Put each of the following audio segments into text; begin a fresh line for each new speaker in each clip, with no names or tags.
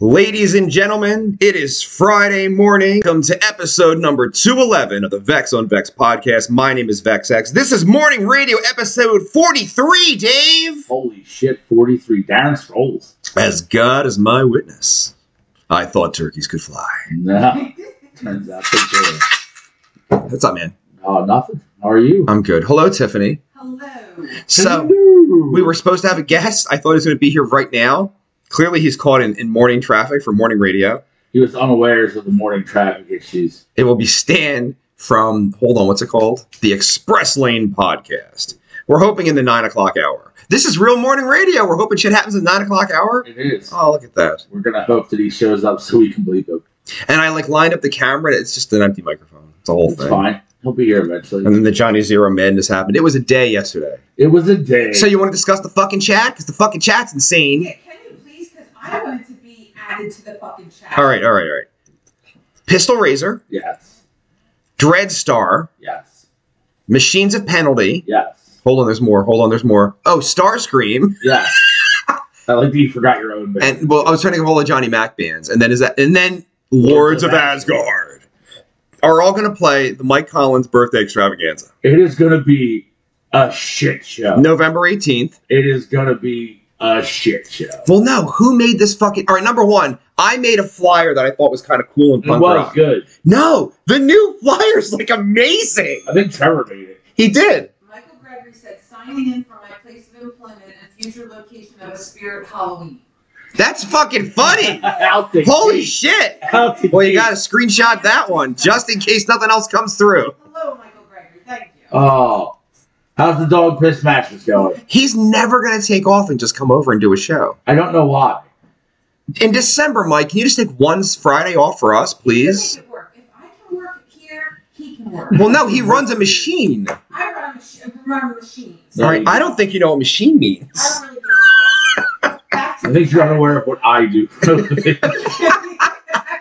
Ladies and gentlemen, it is Friday morning. Welcome to episode number 211 of the Vex on Vex podcast. My name is VexX. This is morning radio episode 43, Dave.
Holy shit, 43. Darren Sproles.
As God is my witness, I thought turkeys could fly.
No. Turns out they did.
What's up, man?
Oh, nothing. How are you?
I'm good. Hello, Tiffany.
Hello.
So, we were supposed to have a guest. I thought he was going to be here right now. Clearly, he's caught in, in morning traffic for morning radio.
He was unawares of the morning traffic issues.
It will be Stan from, hold on, what's it called? The Express Lane Podcast. We're hoping in the nine o'clock hour. This is real morning radio. We're hoping shit happens in the nine o'clock hour.
It is.
Oh, look at that.
We're going to hope that he shows up so we can bleep him.
And I like lined up the camera. and It's just an empty microphone. It's a whole
It's
thing.
fine. He'll be here
And
eventually.
then the Johnny Zero madness happened. It was a day yesterday.
It was a day.
So you want to discuss the fucking chat? Because the fucking chat's insane.
Yeah, can you please? Because I wanted to be added to the fucking chat.
All right, all right, all right. Pistol Razor,
yes.
Dread Star,
Yes.
Machines of Penalty.
Yes.
Hold on, there's more. Hold on, there's more. Oh, Starscream.
Yes. I like that you forgot your own band.
And well, I was trying to think of all the Johnny Mac bands, and then is that, and then Lords of Asgard are all going to play the Mike Collins birthday extravaganza,
it is going to be a shit show.
November eighteenth.
It is going to be a shit show.
Well, no, who made this fucking? All right, number one, I made a flyer that I thought was kind of cool and
It
punk
was
rock.
good.
No, the new flyer's like amazing.
I think Trevor made it.
He did.
Michael Gregory said, signing in for my place of employment and future location of a spirit Halloween.
That's fucking funny.
Out the
Holy
gate.
shit!
Out the
Well, you
gate.
gotta screenshot that one just in case nothing else comes through.
Hello, Michael Gregory. Thank you.
Oh, how's the dog piss matches going?
He's never gonna take off and just come over and do a show.
I don't know why.
In December, Mike, can you just take one Friday off for us, please?
Please. Make it work. If I can work here, he can work.
Well, no, he runs a machine.
I run, a machi- run machines.
All right, I don't think you know what machine means.
I really give a shit. Back to
I
the
think you're
chat.
unaware of what I do.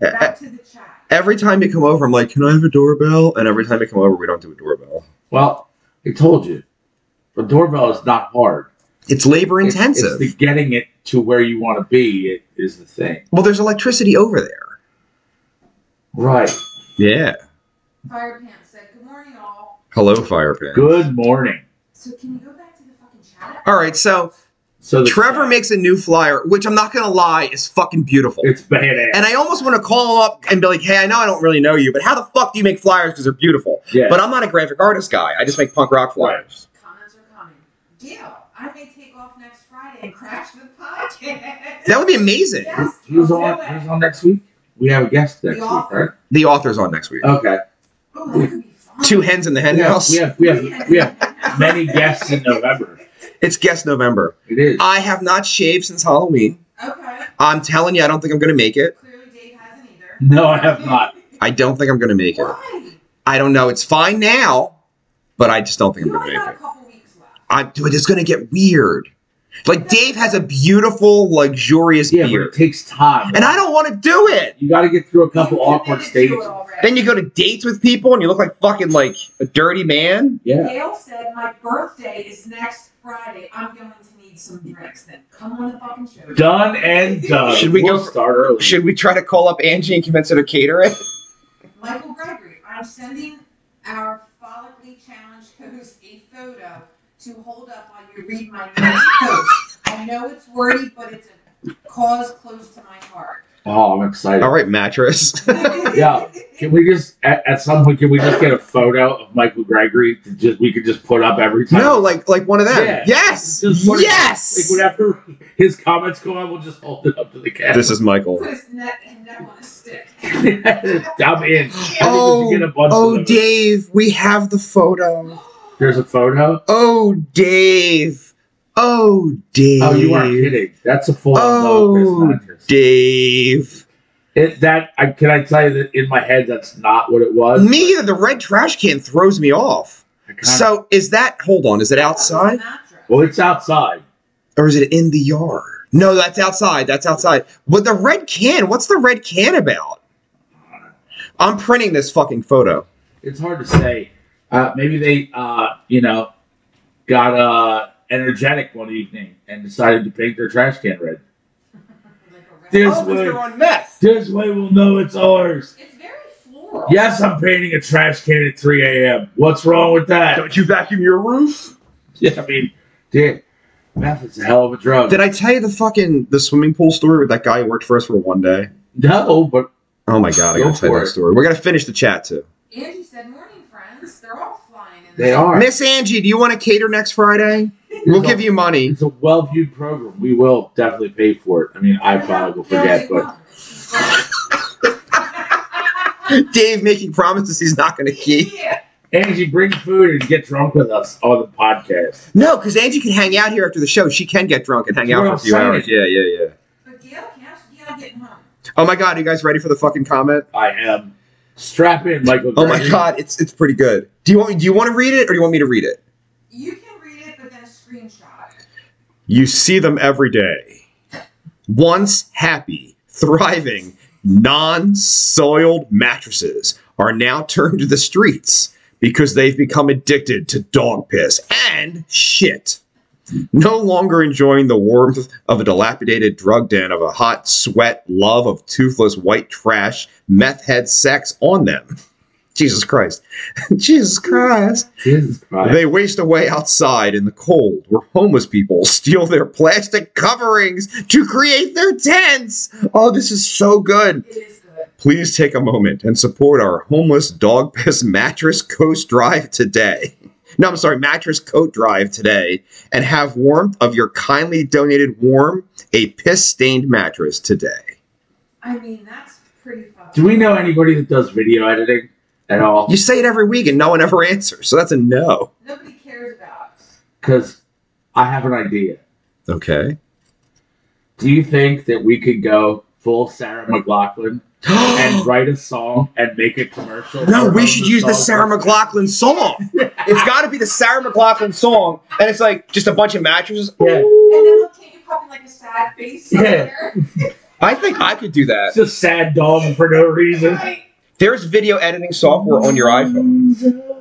Back to the chat.
E-, Every time you come over, I'm like, can I have a doorbell? And every time you come over, we don't do a doorbell.
well, I told you, the doorbell is not hard.
It's labor
It's-
intensive.
It's, the getting it to where you want to be it is the thing.
well, there's electricity over there.
Right.
Yeah.
Fire Pam said, good morning, all.
Hello, Fire Pit.
Good morning.
So can you go back to the fucking chat?
All right, so
So the
Trevor makes a new flyer, which I'm not gonna lie is fucking beautiful.
it's badass.
And I almost want to call him up and be like, "Hey, I know I don't really know you, but how the fuck do you make flyers? Because they're beautiful."
yeah.
But I'm not a graphic artist guy. I just make punk rock flyers.
Comments are coming. Gail, I may take off next Friday and crash the podcast.
That would be amazing.
yes, you
who's
do
on?
it.
Who's on next week? We have a guest next
The
week, right?
author.
The author's on next week.
Okay.
Oh, that could be fun.
Two hens in the hen
We have,
house.
we have we have we have many guests in November.
It's guest November.
It is.
I have not shaved since Halloween.
Okay.
I'm telling you, I don't think I'm gonna make it.
Clearly, Dave hasn't either.
No, I have not.
I don't think I'm gonna make it.
Why?
I don't know. It's fine now, but I just don't think I'm
You
gonna
only
make
got a
it.
couple weeks left.
I, dude, it's gonna get weird. Like Dave has a beautiful, luxurious
Yeah, but
beard,
it takes time.
and I don't want to do it.
You got to get through a couple
You
awkward
committed to it
stages.
already.
Then you go to dates with people and you look like fucking like a dirty man.
Yeah.
Gail said, My birthday is next Friday. I'm going to need some drinks then. Come on the fucking show.
Done and done.
Should we
We'll
go-
start early?
Should we try to call up Angie and convince her to cater it?
Michael Gregory, I'm sending our follically challenged host a photo to hold up while you read my next post. I know it's wordy, but it's a cause close to my heart.
oh, I'm excited.
All right, mattress.
Yeah. Can we just at, at some point? Can we just get a photo of Michael Gregory? To just we could just put up every time.
no, like like one of them.
Yeah.
Yes,
Just put it-
yes.
Like whenever his comments go on, we'll just hold it up to the camera.
This is Michael.
Put his neck and neck on a stick.
I'm in. I think we
Oh,
should get a bunch of
oh,
them.
Dave, we have the photo.
There's a photo.
Oh, Dave. Oh, Dave.
Oh, you aren't kidding. That's a full.
Oh, Dave.
It, that I can I tell you that in my head that's not what it was.
Me either. The red trash can throws me off.
I Uh, kinda-
So is that? Hold on. Is it outside
Sinatra.
well, it's outside.
or is it in the yard? No, that's outside. That's outside. What the red can? What's the red can about? I'm printing this fucking photo.
It's hard to say. Uh, maybe they, uh, you know, got uh, energetic one evening and decided to paint their trash can red. This
oh, 'cause
way.
they're on meth.
This way we'll know it's ours.
It's very floral.
Yes, I'm painting a trash can at 3 a.m. What's wrong with that?
Don't you vacuum your roof?
Yeah, I mean, dude, meth is a hell of a drug.
Did I tell you the fucking the swimming pool story with that guy who worked for us for one day?
no, but
Oh my god, I gotta
Go
tell
for
you that
it.
story. We're gonna finish the chat too.
Angie said, "Morning, friends. They're all flying in."
they are.
Miss Angie, do you want to cater next Friday? We'll give you money.
It's a well viewed program. We will definitely pay for it. I mean, I probably will forget, but
Dave making promises he's not gonna keep.
yeah.
Angie, bring food and get drunk with us on the podcast.
No, because Angie can hang out here after the show. She can get drunk and hang out
That's
for a
what
few
I'm
hours. Yeah, yeah, yeah.
But Gail, can I- Gail getting home?
Oh my god, are you guys ready for the fucking comment?
I am. Strap in, Michael.
Oh my
Gregory.
god, it's it's pretty good. Do you want me do you want to read it or do you want me to read it?
You can read it, but then a screenshot.
You see them every day. Once happy, thriving, non soiled mattresses are now turned to the streets because they've become addicted to dog piss and shit. No longer enjoying the warmth of a dilapidated drug den of a hot sweat love of toothless white trash, meth head sex on them. Jesus Christ. Jesus Christ.
Jesus Christ.
They waste away outside in the cold, where homeless people steal their plastic coverings to create their tents. Oh, this is so good.
It is good.
Please take a moment and support our homeless dog piss mattress coast drive today. No, I'm sorry, mattress coat drive today, and have warmth of your kindly donated warm, a piss stained mattress today.
I mean, that's pretty fun.
Do we know anybody that does video editing at all?
You say it every week and no one ever answers, so that's a no.
Nobody cares about. us.
Because I have an idea.
Okay.
Do you think that we could go full Sarah McLaughlin and write a song and make a commercial?
No,
for
we
her
should
to
use the
song?
Sarah McLaughlin song. It's got to be the Sarah McLaughlin song, and it's like just a bunch of mattresses.
Yeah.
And then look, can't you pop in like a sad face? somewhere?
I think I could do
It's
that.
just sad dog for no reason.
Right?
There's video editing software on your iPhone.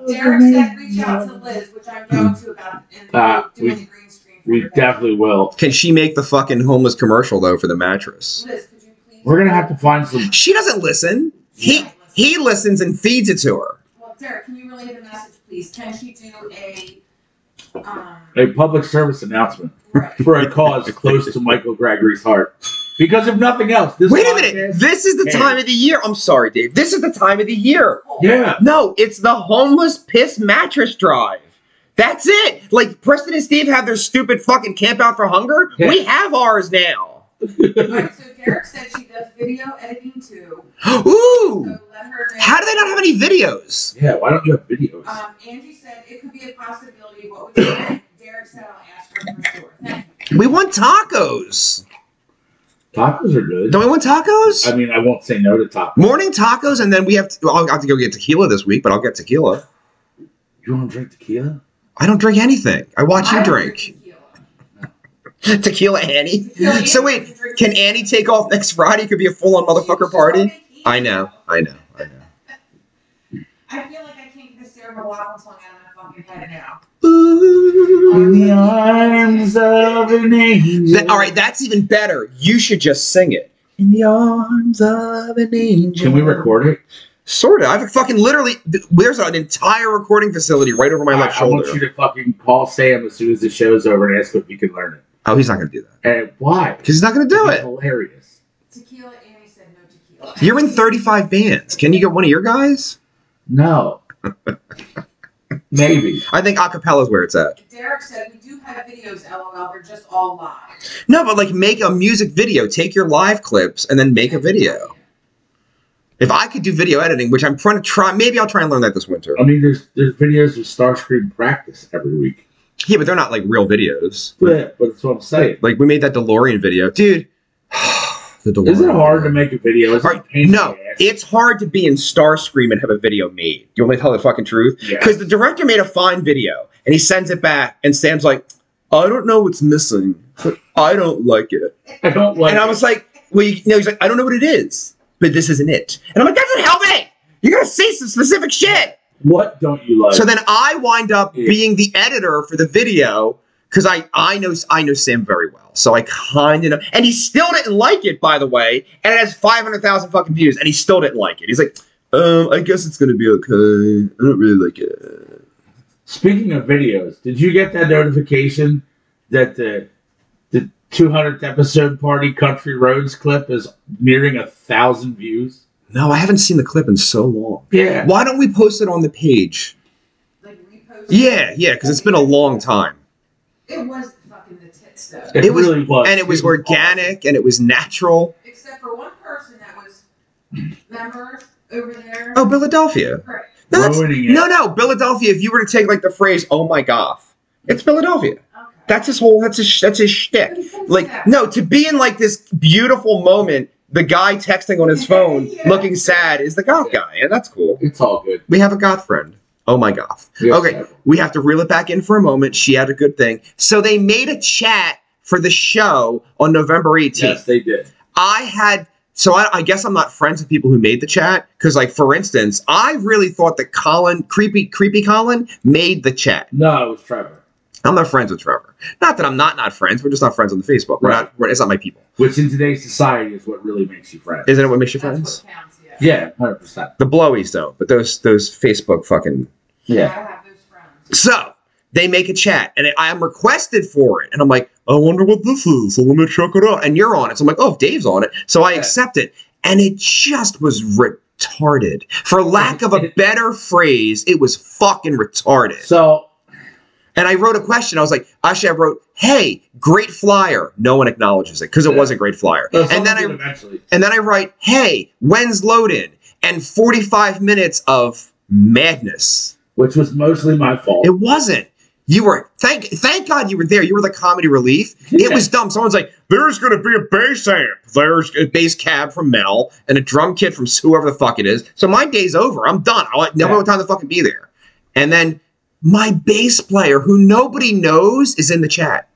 Derek said, reach out to Liz, which I'm going to about and
Uh,
doing
we-
the green screen. for
We
her.
definitely will.
Can she make the fucking homeless commercial though for the mattress?
Liz, could you please?
We're gonna have to find some.
She doesn't listen. He he listens and feeds it to her.
Well, Derek, can you relay the message, please? Can she do a, um,
A public service announcement
right?
for a cause close to Michael Gregory's heart. Because if nothing else, this
Wait a
podcast-
minute. This is the time of the year. I'm sorry, Dave. This is the time of the year.
Cool.
Yeah,
No, it's the homeless piss mattress drive. That's it. Like Preston and Steve have their stupid fucking camp out for hunger.
Yeah.
We have ours now.
All right, so Derek said she does video editing too.
Ooh!
So let her know.
How do they not have any videos?
yeah. Why don't you have videos?
Um, Angie said it could be a possibility. What would you think? Derek said I'll ask her for sure. Thank you.
We want tacos.
Tacos are good.
Don't we want
I
tacos?
mean, I won't say no to tacos.
Morning tacos, and then we have. To, well, I'll have to go get tequila this week, but I'll get tequila.
You want to drink tequila?
I don't drink anything. I watch
I
you
don't
drink
tequila.
tequila, Annie.
Tequila
So
and
wait,
drinking
can
tequila.
Annie take off next Friday? It could be a full-on motherfucker
She's on
party.
vacation.
I know. I know. I know.
I feel like I can't get the Sarah McLaughlin song out of my fucking head now.
In the arms of an angel.
Th- all right, that's even better. You should just sing it. In the arms of an angel.
Can we record it?
Sort of. I have a fucking literally. th- There's an entire recording facility right over my
I,
left
I want you
shoulder.
to fucking call Sam as soon as the show's over and ask if he can learn it.
Oh, he's not gonna do that
And why?
because he's not gonna do
It's
it.
Hilarious.
Tequila. Annie said no tequila.
You're in 35 bands. Can you get one of your guys?
No. Maybe.
I think acapella is where it's at.
Derek said we do have videos. LOL. They're just all live.
No, but like make a music video. Take your live clips and then make a video. If I could do video editing, which I'm trying to try, maybe I'll try and learn that this winter.
I mean, there's there's videos of Starscream practice every week.
Yeah, but they're not like real videos.
But but that's what I'm saying.
Like we made that DeLorean video, dude. the DeLorean.
Is it hard to make a video? Is
All
it
right,
pain in
no,
the ass?
it's hard to be in Starscream and have a video made. Do you want me to tell the fucking truth?
Yeah.
Because the director made a fine video and he sends it back, and Sam's like, "I don't know what's missing. but I don't like it."
I don't like
and I was like, "Well, you know," he's like, "I don't know what it is, but this isn't it." And I'm like, "That doesn't help me. You gotta say some specific shit."
what don't you like?
So then I wind up
Yeah.
being the editor for the video because I I know I know Sam very well, so I kind of know. And he still didn't like it, by the way. And it has five hundred thousand fucking views, and he still didn't like it. He's like, um, I guess it's gonna be okay. I don't really like it.
Speaking of videos, did you get that notification that the the 200th episode party country roads clip is nearing a thousand views?
No, I haven't seen the clip in so long.
Yeah.
Why don't we post it on the page?
Like repost.
Yeah, yeah, because it's been a long time,
It was fucking the tits though.
It,
It was-
really was,
and it was organic, and it was natural.
Except for one person that was, remember, over there.
Oh, Philadelphia.
Right.
No, that's-
Ruining it.
no, no, Philadelphia. If you were to take like the phrase "Oh my God," it's Philadelphia.
Okay.
That's his whole. That's his. sh- That's his shtick. Like no, to be in like this beautiful moment, the guy texting on his phone,
Yeah.
looking sad, is the goth guy, and that's cool.
It's all good.
We have a goth friend. Oh my goth.
We have
Okay.
several.
We have to reel it back in for a moment. She had a good thing, so they made a chat for the show on November 18th.
Yes, they did.
I had. So I, I guess I'm not friends with people who made the chat because, like, for instance, I really thought that Colin, creepy, creepy Colin, made the chat.
No, it was Trevor.
I'm not friends with Trevor. Not that I'm not not friends. We're just not friends on the Facebook. We're
Right.
not. We're, it's not my people.
Which in today's society is what really makes you friends.
Isn't it what makes you
That's what
friends?
counts, yeah.
Yeah, hundred percent.
The blowies don't, but those those Facebook fucking.
Yeah.
I have those friends.
So they make a chat, and I am requested for it, and I'm like, I wonder what this is. So let me check it out. And you're on it, so I'm like, oh, if Dave's on it, so I
Yeah.
accept it, and it just was retarded. For lack of a better phrase, it was fucking retarded.
So
And I wrote a question. I was like, actually, I wrote, "Hey, great flyer." No one acknowledges it because it
Yeah.
was a great flyer. and then I
eventually
and then I write, "Hey, when's load in?" And forty five minutes of madness.
which was mostly my fault.
It wasn't. You were thank thank God you were there. You were the comedy relief. It
Yeah.
was dumb. Someone's like, "There's gonna be a bass amp. There's a bass cab from Mel and a drum kit from whoever the fuck it is." So my day's over. I'm done. I never
Yeah.
have time to fucking be there. And then my bass player, who nobody knows, is in the chat.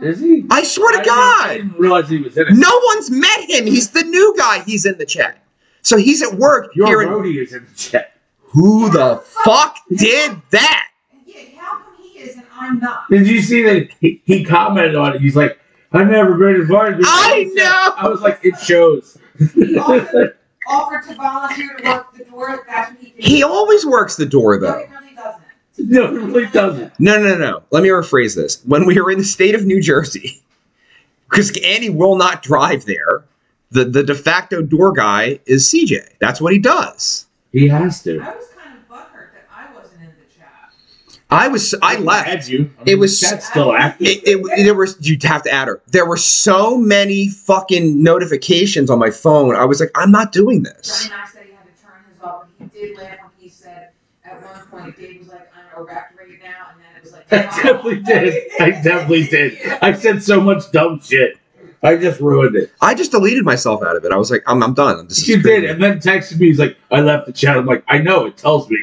Is he?
I swear to
I
God.
didn't, I didn't realize he was in it.
No one's met him. He's the new guy. He's in the chat. So he's at work
Your
here in-
roadie is in the chat.
Who the fuck did that?
And yeah, how come he is and I'm not?
Did you see that he, he commented on it? He's like, I've never been invited. to
I
this."
know.
I was like, it shows.
Also, offered to volunteer to work the door. That's what he did.
He always works the door
No,
though.
he really doesn't.
no, it really doesn't.
No, no, no, no. Let me rephrase this. When we were in the state of New Jersey, because Andy will not drive there, the, the de facto door guy is CJ. That's what he does.
He has to.
I was kind of butthurt that I wasn't in the chat.
I was I left.
Had you. I
It was-
that's still active.
It, it, there was you'd have to add her. There were so many fucking notifications on my phone. I was like, I'm not doing this.
Johnny Knox said he had to turn his off, but he did laugh when he said at one point Dave was like, I'm erect right now, and then it was like,
I definitely did. I definitely did. I said so much dumb shit. I just ruined it.
I just deleted myself out of it. I was like, I'm, I'm done. This is
She did,
crazy.
and then texted me. He's like, I left the chat. I'm like, I know. It tells me.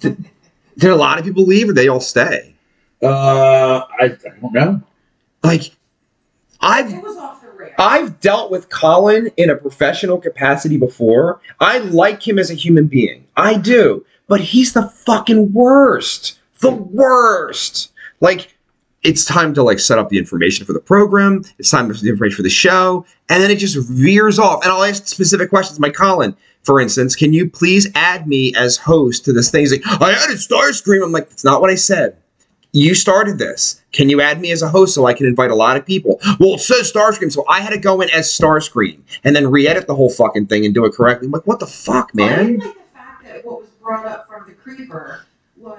Did a lot of people leave or they all stay?
Uh, I, I don't know.
Like, I've
It was off the rail.
I've dealt with Colin in a professional capacity before. I like him as a human being. I do. But he's the fucking worst. The worst. Like, it's time to like set up the information for the program. It's time for the information for the show. And then it just veers off. And I'll ask specific questions. My Colin, for instance, can you please add me as host to this thing? He's like, I added Starscream. I'm like, that's not what I said. You started this. Can you add me as a host so I can invite a lot of people? Well, it says Starscream, so I had to go in as Starscream and then re-edit the whole fucking thing and do it correctly. I'm like, what the fuck,
I
man?
didn't like the fact that what was brought up from the creeper was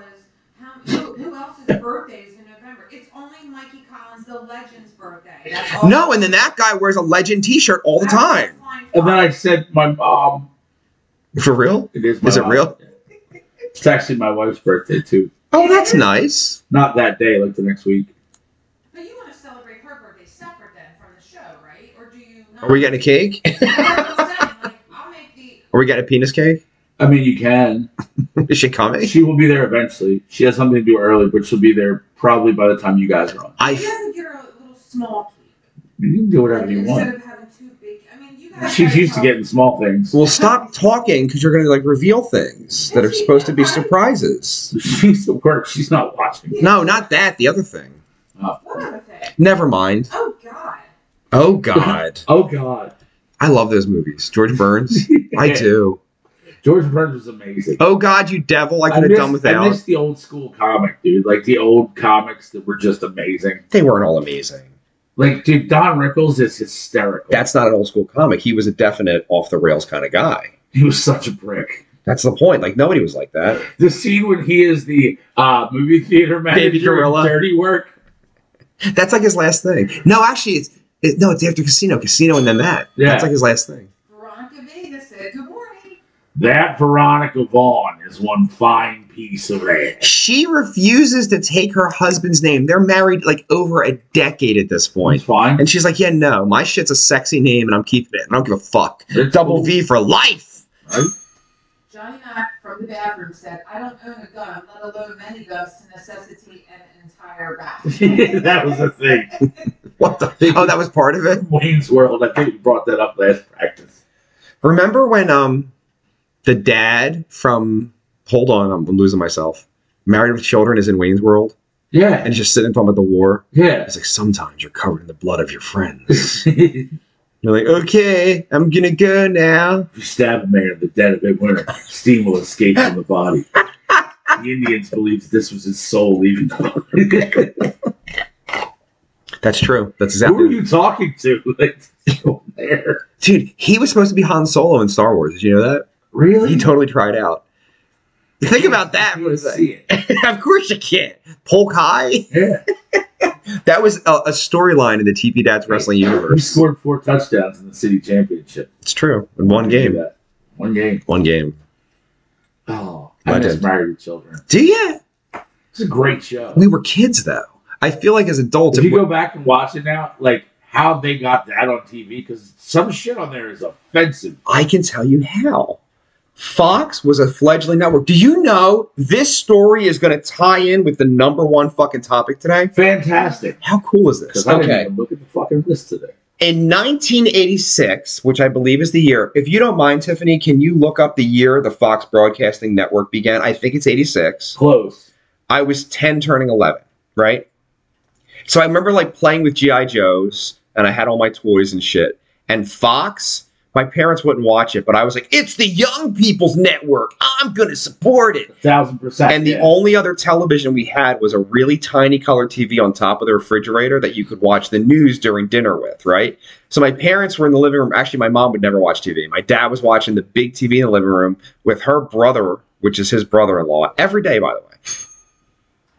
how who, who else's birthday is in November? It's only Mikey Collins, the legend's birthday. That's all.
No, and then that guy wears a legend T-shirt all the
That's all
time.
flying
And then I
fuck.
said, my mom.
For real?
It is. My
Is it
mom.
real?
It's actually my wife's birthday too.
Oh, that's nice.
Not that day, like the next week.
But you want to celebrate her birthday separate then from the show, right? Or do you? Not?
Are we getting a cake?
That's what I'm saying, like, I'll make the.
Are we getting a penis cake?
I mean, you can.
Is she coming?
She will be there eventually. She has something to do early, but she'll be there probably by the time you guys are on.
I
You
f-
have to get her a little small cake.
You can do whatever you
Instead
want.
of having two big, I mean, you guys
She's
gotta
used to
tell-
getting small things.
well stop talking because you're gonna like reveal things that are supposed to be surprises.
She's at work. She's not watching.
No, not that. The other thing.
Oh.
One other thing.
Never mind.
Oh God.
Oh God,
Oh God,
I love those movies. George Burns, I do.
George Burns was amazing.
Oh God, you devil! I could have
miss-
done
I
without.
miss the old school comic, dude. Like the old comics that were just amazing.
They weren't all amazing.
Like, dude, Don Rickles is hysterical.
That's not an old school comic. He was a definite off the rails kind of guy.
he was such a prick.
That's the point. Like nobody was like that.
The scene when he is the uh, movie theater manager,
Baby gorilla.
in dirty work.
That's like his last thing. No, actually, it's it, no. It's after Casino, Casino, and then that.
Yeah.
That's like his last thing.
Veronica Vega said good morning.
That Veronica Vaughn is one fine piece of ass.
She refuses to take her husband's name. They're married like over a decade at this
It's
point.
fine.
And she's like, yeah, no, my shit's a sexy name and I'm keeping it. I don't give a fuck.
It's
Double
cool.
V for life.
Johnny Knock from the bathroom said, "I don't own a gun, let alone many guns, to necessitate an entire rack."
That was a thing.
What the? Oh, that was part of it?
Wayne's World. I think we brought that up last practice.
Remember when um the dad from Hold on, I'm losing myself. Married with Children is in Wayne's World and
Yeah,
he's just sitting talking about the war.
yeah.
It's like sometimes you're covered in the blood of your friends. You're like, okay, I'm gonna go now.
If you stab a man in the dead of midwinter, steam will escape from the body. The Indians believed this was his soul leaving the body.
That's true. That's
Who are
exactly.
you talking to? Like, oh, still there.
Dude, he was supposed to be Han Solo in Star Wars. Did you know that?
Really?
He totally tried out. Think about that.
You would
Was
see it.
of course you can't. Polk High.
Yeah.
That was a, a storyline in the TV Dad's Wrestling
He
universe.
scored four touchdowns in the city championship.
It's true. In one game.
That. One game.
One game.
Oh, I
Legend.
just married with children.
Do you?
It's a great show.
We were kids though. I feel like as adults,
if
it
you
wa-
go back and watch it now, like how they got that on TV, because some shit on there is offensive.
I can tell you how. Fox was a fledgling network. Do you know this story is going to tie in with the number one fucking topic today?
Fantastic.
How cool is this?
Because I didn't even look at the fucking list today.
In 1986, which I believe is the year, if you don't mind, Tiffany, can you look up the year the Fox Broadcasting Network began? I think it's 86.
Close.
I was 10 turning 11, right? So I remember like playing with G.I. Joes and I had all my toys and shit. And Fox, my parents wouldn't watch it, but I was like, it's the young people's network. I'm going to support it.
A thousand percent.
And the
yeah.
only other television we had was a really tiny color TV on top of the refrigerator that you could watch the news during dinner with, right? So my parents were in the living room. Actually, my mom would never watch TV. My dad was watching the big TV in the living room with her brother, which is his brother in law, every day, by the way.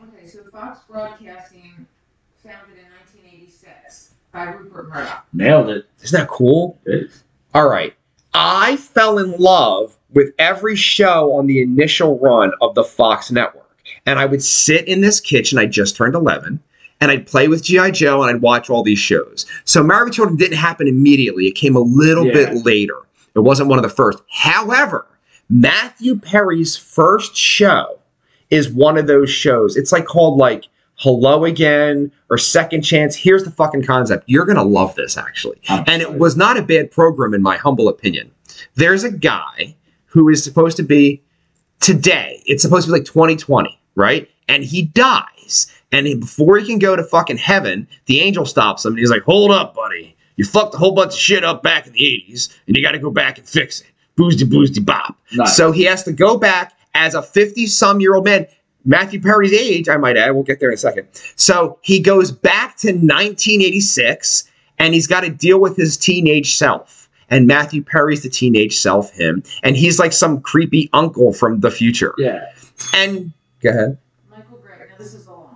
Okay, so Fox Broadcasting, founded in 1986 by Rupert Murdoch.
Nailed it.
Isn't that cool?
It is.
All right. I fell in love with every show on the initial run of the Fox network. And I would sit in this kitchen, I just turned 11, and I'd play with G.I. Joe and I'd watch all these shows. So Married with Children didn't happen immediately, it came a little
Yeah.
bit later. It wasn't one of the first. However, Matthew Perry's first show is one of those shows. It's like called like Hello Again or Second Chance. Here's the fucking concept. You're going to love this actually.
I'm
And it
excited.
was not a bad program, in my humble opinion. There's a guy who is supposed to be today, it's supposed to be like 2020, right? And he dies. And he- before he can go to fucking heaven, the angel stops him and he's like, Hold up, buddy. You fucked a whole bunch of shit up back in the 80s, and you got to go back and fix it. Boozdy, boozdy, bop.
Nice.
So he has to go back as a 50 some year old man, Matthew Perry's age, I might add. We'll get there in a second. So he goes back to 1986 and he's got to deal with his teenage self. And Matthew Perry's the teenage self, him. And he's like some creepy uncle from the future.
yeah.
And go ahead.
Michael Gray, now this is a long one.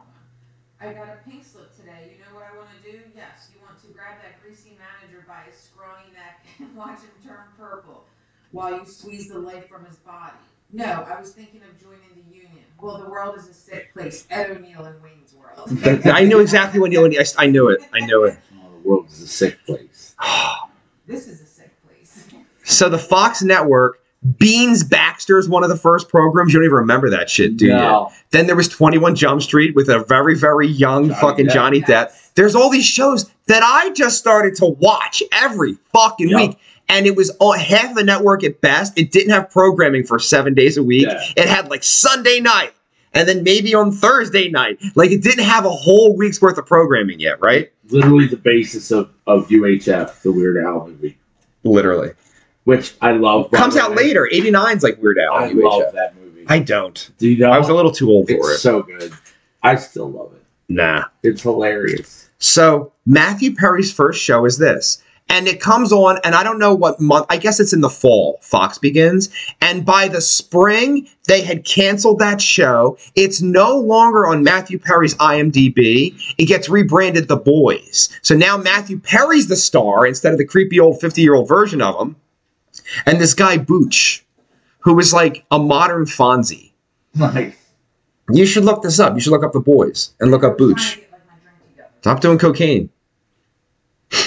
I got a pink slip today. You know what I want to do? Yes, you want to grab that greasy manager by his scrawny neck and watch him turn purple while you squeeze the life from his body. No, I was thinking of joining the union. Well, the world is a sick place. Ed O'Neill and Wayne's World.
I knew exactly when you, I, I knew it. I knew it.
Oh, the world is a sick place.
This is a sick place.
So the Fox Network, Beans Baxter is one of the first programs. You don't even remember that shit, do you?
no.
Then there was 21 Jump Street with a very, very young
Johnny
fucking
Depp.
Johnny Depp. There's all these shows that I just started to watch every fucking
Yeah.
week. And it was all half the network at best. It didn't have programming for seven days a week.
Yeah.
It had like Sunday night. and then maybe on Thursday night. Like it didn't have a whole week's worth of programming yet, right?
Literally the basis of, of UHF, the Weird Al movie,
Literally.
which I love. by
Comes
the
out
way.
later. 89's like Weird Al.
I
UHF.
love that movie.
I don't.
Do you know?
I was a little too old for
it's
it.
so good. I still love it.
nah.
It's hilarious.
So Matthew Perry's first show is this. And it comes on, and I don't know what month, I guess it's in the fall, Fox begins. And by the spring, they had canceled that show. It's no longer on Matthew Perry's IMDb. It gets rebranded The Boys. So now Matthew Perry's the star instead of the creepy old 50 year old version of him. And this guy, Booch, who is like a modern Fonzie.
Nice.
You should look this up. You should look up The Boys and look up Booch. Stop doing cocaine.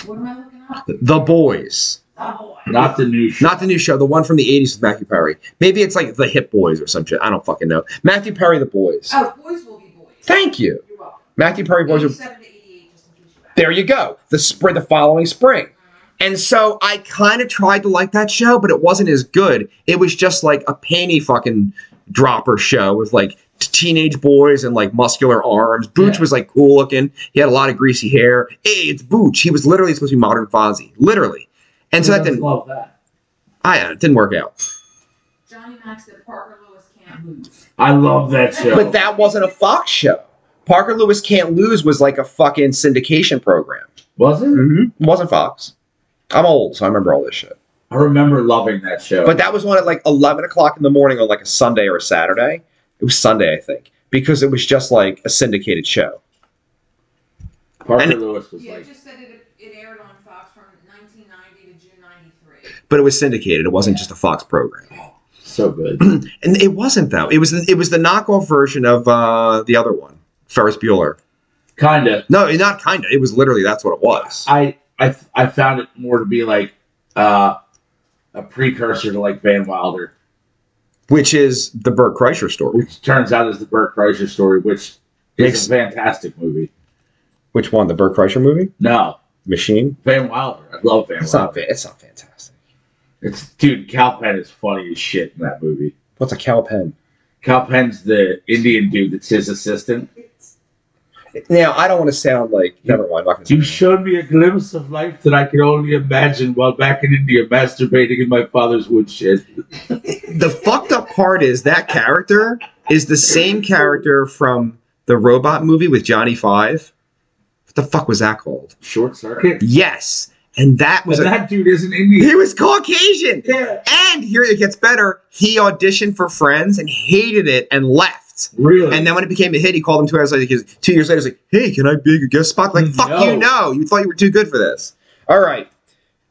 What am I looking up?
The Boys.
Oh, I-
Not the new show.
Not the new show, the one from the 80s with Matthew Perry. Maybe it's like The Hip Boys or some shit. I don't fucking know. Matthew Perry, The Boys.
Oh, boys will be boys.
Thank you.
You're welcome.
Matthew Perry, Boys. Are,
87 to 88, just in case you asked.
there you go. The, spring, the following spring. And so I kind of tried to like that show, but it wasn't as good. It was just like a panty fucking dropper show with like t- teenage boys and like muscular arms. Booch
Yeah.
was like cool looking. He had a lot of greasy hair. Hey, it's Booch. He was literally supposed to be modern Fonzie, literally. And so
Who
that
doesn't
didn't,
love that.
I, it didn't work out.
Johnny Max said Parker Lewis can't lose.
I love that show.
But that wasn't a Fox show. Parker Lewis Can't Lose was like a fucking syndication program.
was it?
Mm-hmm. wasn't Fox. I'm old, so I remember all this shit.
I remember loving that show.
But that was on at like 11 o'clock in the morning on like a Sunday or a Saturday. It was Sunday, I think, because it was just like a syndicated show.
Parker
and-
Lewis was
Yeah,
like,
it just said it, it aired on Fox from 1990 to June 93.
But it was syndicated. It wasn't just a Fox program.
so good.
And it wasn't though. It was the, it was the knockoff version of uh, the other one, Ferris Bueller.
Kinda.
No, not kinda. It was literally that's what it was.
I I I found it more to be like uh, a precursor to like Van Wilder,
Which is the Bert Kreischer story.
which turns out is the Burt Kreischer story, which
Makes-
is a fantastic movie.
Which one? The Bert Kreischer movie?
No,
Machine?
Van Wilder. I love Van
It's not.
Wilder.
fa- It's not fantastic.
It's dude, Cal Penn is funny as shit in that movie.
What's a cow pen?
Cal Penn's the Indian dude that's his assistant.
Now I don't want to sound like. Never mind. I'm not gonna
You
say
showed me a glimpse of life that I could only imagine while back in India masturbating in my father's woodshed.
that. the fucked up part is that character is the same character from the robot movie with Johnny Five. What the fuck was that called?
Short circuit.
Yes, and that
But
was. A,
that dude isn't Indian.
he was Caucasian,
Yeah.
and here it gets better. He auditioned for Friends and hated it and left.
Really?
And then when it became a hit, he called him two hours later. Because two years later, he's like, "Hey, can I be a guest spot?" Like, fuck
No.
you, no. You thought you were too good for this. All right,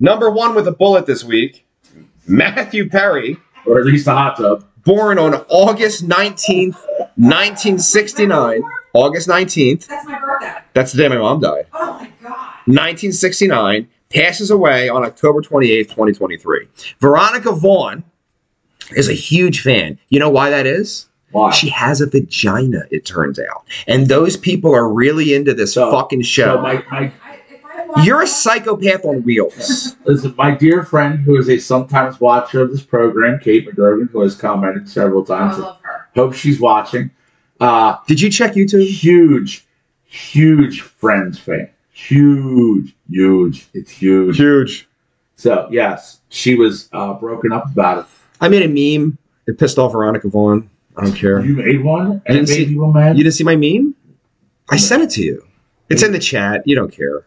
number one with a bullet this week, Matthew Perry,
or at least a hot tub.
born on August nineteenth, nineteen sixty-nine. August nineteenth.
That's my birthday.
That's the day my mom died.
Oh my god.
Nineteen sixty-nine. Passes away on October twenty-eighth, twenty twenty-three. Veronica Vaughn is a huge fan. You know why that is?
Why?
She has a vagina, it turns out. And those people are really into this
So-
fucking
so
show.
my- my-
I, if I watch
You're a
that-
psychopath on wheels.
Listen, my dear friend, who is a sometimes watcher of this program, Kate McGrogan, who has commented several
I
times,
love her.
hope she's watching. Uh,
Did you check YouTube?
huge, huge Friends fan. Huge, huge. It's huge.
Huge.
So, yes, she was uh, broken up about it.
I made a meme. It pissed off Veronica Vaughn. I don't care.
You made one and
Didn't
it
see-
made people mad?
You didn't see my meme? I sent it to you. It's in the chat. You don't care.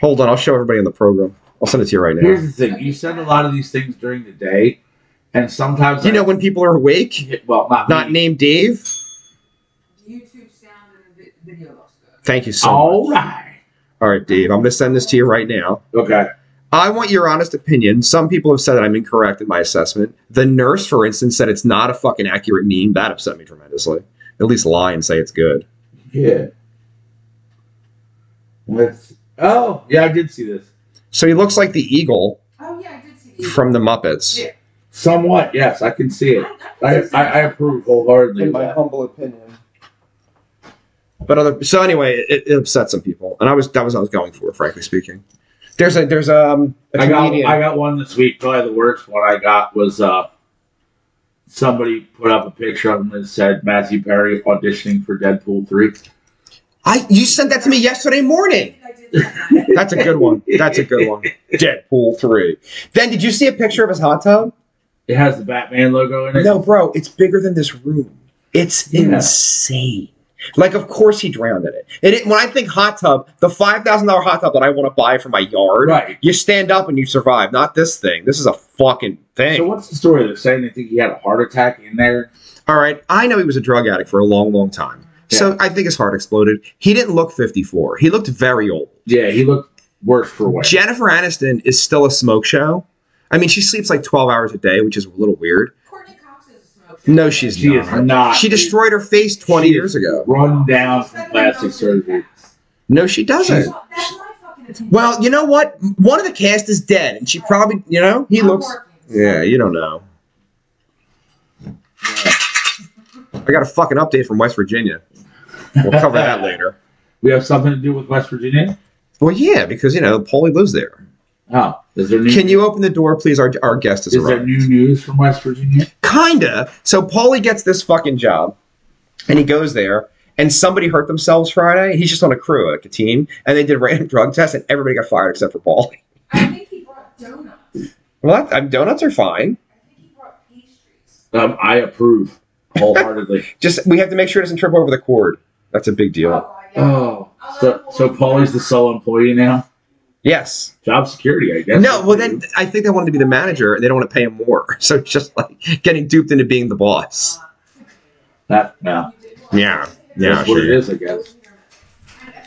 Hold on, I'll show everybody in the program. I'll send it to you right
Here's
now.
the thing you send a lot of these things during the day, and sometimes.
You
I-
know when people are awake,
Well, not,
not
me.
named Dave?
YouTube sound and the vi- video looks good.
Thank you so
All
much.
right.
All right, Dave, I'm going to send this to you right now.
Okay.
I want your honest opinion. Some people have said that I'm incorrect in my assessment. The nurse, for instance, said it's not a fucking accurate meme. That upset me tremendously. At least lie and say it's good.
Yeah. Let's. Oh, yeah, I did see this.
So he looks like the eagle
Oh yeah, I did see these.
from the Muppets.
Yeah.
Somewhat, yes, I can see it. I,
can see
I, I
that.
approve wholeheartedly.
in
of
my
that.
humble opinion.
But other so anyway, it, it upset some people, and I was that was what I was going for, frankly speaking. There's a there's um a
I got
comedian.
I got one this week. Probably the worst one I got was uh, somebody put up a picture of him that said Matthew Perry auditioning for Deadpool three.
I you sent that to me yesterday
I
morning.
think I did that.
That's a good one. That's a good one. Deadpool three. Ben, did you see a picture of his hot tub?
It has the Batman logo in it.
No, bro. It's bigger than this room. It's
Yeah.
insane. Like, of course he drowned in it. And it, when I think hot tub, the five thousand dollar hot tub that I want to buy for my yard,
right.
you stand up and you survive. Not this thing. This is a fucking thing.
So what's the story? They're saying they think he had a heart attack in there.
All right, I know he was a drug addict for a long, long time. So I think his heart exploded. He didn't look 54. He looked very old.
Yeah, he looked worse for wear.
Jennifer Aniston is still a smoke show. I mean, she sleeps like 12 hours a day, which is a little weird.
Courtney Cox is a smoker.
No, she's
she
not.
is not.
She destroyed her face 20
She-
years ago.
run down
She's
from
better than
plastic
Dr.
surgery.
Cox.
No, she
That's
doesn't.
my fucking opinion.
Well, you know what? One of the cast is dead, and she probably, you know, he
I'm
looks.
working.
Yeah, you don't know.
Yeah.
I got a fucking update from West Virginia. We'll cover that later.
We have something to do with West Virginia.
Well, yeah, because, you know, Paulie lives there.
Oh, is there new?
Can you open the door, please? Our, our guest is
Is
arriving.
there new news from West Virginia?
Kinda. So Paulie gets this fucking job, and he goes there, and somebody hurt themselves Friday. He's just on a crew, like a team, and they did random drug tests, and everybody got fired except for Paulie.
I think he brought donuts. I think
Well, that, um, donuts are fine.
he brought pastries.
Um, I approve wholeheartedly.
Just we have to make sure it doesn't trip over the cord. That's a big deal.
Oh, yeah.
oh, so so Paulie's the sole employee now.
Yes.
Job security, I guess.
No. Well, then I think they wanted to be the manager, and they don't want to pay him more. So it's just like getting duped into being the boss.
That, no,
Yeah. Yeah.
that's what
sure.
it is, I guess.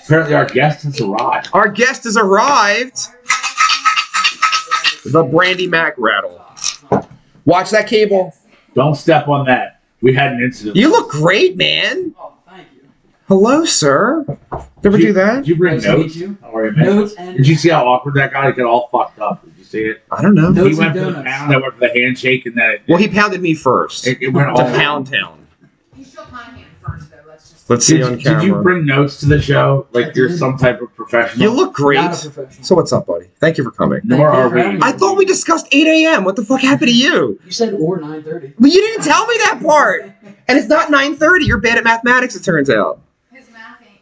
Apparently, our guest has arrived.
Our guest has arrived. The Brandy Mac rattle. Watch that cable.
Don't step on that. We had an incident.
You look great, man.
Oh, thank you.
Hello, sir. Never do that.
Did you bring
Nice to meet
notes?
you.
How are you, man?
Notes and
Did you see how awkward that guy got all fucked up? Did you see it?
I don't know.
Notes
he went
and
for the
donuts.
pound, I went for the handshake, and then
Well, he pounded me first. It's
it, it went all
a pound town.
You shook my hand first, though. Let's just.
Let's see
Did,
on
did you
camera.
bring notes to the show?
I
Like you're
did.
some type of professional?
You look great.
Not a professional.
So what's up, buddy? Thank you for coming.
Nor
Thank you
are
for
we.
having me.
I thought we discussed 8 a.m. What the fuck happened to you?
You said or 9:30.
Well, you didn't tell me that part. And it's not 9:30. You're bad at mathematics, it turns out.
His math ain't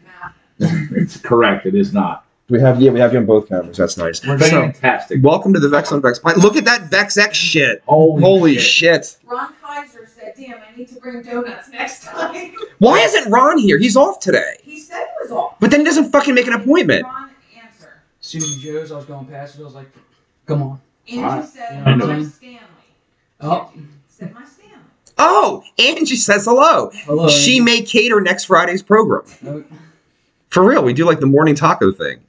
math.
It's correct. It is not.
We have yeah, we have you on both cameras. That's nice.
We're
So,
fantastic.
welcome to the Vex on Vex. Pod- Look at that Vex X shit.
Holy,
Holy shit.
Ron Kaiser said, "Damn, I need to bring donuts next time."
Why isn't Ron here? He's off today.
He said it was all.
But then he doesn't fucking make an appointment.
Ron answered.
Susan Joe's. I was going past it. I was like, come on.
Angie
Alright.
said,
Yeah.
"My Stanley."
Oh,
Angie said, "My Stanley."
Oh, Angie says hello.
hello.
She may cater next Friday's program.
No,
For real, we do like the morning taco thing.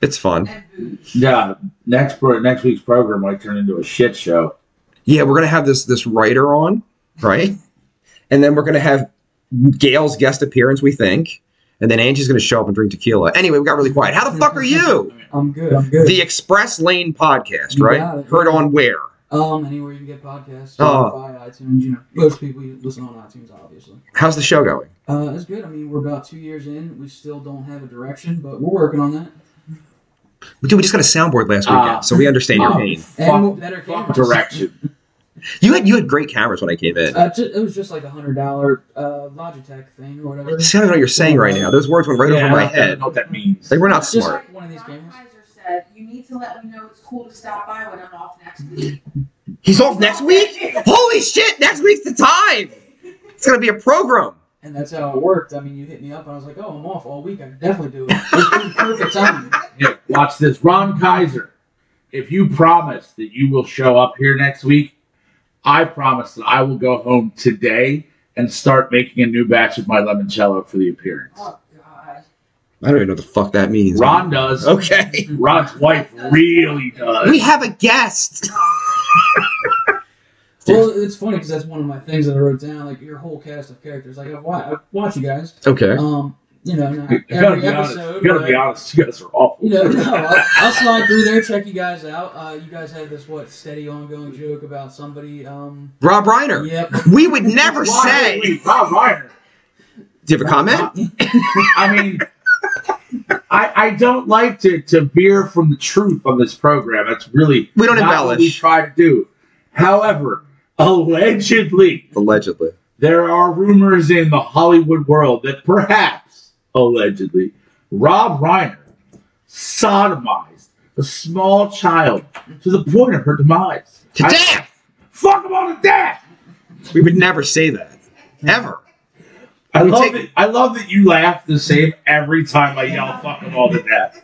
It's fun.
And booze.
Yeah. Next pro- next week's program might turn into a shit show.
Yeah, we're gonna have this this writer on, right? And then we're gonna have Gail's guest appearance, we think. And then Angie's gonna show up and drink tequila. Anyway, we got really quiet. How the fuck are you?
I'm good. I'm good.
The Express Lane podcast,
You
right?
got it.
Heard on where?
um, anywhere you can get podcasts,
Uh,
Oh.
Spotify, iTunes. You know, most people listen on iTunes, obviously.
How's the show going?
Uh, it's good. I mean, we're about two years in. We still don't have a direction, but we're working on that.
Dude, we just got a soundboard last weekend,
Ah.
so we understand your
Ah.
pain.
Oh, And
Fuck-
better
fuck
cameras.
direction.
You had you had great cameras when I came in.
Uh, ju- it was just like a hundred dollar uh, Logitech thing or whatever.
See, I don't know what you're saying right now. Those words went right
Yeah,
over my
I
head.
don't know what that means.
They were not
It's just-
smart.
One of these
Ron
cameras.
Kaiser said, "You need to let me know it's cool to stop by when I'm off next week."
He's off next week? Holy shit, next week's the time. It's gonna be a program.
And that's how it worked. I mean, you hit me up, and I was like, "Oh, I'm off all week. I can definitely do it. It's perfect timing."
Yeah, watch this. Ron Kaiser, if you promise that you will show up here next week, I promise that I will go home today and start making a new batch of my limoncello for the appearance.
Oh God.
I don't even know what the fuck that means.
Ron does.
Okay.
Ron's wife really
We
does.
have a guest.
Well, it's funny because that's one of my things that I wrote down. Like your whole cast of characters. Like I watch, I watch you guys.
Okay.
Um, you know, not
You gotta
every
be honest.
episode.
You gotta be
but,
honest. You guys are awful.
You know, no, I'll, I'll slide through there, check you guys out. Uh, you guys have this what steady ongoing joke about somebody. Um,
Rob Reiner.
yep.
We would never
Why
say.
would we- Rob Reiner.
Do you have a comment?
I mean, I, I don't like to, to veer from the truth on this program. That's really
We don't
not what we
embellish.
try to do. However, Allegedly,
Allegedly.
there are rumors in the Hollywood world that perhaps, allegedly, Rob Reiner sodomized a small child to the point of her demise.
To
I-
death!
Fuck him all to death!
We would never say that. Ever.
I
We
love
take-
that. I love that you laugh the same every time I yell "fuck them all to death."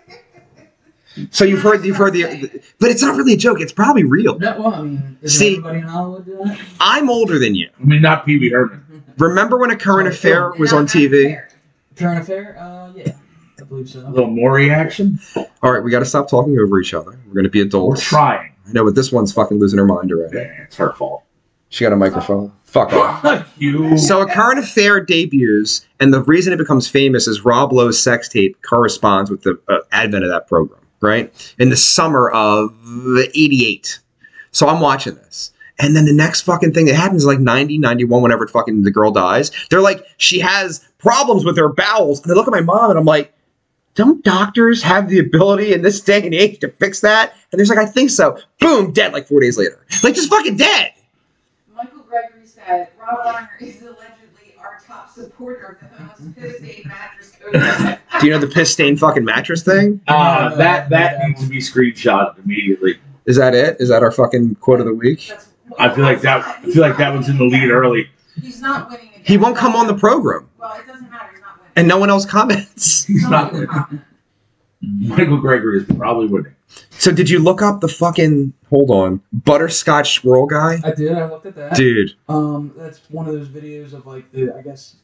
So you've heard you've heard the but it's not really a joke, it's probably real.
No, well, I mean, is
See-
everybody in Hollywood doing that?
I'm older than you.
I mean, not Pee Wee Herman.
Remember when a current affair was on TV?
Current affair? Uh, yeah, I believe so.
A little Maury action.
All right, we got to stop talking over each other. We're going to be
We're
adults. I
trying.
know, but this one's fucking losing her mind already.
Yeah, it's her fault.
She got a microphone. Fuck off.
Fuck you.
So a current affair debuts, and the reason it becomes famous is Rob Lowe's sex tape corresponds with the uh, advent of that program, right? In the summer of '88. So I'm watching this. And then the next fucking thing that happens is like 90, 91, whenever fucking the girl dies. They're like, she has problems with her bowels. And I look at my mom and I'm like, don't doctors have the ability in this day and age to fix that? And there's like, I think so. Boom, dead like four days later. Like, just fucking dead.
Michael Gregory said Rob Reiner is allegedly our top supporter of the most pissed mattress coaches.
Do you know the piss stained fucking mattress thing?
Uh, that that needs to be screenshotted immediately.
Is that it? Is that our fucking quote of the week?
That's-
I feel like that. I feel like that one's in the lead early.
He's not winning. Again.
He won't come on the program,
Well, it doesn't matter. He's not winning.
and no one else comments.
He's not.
Someone will come.
Michael Gregory is probably winning.
So did you look up the fucking hold on butterscotch swirl guy?
I did. I looked at that.
Dude,
Um, that's one of those videos of like the I guess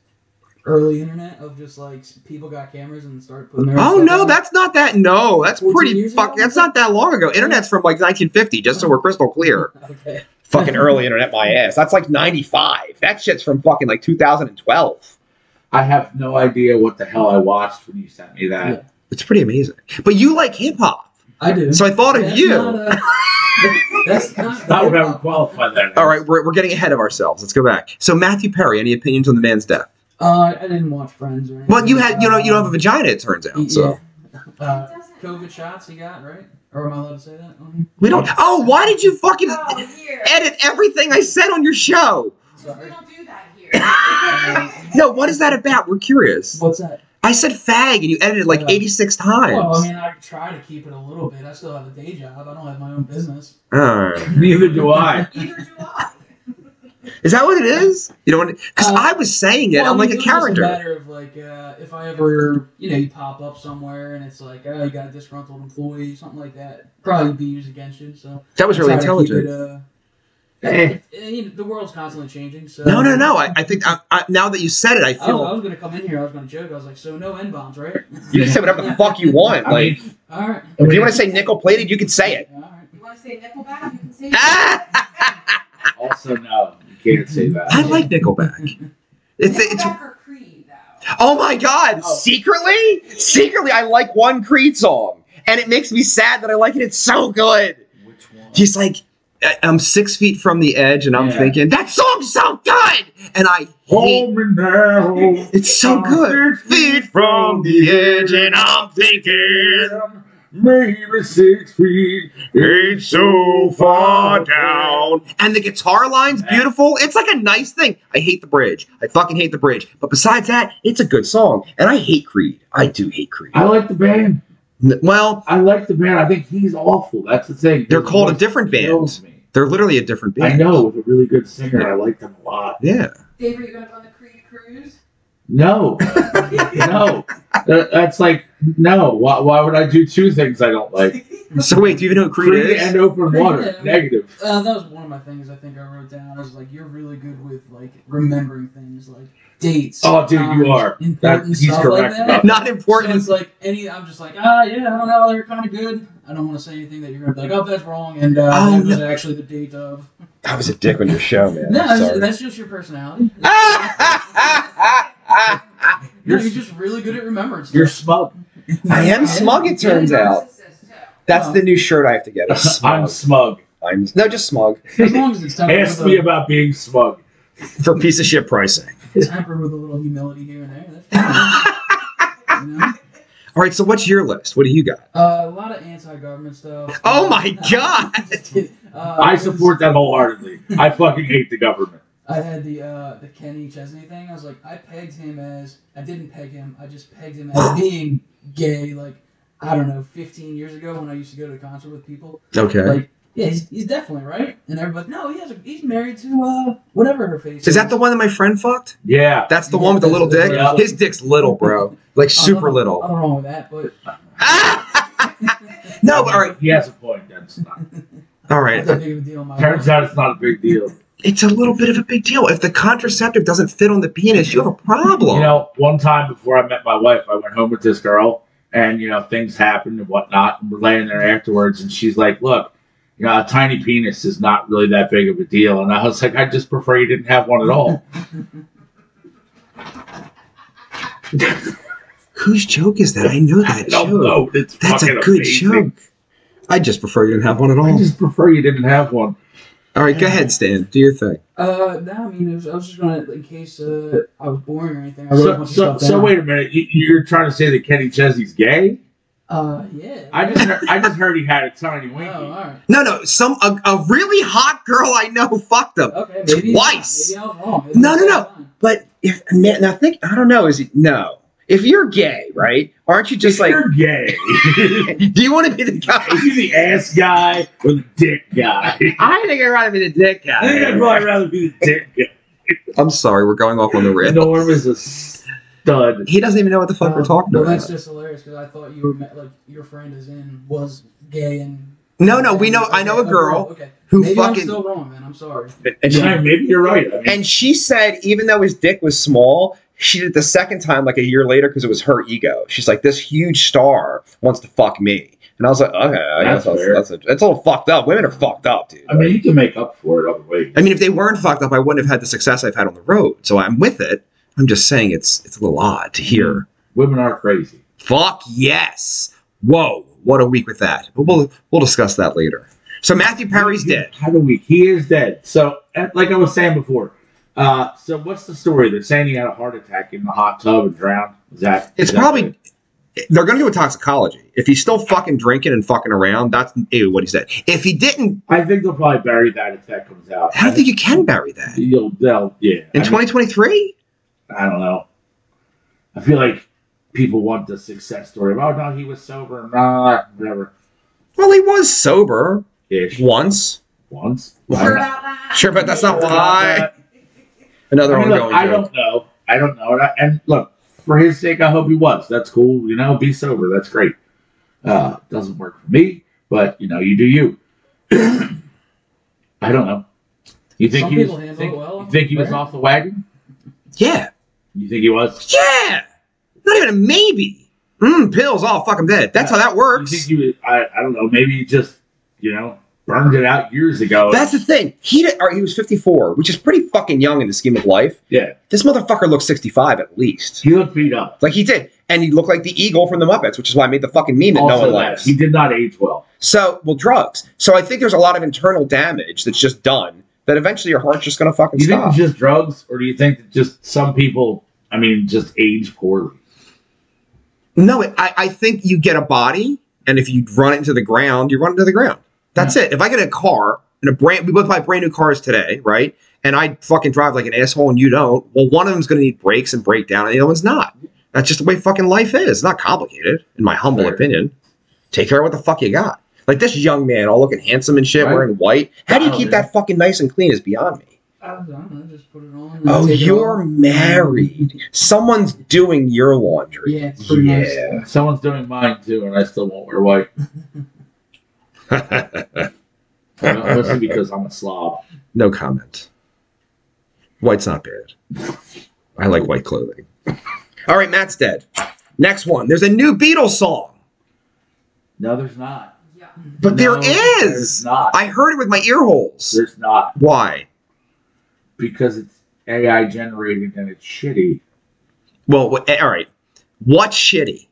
early internet of just like s- people got cameras and started putting their.
oh
stuff
no,
on.
that's not that. No, that's
14
pretty
years ago?
fuck. That's not that long ago. Internet's from like 1950, just so we're crystal clear.
Okay.
Fucking early internet, my ass. That's like 95. That shit's from fucking like 2012.
I have no idea what the hell I watched when you sent me that.
It's pretty amazing. But you like hip hop,
I do.
so I thought of
that's
you.
Not a, that's not.
That's not what I would
the-
qualify that. as.
All right, we're, we're getting ahead of ourselves. Let's go back. So Matthew Perry, any opinions on the man's death?
Uh, I didn't watch Friends or. Anything.
Well, you had you know you don't have a vagina. It turns
Um,
out. So
yeah. Uh,
He doesn't-
COVID shots he got right, or am I allowed to say that? on here?
we don't. Oh, why did you fucking
Oh, here.
edit everything I said on your show?
We
Sorry.
don't do that here.
No, what is that about? We're curious.
What's that?
I said fag, and you edited like
Yeah.
eighty six times.
Well, I mean, I try to keep it a little bit. I still have a day job. I don't have my own business.
Alright.
Neither do I.
Neither do I.
Is that what it is? You know, because
Uh,
I was saying it.
Well,
I'm
I
like
mean,
a
it was just
character.
matter of like uh, if I ever, you know, you pop up somewhere and it's like, oh, you got a disgruntled employee, something like that, probably be used against you. So
that was really
I try to keep
intelligent.
It, uh,
Eh.
eh, you know, the world's constantly changing. So
No, no, no. I, I think I, I, now that you said it, I
I, was- I
feel
was gonna come in here. I was gonna joke. I was like, so no n bombs, right?
you can say whatever the fuck you want.
I mean,
Like,
All right.
if you want to say nickel plated, you can say it.
All right.
You want to say Nickelback? You can say
Ah!
also no, you can't say
I
that.
like Nickelback. It's it's
Nickelback or Creed, though.
Oh my God!
Oh.
Secretly, secretly, I like one Creed song, and it makes me sad that I like it. It's so good.
Which one?
He's like, I- I'm six feet from the edge, and I'm
Yeah.
thinking that song's so good, and I hate.
Home and now.
It's so good. Feet from the edge, and I'm thinking
Maybe six feet.
it's so far down. And the guitar line's beautiful. It's like a nice thing. I hate the bridge. I fucking hate the bridge. But besides that, it's a good song, and I hate Creed. I do hate Creed.
I like the band.
N- Well,
I like the band. I think he's awful. That's the thing.
They're
His
called a
voice
different band.
kills me.
They're literally a different band.
I know with a really good singer. I like them a lot.
Yeah.
Dave, are you going to go on the Creed cruise?
No, no, That- that's like no. Why, why would I do two things I don't like?
So wait, do you even know who Creed,
Free
is?
and open
Creed,
water.
yeah.
Negative.
Uh, that was one of my things I think I wrote down. Is like you're really good with like remembering things like dates.
Oh, dude, you
times,
are.
Important
That- he's
stuff
correct
like
about
that.
Not
So
important.
it's like any. I'm just like ah yeah, I don't know. They're kind of good. I don't want to say anything that you're gonna be like oh that's wrong and uh,
Oh,
that was
no.
actually the date of.
I was a dick on your show, man.
No, that's, that's just your personality. no,
You're
you're just really good at remembering. Stuff.
You're smug.
I am smug, it turns out.
Narcissist, too.
That's the new shirt I have to get. It's
I'm
smug.
smug.
I'm no, just smug
As long as it's tempered
Ask
with
me
a,
about being smug.
for piece of shit pricing.
tempered with a little humility here and there. That's fine. you know?
All right, so what's your list? What do you got?
Uh, a lot of anti-government stuff.
Oh my
Uh,
God.
just kidding. Uh,
I support that wholeheartedly. I fucking hate the government.
I had the uh, the Kenny Chesney thing. I was like, I pegged him as I didn't peg him. I just pegged him as being gay. Like I don't know, 15 years ago when I used to go to a concert with people.
Okay.
Like yeah, he's, he's definitely right. And everybody, no, he has a, he's married to uh whatever her face.
Is that the one that my friend fucked?
Yeah.
That's the
Yeah,
one with the little
that's
dick?
the
one.
His dick's little, bro. Like super little.
Nothing wrong with that, but
no, but all right.
He has a point. That's not.
All
not
right.
that big of a deal. in My
Turns out it's not a big deal.
It's a little bit of a big deal. If the contraceptive doesn't fit on the penis, you have a problem.
You know, one time before I met my wife, I went home with this girl, and you know things happened and whatnot. And we're laying there afterwards, and she's like, "Look, you know, a tiny penis is not really that big of a deal." And I was like, "I just prefer you didn't have one at all."
Whose joke is that? I know that
I don't
joke.
know. It's
That's a
fucking
good
amazing.
joke. I just prefer you didn't have one at
I
all.
just prefer you didn't have one.
All right, go ahead, Stan. Do your thing.
Uh, no, I mean, it was, I was just gonna, in case uh, I was boring or anything. I wrote a
So,
bunch of
so,
stuff
so
down.
wait a minute. You, you're trying to say that Kenny Chesney's gay?
Uh, yeah.
I just heard, I just heard he had a tiny
Oh,
winky.
all right.
No, no. Some a, a really hot girl I know fucked him.
Okay, maybe
Twice.
Maybe I was wrong.
No, no, no. But if now now think I don't know. Is it no? If you're gay, right? Aren't you just
If
like?
you're gay.
Do you want to be the guy?
Are you the ass guy or the dick guy?
I think I'd rather be the dick
I think I'd
guy.
probably rather be the dick guy.
I'm sorry, we're going off on the rail.
Norm is a stud.
He doesn't even know what the fuck
Oh,
we're talking
well,
about.
that's just hilarious because I thought you were met, like your friend is in was gay and.
No, no, we know. I
Okay,
know a
okay,
girl
Okay.
who
maybe I'm
fucking
still wrong, man. I'm sorry.
and
Yeah,
she,
maybe you're right. I mean,
and she said even though his dick was small, she did it the second time like a year later because it was her ego. She's like, this huge star wants to fuck me, and I was like, okay, I guess
That's
that's
fair.
that's, that's all fucked up. Women are fucked up, dude.
I mean, you can make up for it other ways.
I mean, if they weren't fucked up, I wouldn't have had the success I've had on the road. So I'm with it. I'm just saying it's it's a little odd to hear.
Women are crazy.
Fuck yes. Whoa, what a week with that. But we'll we'll discuss that later. So Matthew Perry's dead.
How do we? He is dead. So, and like I was saying before, uh, so what's the story? They're saying he had a heart attack in the hot tub and drowned. Is that?
It's
is that
probably
it?
they're gonna go with toxicology. If he's still fucking drinking and fucking around, that's ew, what he said. If he didn't,
I think they'll probably bury that if that comes out.
I don't think you can bury that.
You'll, they'll, yeah.
In
I mean,
2023?
I don't know. I feel like people want the success story. of, Oh no, he was sober. Nah, whatever.
Well, he was sober
Ish.
once.
Once.
Sure about that?
Sure, but that's not
Sure about
why.
that.
Another
I, mean, look,
ongoing
I
joke.
don't know. I don't know. And, I, and look, for his sake, I hope he was. That's cool. You know, be sober. That's great. Uh, doesn't work for me, but you know, you do you. I don't know. You think
Some
he
people handle
was?
it
Think,
well,
you think he was
right?
off the wagon?
Yeah.
You think he was?
Yeah, not even a maybe. Mm, pills, all fuck, I'm dead. That's how that
You
works.
think he was? I, I don't know. Maybe he just you know burned it out years ago.
That's the thing. He did, or he was 54, which is pretty fucking young in the scheme of life.
yeah.
This motherfucker looked 65 at least.
He looked beat up.
Like he did, and he looked like the eagle from the Muppets, which is why I made the fucking meme that no one
Also that,
likes.
he did not age well.
So, well, drugs. So I think there's a lot of internal damage that's just done. That eventually your heart's just gonna fucking
Do you
stop.
think it's just drugs, or do you think that just some people? I mean, just age poorly.
no, it, I, I think you get a body, and if you run it into the ground, you run into the ground. That's it. If I get a car and a brand, we both buy brand new cars today, right? And I fucking drive like an asshole and you don't. Well, one of them's going to need brakes and break down, and the other one's not. That's just the way fucking life is. It's not complicated, in my humble
Fair.
opinion. Take care of what the fuck you got. Like this young man, all looking handsome and shit,
Right.
wearing white. How do you
Oh,
keep
yeah.
that fucking nice and clean is beyond me.
I don't know. Just put it on. and
Oh,
take it
you're
off.
married. Someone's doing your laundry.
Yeah, it's pretty nice.
Yeah.
Someone's doing mine too, and I still won't wear white. You know, Mostly because I'm a slob.
No comment. White's not bad. I like white clothing. All right, Matt's dead. Next one. There's a new Beatles song,
No, there's not.
Yeah.
but there
No, There's
is.
not.
I heard it with my ear holes.
there's not
Why?
because it's AI generated and it's shitty.
Well, wh- eh, all right. What's shitty?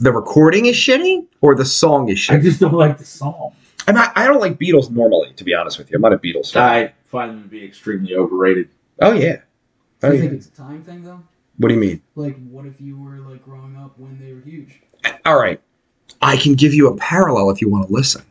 The recording is shitty, or the song is
I
shitty.
just don't like the song.
I'm not, I don't like Beatles normally, to be honest with you. I'm not a Beatles fan.
I find them to be extremely overrated.
oh yeah.
Do
Oh
you
yeah.
think it's a time thing though?
What do you mean?
Like, what if you were like growing up when they were huge?
all right, I can give you a parallel if you want to listen.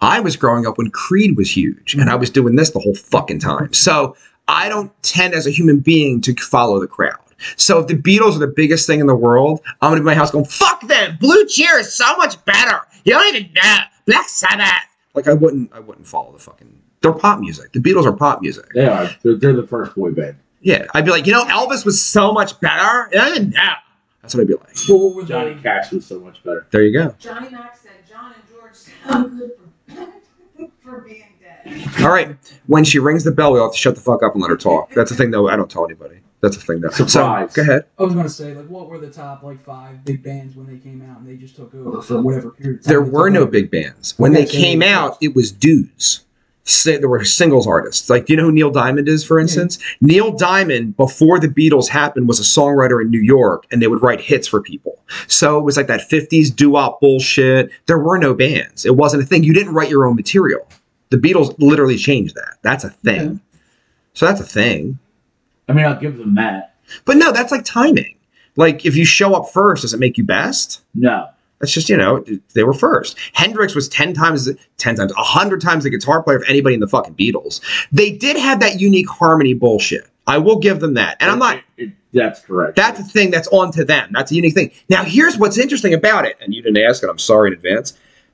I was growing up when Creed was huge, and I was doing this the whole fucking time. So I don't tend as a human being to follow the crowd. So if the Beatles are the biggest thing in the world, I'm gonna be in my house going, fuck them! Blue cheer is so much better. You don't even know. Black Sabbath. Like I wouldn't I wouldn't follow the fucking they're pop music. The Beatles are pop music.
They are. They're, they're the first boy band.
Yeah. I'd be like, you know, Elvis was so much better. You don't even know. That's what I'd be like.
Well, what were
Johnny
the,
Cash was so much better.
There you go.
Johnny Mack said John and George sound good for, for being dead.
All right. When she rings the bell, we all have to shut the fuck up and let her talk. That's the thing, though. I don't tell anybody. That's the thing, though. So,
Surprise.
go ahead.
I was gonna say like what were the top like five big bands when they came out and they just took over for whatever period. Of time
There
they
were
took
no
over.
big bands. When they came out, it was dudes. Say, there were singles artists. Like, you know who Neil Diamond is, for instance? Neil Diamond, before the Beatles happened, was a songwriter in New York, and they would write hits for people. So it was like that 50s doo-wop bullshit. There were no bands. It wasn't a thing. You didn't write your own material. The Beatles literally changed that. That's a thing.
Okay.
So that's a thing.
I mean, I'll give them that.
But no, that's like timing. Like if you show up first, does it make you best?
No.
That's just you know they were first. Hendrix was ten times, ten times, a hundred times the guitar player of anybody in the fucking Beatles. They did have that unique harmony bullshit. I will give them that, and I'm not.
It- it- that's correct.
That's a thing that's on to them. That's a unique thing. Now here's what's interesting about it, and you didn't ask, and I'm sorry in advance.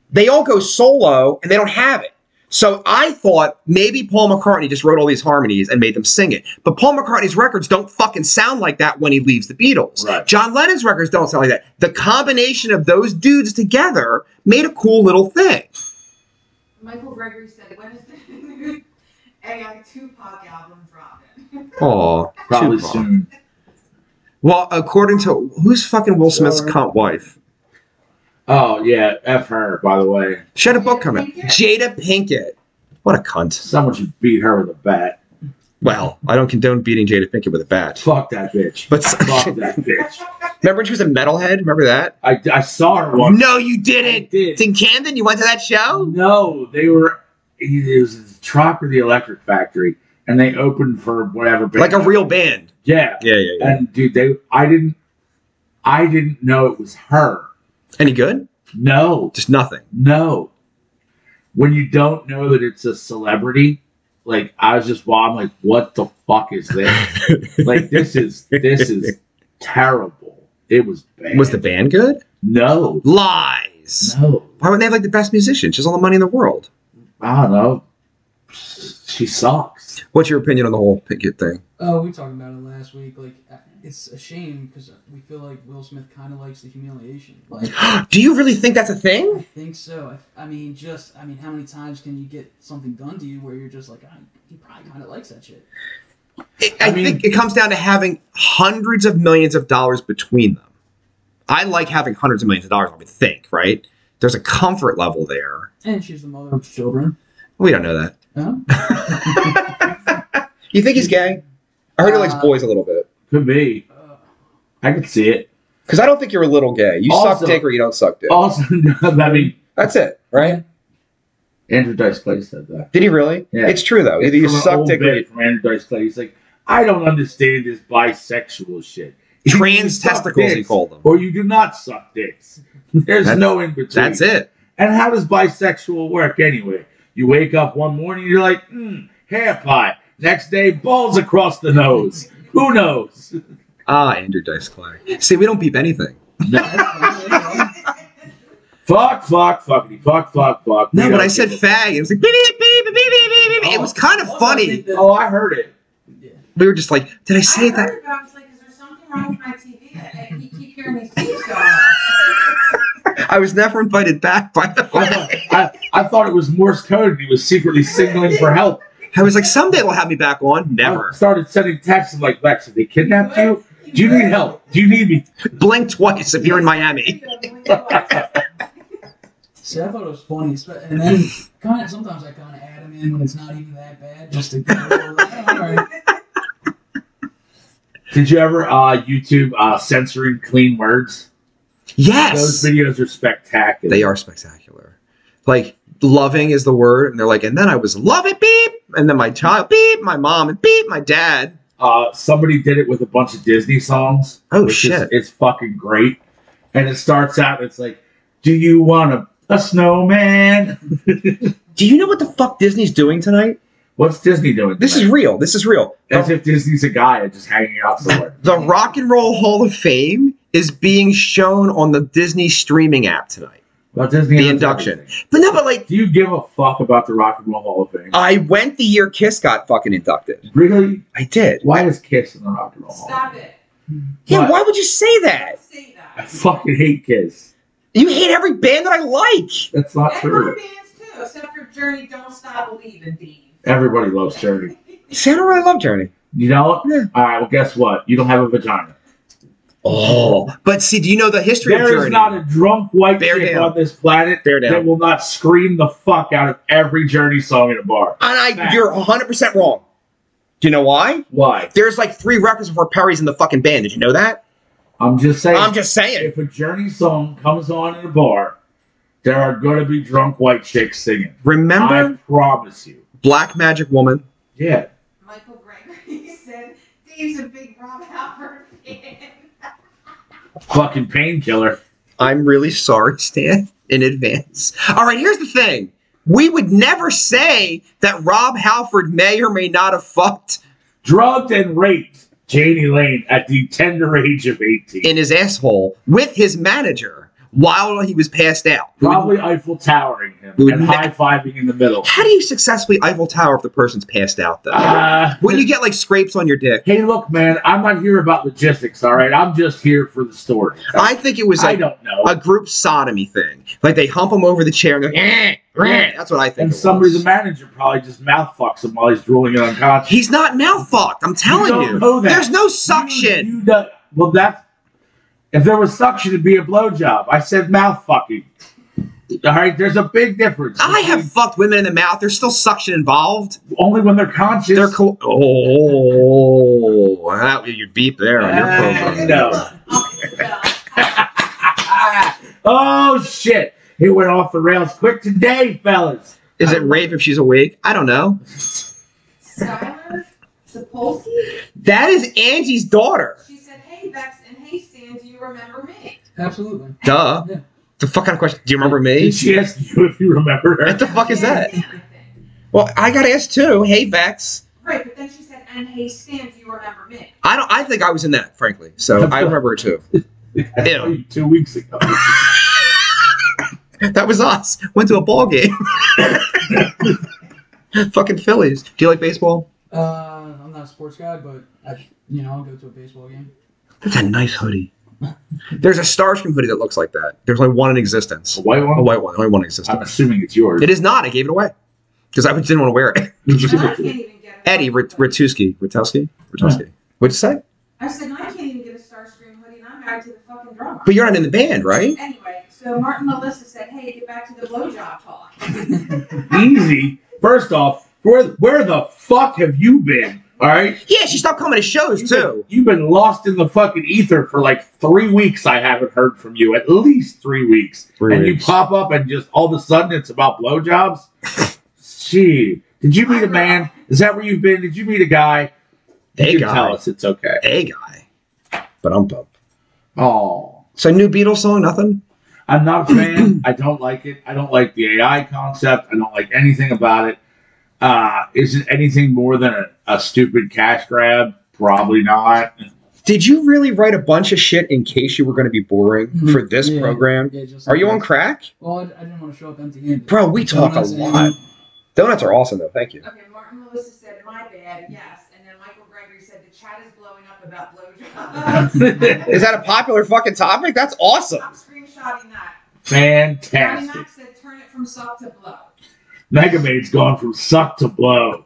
They all go solo, and they don't have it. So I thought maybe Paul McCartney just wrote all these harmonies and made them sing it. But Paul McCartney's records don't fucking sound like that when he leaves the Beatles.
Right.
John Lennon's records don't sound like that. The combination of those dudes together made a cool little thing.
Michael Gregory said, when is the new AI Tupac album dropping?
Aw.
probably
Tupac.
soon.
Well, according to who's fucking Will Smith's
Sorry.
cunt wife?
Oh yeah, f her. By the way,
She had a book coming.
Jada
Jada Pinkett. What a cunt.
someone should beat her with a bat.
Well, I don't condone beating Jada Pinkett with a bat.
Fuck that bitch.
But
Fuck that bitch.
remember when she was a metalhead? Remember that?
I, I saw her once.
No, you
I
didn't.
did.
It's in Camden. You went to that show?
No, they were. It was the truck or the electric factory, and they opened for whatever. Band.
Like a real band.
yeah.
Yeah, yeah,
And dude, they I didn't, I didn't know it was her.
Any good?
No,
Just nothing.
no. When you don't know that it's a celebrity, like I was just, well, I'm like, what the fuck is this? like this is this is terrible. It was bad.
Was the band good?
no,
Lies.
no.
Why wouldn't they have like the best musician? She has all the money in the world.
I don't know. She sucks.
What's your opinion on the whole Pinkett thing?
Oh, we talked about it last week. Like uh, it's a shame because we feel like Will Smith kind of likes the humiliation. Like
Do you really think that's a
I
thing?
think so. I, I mean, just I mean, how many times can you get something done to you where you're just like, I, he probably kind of likes that shit.
It, I,
I mean-
think it comes down to having hundreds of millions of dollars between them. I like having hundreds of millions of dollars, I would think, right? There's a comfort level there.
And she's the mother of children.
We don't know that.
No?
You think he's gay? I heard he likes
Uh,
boys a little bit.
Could be.
Uh,
I could see it.
Because I don't think you're a little gay. You
Also- Oh.
suck dick or you don't suck dick.
Also, I mean,
That's it, right?
Andrew Dice Clay said that.
Did he really?
Yeah.
It's true though. Either you
From an
suck
old
dick or
bit
you
from Andrew Dice Clay. He's like, I don't understand this bisexual shit. Either you
trans
suck
testicles. He
dicks
called them.
Or you do not suck dicks. There's
That's-
no in between.
That's it.
And how does bisexual work anyway? You wake up one morning, you're like, hmm, hair pie. Next day, balls across the nose. Who knows?
Ah, Andrew Dice Clay. See, we don't beep anything.
Fuck, fuck, fuckity, fuck, fuck, fuck.
No,
We
but
don't
I said
give a-
fag. It was like beep beep beep beep beep beep. beep. It was kind of
well, I
funny.
think that-
Oh, I heard it.
yeah.
We were just like, did I
I
say
heard
that?
it, but I was like, is there something wrong with my TV? I, I keep hearing these beeps going off.
I was never invited back. By the
I,
way,
thought- I, I thought it was Morse code and he was secretly signaling for help.
I was like, someday they'll have me back on.
I
Never.
started sending texts and like, Lex, have they kidnapped you? Do you need help? Do you need me?
Blink twice if you're in Miami.
See, I thought it was funny, espe- and then kind of sometimes I kind of add him in when it's not even that bad, just to. Get over, like, oh, all right.
Did you ever uh, YouTube uh, censoring clean words? Those
Yes.
videos are spectacular.
They are spectacular. Like loving is the word, and they're like, and then I was love it beep, and then my child beep, my mom and beep, my dad.
Uh, somebody did it with a bunch of Disney songs.
Oh,
which is-
shit.
it's fucking great. and it starts out. It's like, do you want a, a snowman?
Do you know what the fuck Disney's doing tonight?
What's Disney doing?
This is
tonight?
real. This is real.
as if Disney's a guy just hanging out somewhere.
The Rock and Roll Hall of Fame is being shown on the Disney streaming app tonight.
Well, Disney
The
owns
induction.
everything.
But no, but like,
Do you give a fuck about the Rock and Roll Hall of Fame?
I went the year Kiss got fucking inducted.
really?
I did.
Why is Kiss in the Rock and Roll Hall?
Stop it.
Yeah,
What?
why would you say
Don't
that?
say
I
that.
fucking hate Kiss.
You hate every band that I like.
That's not
And my
true.
bands too, except for Journey, Don't Stop Believing, Dave.
Everybody loves Journey.
See, I don't really love Journey.
You know what?
Yeah.
All right. Well, guess what? You don't have a vagina.
Oh, but see, do you know the history
There
of
is
Journey?
not a drunk white
Bear
chick
down.
on this planet
Bear down.
that will not scream the fuck out of every Journey song in a bar.
and I,
Fact.
you're 100% wrong. Do you know why?
Why?
There's like three records before Perry's in the fucking band. Did you know that?
I'm just saying.
I'm just saying.
if a Journey song comes on in a bar, there are going to be drunk white chicks singing.
Remember
I promise you.
Black Magic Woman?
Yeah.
Michael Gregory said, Dave's a big Rob Halford fan.
Fucking painkiller.
I'm really sorry, Stan, in advance. All right, here's the thing. We would never say that Rob Halford may or may not have fucked
Drugged and raped Janie Lane at the tender age of 18.
in his asshole with his manager while he was passed out. We would-
Probably Eiffel towering him
Who would
and
ne-
high fiving in the middle.
How do you successfully Eiffel Tower if the person's passed out, though?
Uh,
Wouldn't you get like scrapes on your dick?
hey, look, man, I'm not here about logistics, all right? I'm just here for the story.
I think it was
I
like
don't know.
a group sodomy thing. Like they hump him over the chair and go, "Eh, eh." that's what I think.
and
it
somebody,
was.
the manager, probably just mouth fucks him while he's drooling it unconscious.
He's not mouth fucked. I'm telling
don't
you.
know that.
There's no
You,
suction.
you don't- well, that's if there was suction, it'd be a blowjob. I said mouth fucking. All right, there's a big difference.
I have fucked women in the mouth. There's still suction involved.
only when they're conscious.
They're cool. Oh, that, you beep there on your
Uh,
program.
no.
Look, I'll-
oh shit! It went off the rails quick today, fellas.
Is it rape if she's awake? I don't know.
Skylar Sapolsky,
That is Angie's daughter.
she said, Hey, Bex, and hey, Stan, do you remember me?
Absolutely.
Duh.
Yeah.
The fuck kind of question? Do you remember me?
Did she ask you if you remember her?
What the fuck is
Yeah,
that?
Stan, I think.
Well, I got asked too. Hey, Vex.
Right, but then she said, And hey, Stan, do you remember me?
I don't. I think I was in that, frankly. So I remember it too.
I saw you two weeks ago.
That was us. Went to a ball game. Fucking Phillies. Do you like baseball?
Uh, I'm not a sports guy, but I, you know, I'll go to a baseball game.
That's a nice hoodie. There's a Starscream hoodie that looks like that. There's only one in existence.
The white
A
one.
white one. Only one in
I'm
existence.
assuming it's yours.
It is not. I gave it away because I didn't want to wear it.
Did you give
And I
it
can't
to-
even get a-
Eddie Rit- Ritowski. Ritowski. Ritowski. What'd you say?
I said, "No, I can't even get a star screen hoodie, and I'm married to the fucking drummer.
But you're not in the band, right?
Anyway, so Martin Melissa said, "Hey, get back to the blowjob talk."
Easy. First off, where where the fuck have you been? All right.
Yeah, she stopped coming to shows
You've
too.
been, you've been lost in the fucking ether for like three weeks. I haven't heard from you. At least three weeks.
Three
and
weeks.
you pop up and just all of a sudden it's about blowjobs. Gee, did you meet a man? Is that where you've been? Did you meet a guy?
Hey,
you can
guy.
tell us it's okay.
A guy. But I'm pumped.
Oh,
So new Beatles song, nothing.
I'm not a fan. I don't like it. I don't like the AI concept. I don't like anything about it. Uh, is it anything more than a, a stupid cash grab? Probably not.
Did you really write a bunch of shit in case you were going to be boring
Mhm.
for this
Yeah.
program?
Yeah, just
Are you on crack?
Well, I, I didn't want to show up empty-handed.
Bro, we talk a
Donuts and-
lot. Donuts are awesome, though. Thank you.
Okay, Martin Melissa said, "My bad, yes," and then Michael Gregory said, "The chat is blowing up about blowjobs."
Is that a popular fucking topic? That's awesome.
I'm screenshotting that. Johnny
Fantastic.
Mac said, "Turn it from soft to blow."
Megamade's gone from suck to blow.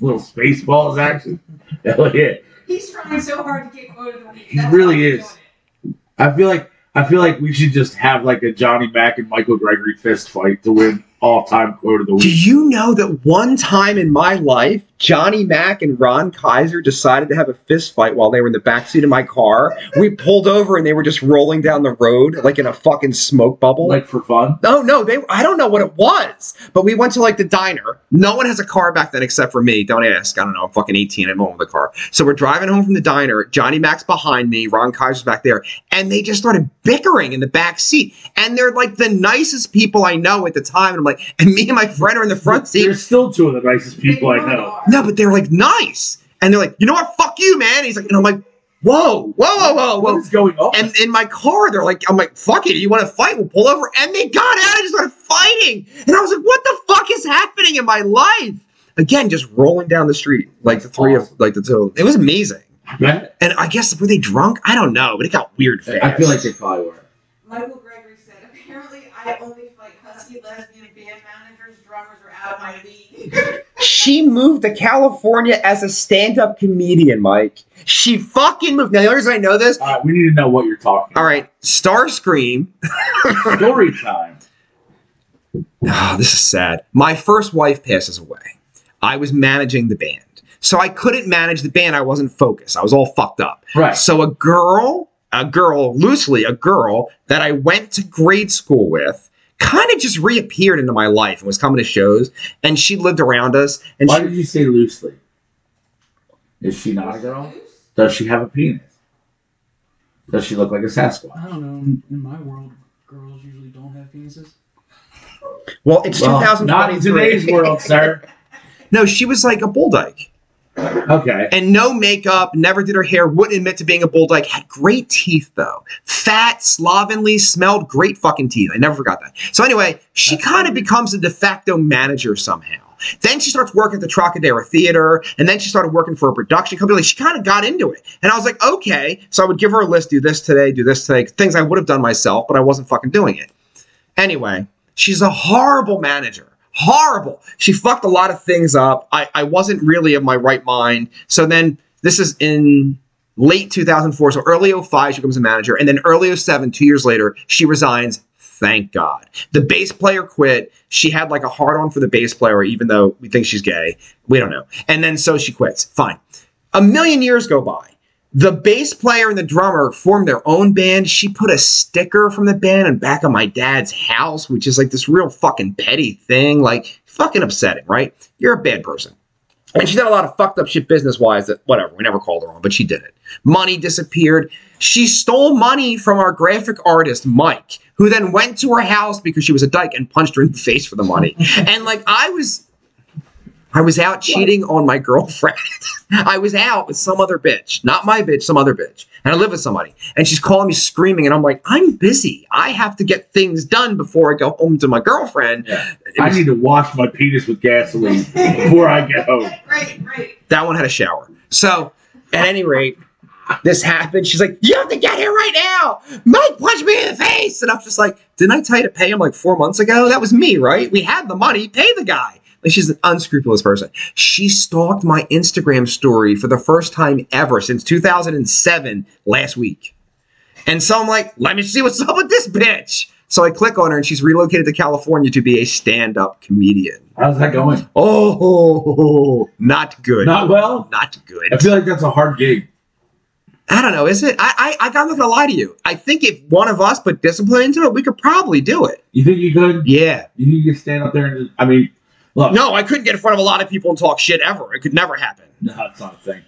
Little Spaceballs action. Hell yeah.
He's trying so hard to get quote of the week.
He
That's
really
how he's
is.
doing
I feel like I feel like we should just have like a Johnny Mack and Michael Gregory fist fight to win all time quote of the
Do
week.
you know that one time in my life, Johnny Mack and Ron Kaiser decided to have a fist fight while they were in the backseat of my car? We pulled over and they were just rolling down the road like in a fucking smoke bubble.
Like for fun.
No, no, they. I don't know what it was, but we went to like the diner. No one has a car back then except for me. Don't ask. I don't know. I'm fucking 18. I'm home with a car. So we're driving home from the diner. Johnny Mack's behind me. Ron Kaiser's back there, and they just started bickering in the back seat. And they're like the nicest people I know at the time. And I'm like, and me and my friend are in the front seat.
There's still two of the nicest people I
They really
know.
are.
No, but they're like nice, and they're like, you know what? Fuck you, man. And he's like, and I'm like, whoa, whoa, whoa, whoa,
What
whoa.
is going on?
And in my car, they're like, I'm like, fuck it, you want to fight? We'll pull over. And they got out and just started fighting. And I was like, what the fuck is happening in my life? Again, just rolling down the street, like the three
Awesome.
of, like the two. It was amazing.
I bet-
And I guess were they drunk? I don't know, but it got weird fast.
I feel like they probably were.
Michael Gregory said, apparently I only fight husky lesbian band managers, drummers are out of my league.
she moved to California as a stand-up comedian, Mike. She fucking moved. Now the only reason I know this.
All right, Uh, we need to know what you're talking.
All right, Starscream
about. story time.
Ah, this is sad. My first wife passes away. I was managing the band. So I couldn't manage the band. I wasn't focused. I was all fucked up.
Right.
So a girl, a girl, loosely a girl that I went to grade school with, kind of just reappeared into my life and was coming to shows. And she lived around us. And
Why
she,
did you say loosely? Is she not a girl?
Loose?
Does she have a penis? Does she look like a Sasquatch?
I don't know. In, in my world, girls usually don't have penises.
well, it's
Well,
2023.
Not in today's world, sir.
no, she was like a bull dyke.
Okay.
and no makeup, never did her hair, wouldn't admit to being a bull dyke, had great teeth though. Fat, slovenly, smelled great fucking teeth. I never forgot that. So anyway, she
That's
kind of
funny.
becomes a de facto manager somehow. Then she starts working at the Trocadero Theater, and then she started working for a production company. Like she kind of got into it. And I was like, okay. So I would give her a list, do this today, do this today, things I would have done myself, but I wasn't fucking doing it. Anyway, She's a horrible manager. Horrible. She fucked a lot of things up. I, I wasn't really of my right mind. So then this is in late 2004. So early 05, she becomes a manager. And then early 07, two years later, she resigns. Thank God. The bass player quit. She had like a hard on for the bass player, even though we think she's gay. We don't know. And then so she quits. Fine. A million years go by. The bass player and the drummer formed their own band. She put a sticker from the band in back of my dad's house, which is like this real fucking petty thing, like fucking upsetting, right? You're a bad person. And she did a lot of fucked up shit business wise that whatever, we never called her on, but she did it. Money disappeared. She stole money from our graphic artist, Mike, who then went to her house because she was a dyke and punched her in the face for the money. and like I was I was out cheating on my girlfriend. I was out with some other bitch, not my bitch, some other bitch. And I live with somebody. And she's calling me screaming, and I'm like, I'm busy. I have to get things done before I go home to my girlfriend.
Yeah. I need to wash my penis with gasoline before I get home.
Right, right.
That one had a shower. So, at any rate, this happened. She's like, You have to get here right now. Mike punched me in the face. And I'm just like, Didn't I tell you to pay him like four months ago? That was me, right? We had the money. Pay the guy. Like, she's an unscrupulous person. She stalked my Instagram story for the first time ever since 2007 last week. And so I'm like, Let me see what's up with this bitch. So I click on her, and she's relocated to California to be a stand up comedian.
How's that going?
Oh, not good.
Not well.
Not good.
I feel like that's a hard gig.
I don't know, is it? I, I, I, I'm not gonna lie to you. I think if one of us put discipline into it, we could probably do it.
You think you could?
Yeah.
You think you could stand up there and just, I mean, look.
No, I couldn't get in front of a lot of people and talk shit ever. It could never happen.
No, it's not a thing.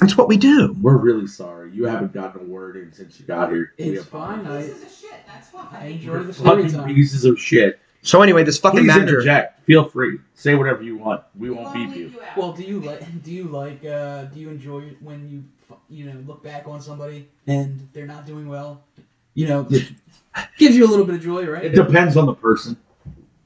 That's what we do.
We're really sorry. You haven't gotten a word in since you got here. We
It's fine. I,
Pieces of shit, that's
I
why.
enjoy the story
Fucking
time.
pieces of shit.
So anyway, this fucking
Please
manager.
interject. Feel free. Say whatever you want. We won't
We'll
beep
leave
you.
out.
Well, do you like? Do you like? Uh, do you enjoy it when you f- you know look back on somebody and they're not doing well? You know, gives you a little bit of joy,
It
right?
depends on the person.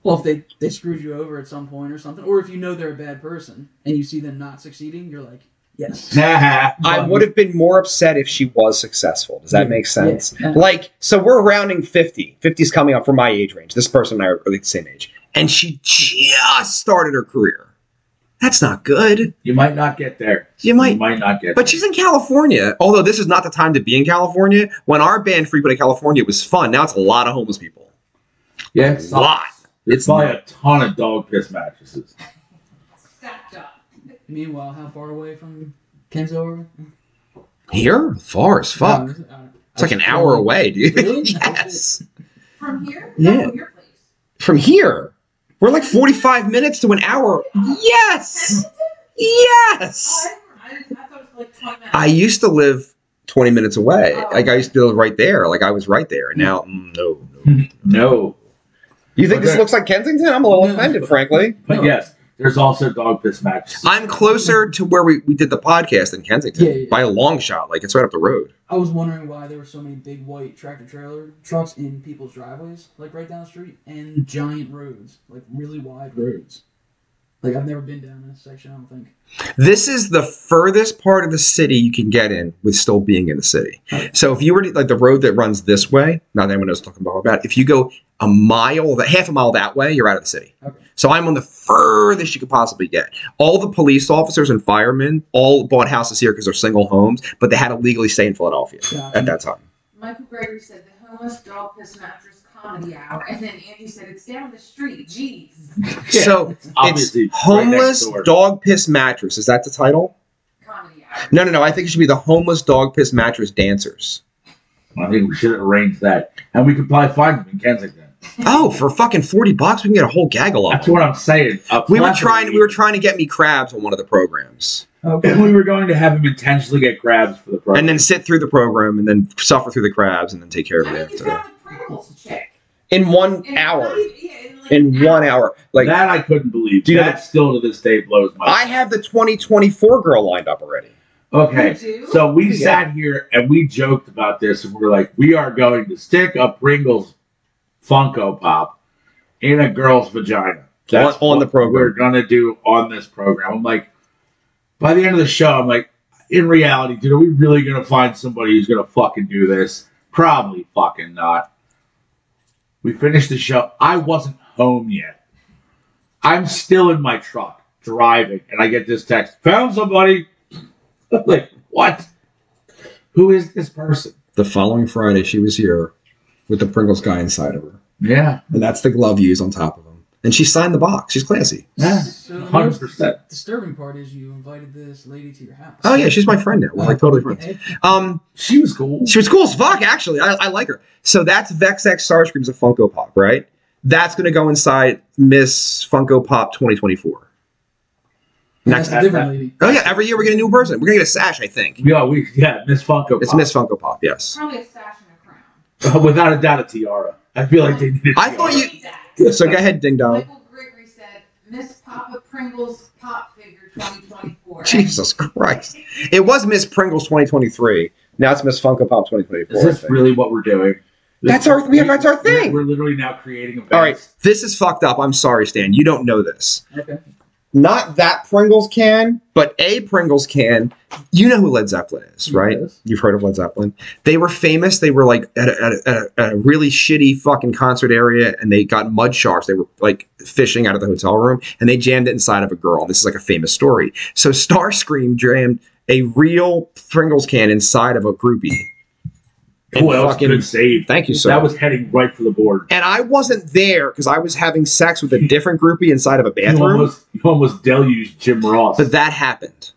Well, if they they screwed you over at some point or something, or if you know they're a bad person and you see them not succeeding, you're like, yes.
I would have been more upset if she was successful. Does that make sense?
Yeah.
Like, so we're rounding 50. 50 is coming up for my age range. This person and I are like the same age. And she just started her career. That's not good.
You might not get there.
You
You
might
might not get
But she's in California. Although this is not the time to be in California. When our band Free But in California was fun, now it's a lot of homeless people.
there. Yeah, it
A lot.
sucks. There's
It's
probably a ton of dog piss mattresses.
Stacked up.
Meanwhile, how far away from Ken's over?
Here? Far as fuck.
uh,
it's like an hour away, dude.
Um, Really?
yes.
From here?
Yeah.
From your place.
From here. We're like 45 minutes to an hour. Yes. Yes.
Oh, I, I, I thought it was like 20 minutes.
I used to live 20 minutes away. Like I used to live right there. Like I was right there. And now, mm, no, no.
No.
You think this looks like Kensington? I'm a little
No.
offended, frankly.
But
No.
yes, there's also dog piss mattresses.
I'm closer to where we, we did the podcast in Kensington
Yeah, yeah, yeah.
by a long shot. Like it's right up the road.
I was wondering why there were so many big white tractor trailer trucks in people's driveways, like right down the street, and giant roads, like really wide roads. Like I've never been down this section. I don't think.
This is the furthest part of the city you can get in with still being in the city. So if you were to, like the road that runs this way, not that anyone knows what I'm talking about, if you go a mile, that half a mile that way, you're out of the city.
Okay.
So I'm on the furthest you could possibly get. All the police officers and firemen all bought houses here because they're single homes, but they had to legally stay in Philadelphia
Yeah.
at that time.
Michael Gregory said the homeless dog piss mattress comedy hour, and then Andy said it's down the street. Jeez,
Yeah,
So it's
obviously right next
homeless
door.
dog piss mattress. Is that the title?
comedy hour.
No, no, no. I think it should be the homeless dog piss mattress dancers.
I think we should arrange that. And we could probably find them in Kensington.
Oh, for fucking forty bucks, we can get a whole gaggle of
That's
them.
what I'm saying. A
We were
plethora
trying. We were trying to get me crabs on one of the programs,
Okay.
And we were going to have him intentionally get grabs for the price.
and then sit through the program, and then suffer through the crabs, and then take care of it
I think you
after.
found the Pringles chick
In one
In
hour.
not even- yeah, in, like
In
an
one hour. Like
that I couldn't believe.
Do you know
that still to this day blows my
I have the 2024 girl lined up already.
Okay.
You do?
So we
Yeah.
sat here and we joked about this, and we are like, we are going to stick a Pringles Funko Pop in a girl's vagina. That's
On- on the
what
program.
We're gonna do on this program. I'm like, by the end of the show, I'm like, in reality, dude, are we really gonna find somebody who's gonna fucking do this? Probably fucking not. We finished the show. I wasn't home yet. I'm still in my truck driving, and I get this text: found somebody. like what? Who is this person?
The following Friday, she was here with the Pringles guy inside of her,
Yeah,
and that's the glove used on top of him. And she signed the box. She's classy.
yeah,
So the
hundred
most
percent.
disturbing part is you invited this lady to your house.
Oh yeah, she's my friend now. We're like totally friends.
Okay.
Um,
She was cool.
she was cool as fuck. Actually, I, I like her. So that's Vex X Starscream's a Funko Pop, right? That's gonna go inside Miss Funko Pop 2024.
That's
Next.
a different lady.
Oh yeah, every year we get a new person. We're gonna get a sash, I think.
Yeah, we yeah Miss Funko.
It's
Pop.
Miss Funko Pop. Yes.
probably a sash and a crown.
without a doubt a tiara. I feel like they needed.
I thought
tiara.
you-
Exactly.
So go ahead, Ding Dong.
Michael Gregory said Miss Papa Pringles pop figure 2024.
Jesus Christ! It was Miss Pringles 2023. Now it's Miss Funko Pop 2024.
Is
I
this
think.
really what we're doing?
That's our- we- that's our thing.
We're, literally now creating a.
All right, this is fucked up. I'm sorry, Stan. You don't know this.
Okay.
Not that Pringles can, but a Pringles can. You know who Led Zeppelin is, right?
Yes.
You've heard of Led Zeppelin. They were famous. They were like at a, at, a, at, a, at a really shitty fucking concert area, and they got mud sharks. They were like fishing out of the hotel room, and they jammed it inside of a girl. And this is like a famous story. So Starscream jammed a real Pringles can inside of a groupie. And
Who else
fucking-
could save?
Thank you, sir.
That was heading right for the board.
and I wasn't there because I was having sex with a different groupie inside of a
You
bathroom.
almost, you almost deluged Jim Ross.
But that happened.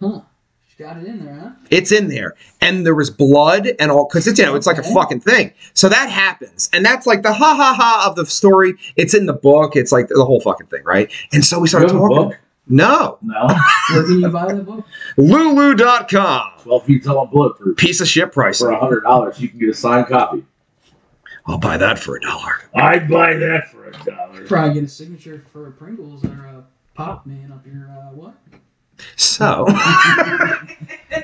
Huh. She got it in there, huh?
It's in there, and there was blood and all because it's you know it's like a
Okay.
fucking thing. So that happens, and that's like the ha ha ha of the story. It's in the book. It's like the whole fucking thing, right? And so we
you have
started
a
talking.
book?
No,
No,
Where can you buy the book?
Lulu.com.
twelve feet tall and bulletproof
Piece of shit price.
for hundred dollars. You can get a signed copy.
I'll buy that for a dollar.
I'd buy that for a dollar.
Probably get a signature for Pringles or a Pop Man up your uh, what?
So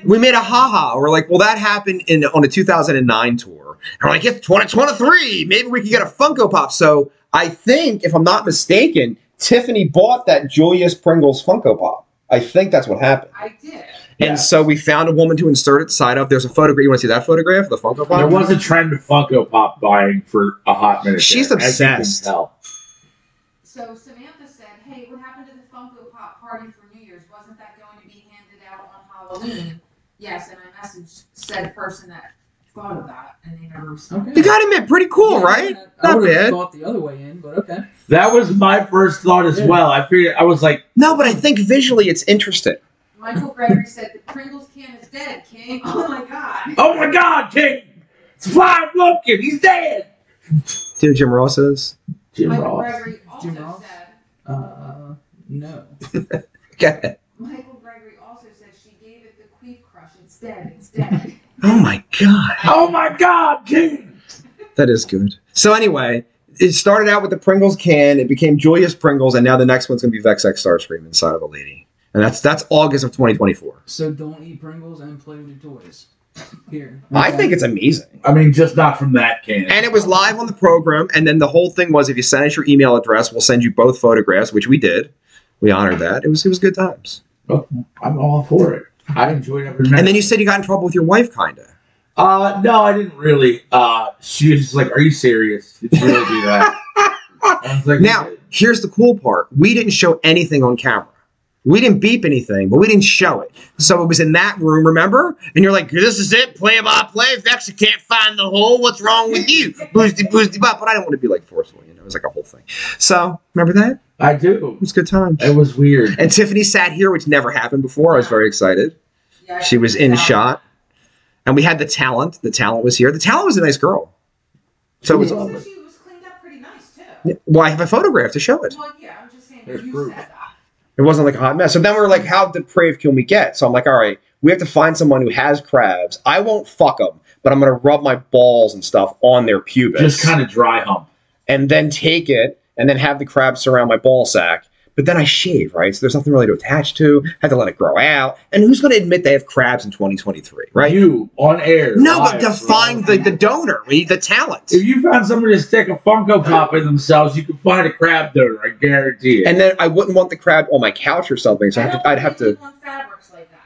we made a haha. We're like, well, that happened in on a 2009 tour. And we're like, it's 2023. Maybe we could get a Funko Pop. So I think, if I'm not mistaken, Tiffany bought that Julius Pringles Funko Pop. I think that's what happened.
I did.
Yeah.
And so we found a woman to insert it side up. There's a photograph. You want to see that photograph? The Funko Pop?
There was a trend of Funko Pop buying for a hot minute.
She's
there, as you can
obsessed.
tell.
So Samantha said, "Hey, what happened to the Funko Pop party for New Year's? Wasn't that going to be handed out on Halloween?" Yes, and I messaged said person that thought of that, and they never. said
Okay.
You gotta admit, pretty cool,
Yeah,
right?
I, I
Not
would've
bad.
thought the other way in, but okay.
That was my first thought as
Yeah.
well. I figured I was like,
No, but I think visually it's interesting.
Michael Gregory said the Pringles can is dead, King. Oh my God.
"Oh my God, King! It's Flying Logan. He's dead."
Dude, Jim Ross says.
Jim
Michael
Ross.
Gregory also
Jim Ross?
said.
Uh, no.
Okay.
Michael Gregory also said she gave it the queef crush instead. Instead.
Oh my god,
Oh my God, King!
that is good. So anyway, it started out with the Pringles can. It became Julius Pringles, and now the next one's gonna be Vex X Starscream inside of a lady, and that's that's August of 2024.
So don't eat Pringles and play with your toys. Here.
I
Okay.
think it's amazing.
I mean, just not from that can.
And it was live on the program, and then the whole thing was if you send us your email address, we'll send you both photographs, which we did. We honored that. It was it was good times.
I'm all for it. I enjoyed every minute.
And then you said you got in trouble with your wife, kinda.
Uh, no, I didn't really. Uh, she was just like, "Are you serious? Did you really do that?" I was like,
Now, here's the cool part. We didn't show anything on camera. We didn't beep anything, but we didn't show it. So it was in that room, remember? And you're like, this is it, play by play. Vex, you can't find the hole. What's wrong with you? Boosty, boosty, bop. But I don't want to be like forceful, you know? It was like a whole thing. So remember that? It
I do.
was good times.
It was weird.
And Tiffany sat here, which never happened before. I was very excited.
Yeah,
She was in
yeah.
shot. And we had the talent. The talent was here. The talent was a nice girl. So it was
So
all.
she was cleaned up pretty nice too.
Well, I have a photograph to show it.
Well, yeah, I'm just saying
There's
you
proof.
said that.
It wasn't like a hot mess. So then we were like, how depraved can we get? So I'm like, all right, we have to find someone who has crabs. I won't fuck them, but I'm going to rub my balls and stuff on their pubis.
Just kind of dry hump.
and then take it and then have the crabs surround my ball sack. But then I shave, right? So there's nothing really to attach to. Had to let it grow out. And who's going to admit they have crabs in 2023, right?
You on air.
no,
live,
but define
bro.
the, the donor. We need the talent.
If you found somebody to stick a Funko Pop in themselves, you could find a crab donor. I guarantee it.
And then I wouldn't want the crab on my couch or something. So I have to, I'd have to.
Want fabrics like that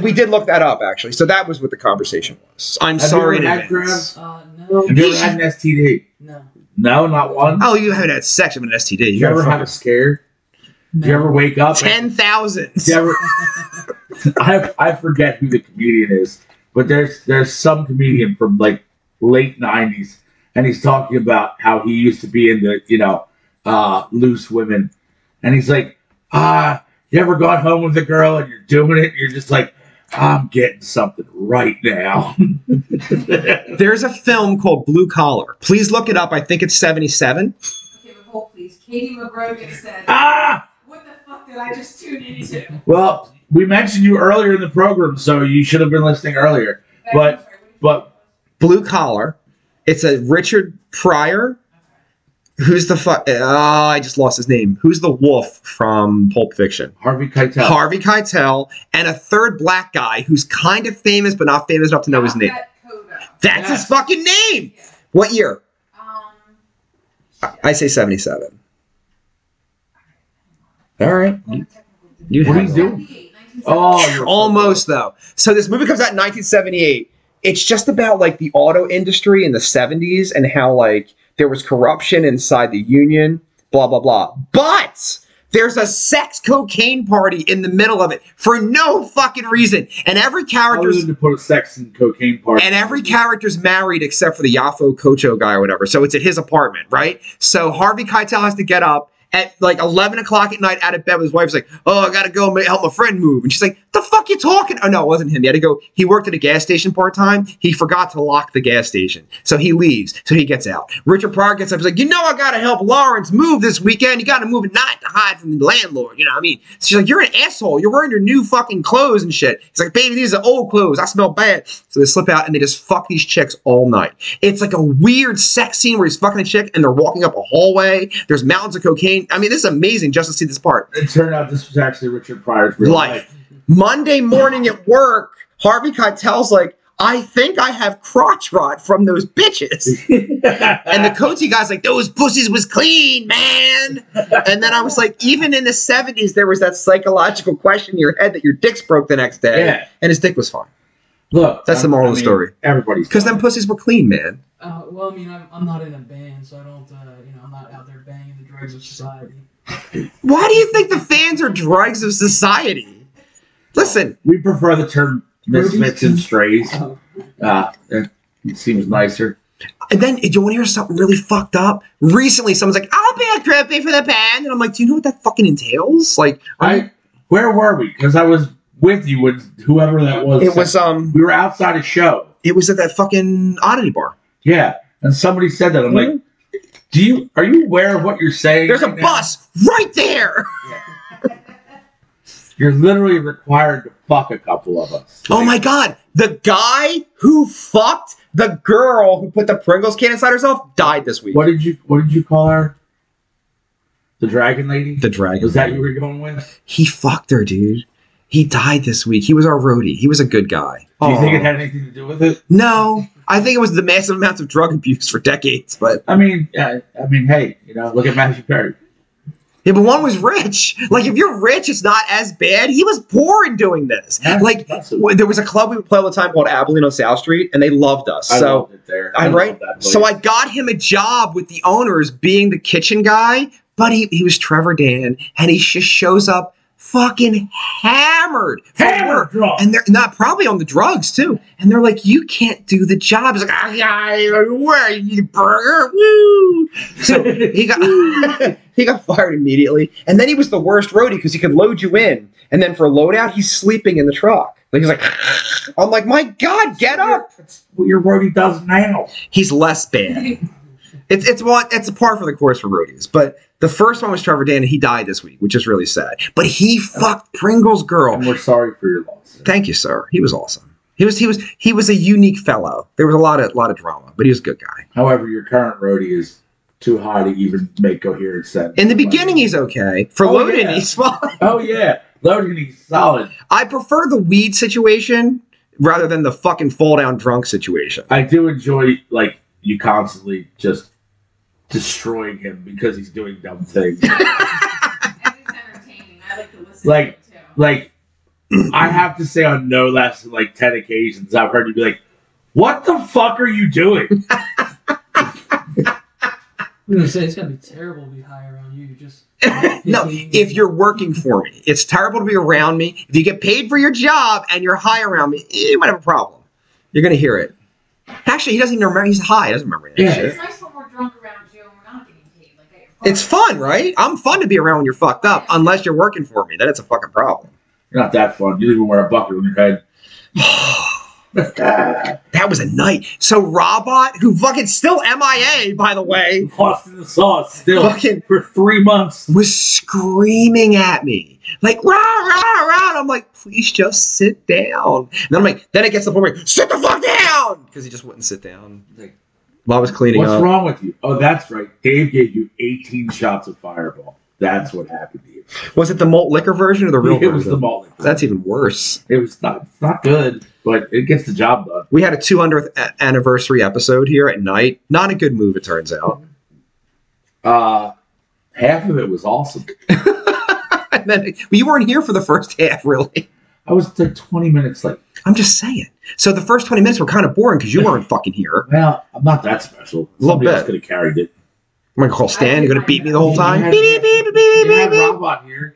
That we did look that up actually. So that was what the conversation was. I'm
Have you
sorry
ever
in
had
advance.
crabs?
Uh, no.
Have you ever had an STD?
No.
No, not one.
Oh, you haven't had sex with an STD. You,
you,
gotta
ever
fucking-
have a scare?
no.
You ever wake up?
ten thousand.
You ever, I I forget who the comedian is, but there's there's some comedian from like late '90s, and he's talking about how he used to be into you know uh, loose women, and he's like, ah, you ever gone home with a girl and you're doing it, and you're just like, I'm getting something right now.
There's a film called Blue Collar. Please look it up. I think it's seventy-seven.
Okay, but hold please. Katie McGrogan said,
ah.
"What the fuck did I just tune into?"
Well, we mentioned you earlier in the program, so you should have been listening earlier. But-
I'm sorry, what did you-
but-
Blue Collar. It's a Richard Pryor. Who's the fuck? Oh, I just lost his name. Who's the wolf from Pulp Fiction?
Harvey Keitel.
Harvey Keitel and a third black guy who's kind of famous but not famous enough to know his name.
Alphabet Coda.
That's his
Yes.
fucking name.
Yeah.
What year?
Um,
I- I say seventy-seven. All right. You
What are you
have it.
doing? oh, you're so
almost though. So this movie comes out in 1978. It's just about like the auto industry in the 70s and how like there was corruption inside the union, blah blah blah. But there's a sex cocaine party in the middle of it for no fucking reason, and every
close. Other
character's
than to put a sex and cocaine part.
and every character's married except for the Yafo Kocho guy or whatever. So it's at his apartment, right? So Harvey Keitel has to get up at like 11 o'clock at night out of bed. His wife's like, oh, I got to go ma- help my friend move. And she's like, the fuck you talking? Oh, no, it wasn't him. He had to go. He worked at a gas station part time. He forgot to lock the gas station. So he leaves. So he gets out. Richard Pryor gets up. He's like, you know, I got to help Lawrence move this weekend. You got to move at night to hide from the landlord. You know what I mean? She's like, you're an asshole. You're wearing your new fucking clothes and shit. He's like, baby, these are old clothes. I smell bad. So they slip out and they just fuck these chicks all night. It's like a weird sex scene where he's fucking a chick and they're walking up a hallway. There's mountains of cocaine. I mean, this is amazing just to see this part.
It turned out this was actually Richard Pryor's real
Life.
life.
Monday morning at work, Harvey Keitel's like, I think I have crotch rot from those bitches. And the Coty guy's like, those pussies was clean, man. And then I was like, even in the 70s, there was that psychological question in your head that your dick's broke the next day.
yeah,
And his dick was fine.
look.
That's the moral of the story.
Everybody's
Because them pussies were clean, man.
Uh, well, I mean, I'm, I'm not in a band, so I don't, uh, you know, I'm not out there banging the drugs of society.
Why do you think the fans are drugs of society? Listen,
we prefer the term misfits and strays.
Oh,
Uh, He seems nicer.
And then do you want to hear something really fucked up? Recently, someone's like, "I'll be a groupie for the band," and I'm like, "Do you know what that fucking entails?" Like,
I where were we? Because I was with you with whoever that was.
it was um,
we were outside a show.
it was at that fucking oddity bar.
Yeah, and somebody said that. I'm
Hmm?
like, do you are you aware of what you're saying?
There's a
right now?
bus right there.
You're literally required to fuck a couple of us.
Oh my god, the guy who fucked the girl who put the Pringles can inside herself died this week.
What did you What did you call her? The Dragon Lady.
The dragon.
was that you were going with?
He fucked her, dude. He died this week. He was our roadie. He was a good guy.
Do you think
Aw.
it had anything to do with it?
No, I think it was the massive amounts of drug abuse for decades. But
I mean, uh, I mean, hey, you know, look at Matthew Perry.
yeah, but one was rich. Like if you're rich, it's not as bad. He was poor in doing this. Like
That's-
w- there was a club we would play all the time called Abilene on South Street, and they loved us.
I
so
loved it there.
I
loved
right.
that place.
So I got him a job with the owners being the kitchen guy, but he, he was Trevor Dan, and he just shows up fucking hammered. for
hammer
work.
drop.
And they're not probably on the drugs too. And they're like, you can't do the job. He's like, ah, yeah, where you need a burger? Woo! So he got he got fired immediately. And then he was the worst roadie because he could load you in, and then for loadout, he's sleeping in the truck. Like he's like, I'm like, my God, get up!
That's what your roadie does now.
He's less bad. It's it's what it's a par for the course for roadies. But the first one was Trevor Dan, and he died this week, which is really sad. But he fucked Pringle's girl.
And we're sorry for your loss.
Thank you, sir. He was awesome. He was he was he was a unique fellow. There was a lot of lot of drama, but he was a good guy.
However, your current roadie is too high to even make coherent sense.
In the beginning, he's okay. For
Oh,
Loden,
yeah.
he's fine.
oh yeah, Logan, he's solid.
I prefer the weed situation rather than the fucking fall down drunk situation.
I do enjoy like you constantly just destroying him because he's doing dumb things.
And it's entertaining. I like to listen
Like-
to it too.
like I have to say on no less than like ten occasions I've heard you be like, "What the fuck are you doing?"
I'm gonna say it's gonna be terrible to be high around you. Just
No, if you're working for me, it's terrible to be around me. If you get paid for your job and you're high around me, eh, you might have a problem. You're gonna hear it. Actually, he doesn't even remember. He's high. He doesn't remember that
Yeah.
shit.
It's nice when we're drunk around you and we're not getting paid. Like at your party.
It's fun, right? I'm fun to be around when you're fucked up, unless you're working for me. Then it's a fucking problem.
You're not that fun. You don't even wear a bucket on your head.
That was a night. So Robot, who fucking still MIA, by the way,
Lost in the sauce still
Fucking-
for three months.
was screaming at me. Like, rah, rah, rah. And I'm like, please just sit down. And then I'm like, then it gets to the point where, sit the fuck down! Because he just wouldn't sit down.
Like,
While I was cleaning
What's
up.
wrong with you? Oh, that's right. Dave gave you 18 shots of Fireball. That's what happened to you.
Was it the malt liquor version or the real
it
version?
was the malt. liquor.
That's even worse.
It was not. It's not good, but it gets the job done.
We had a 200th a- anniversary episode here at night. Not a good move, it turns out.
Uh, half of it was awesome.
and then well, you weren't here for the first half, really.
I was like 20 minutes late.
I'm just saying. So the first 20 minutes were kind of boring because you weren't fucking here.
Well, I'm not that special.
Little
Somebody else
bit.
could have carried it.
I'm gonna call Stan. You're gonna beat me the whole time. Beep, beep, beep, beep, beep,
Yeah,
beep, beep.
Robot here.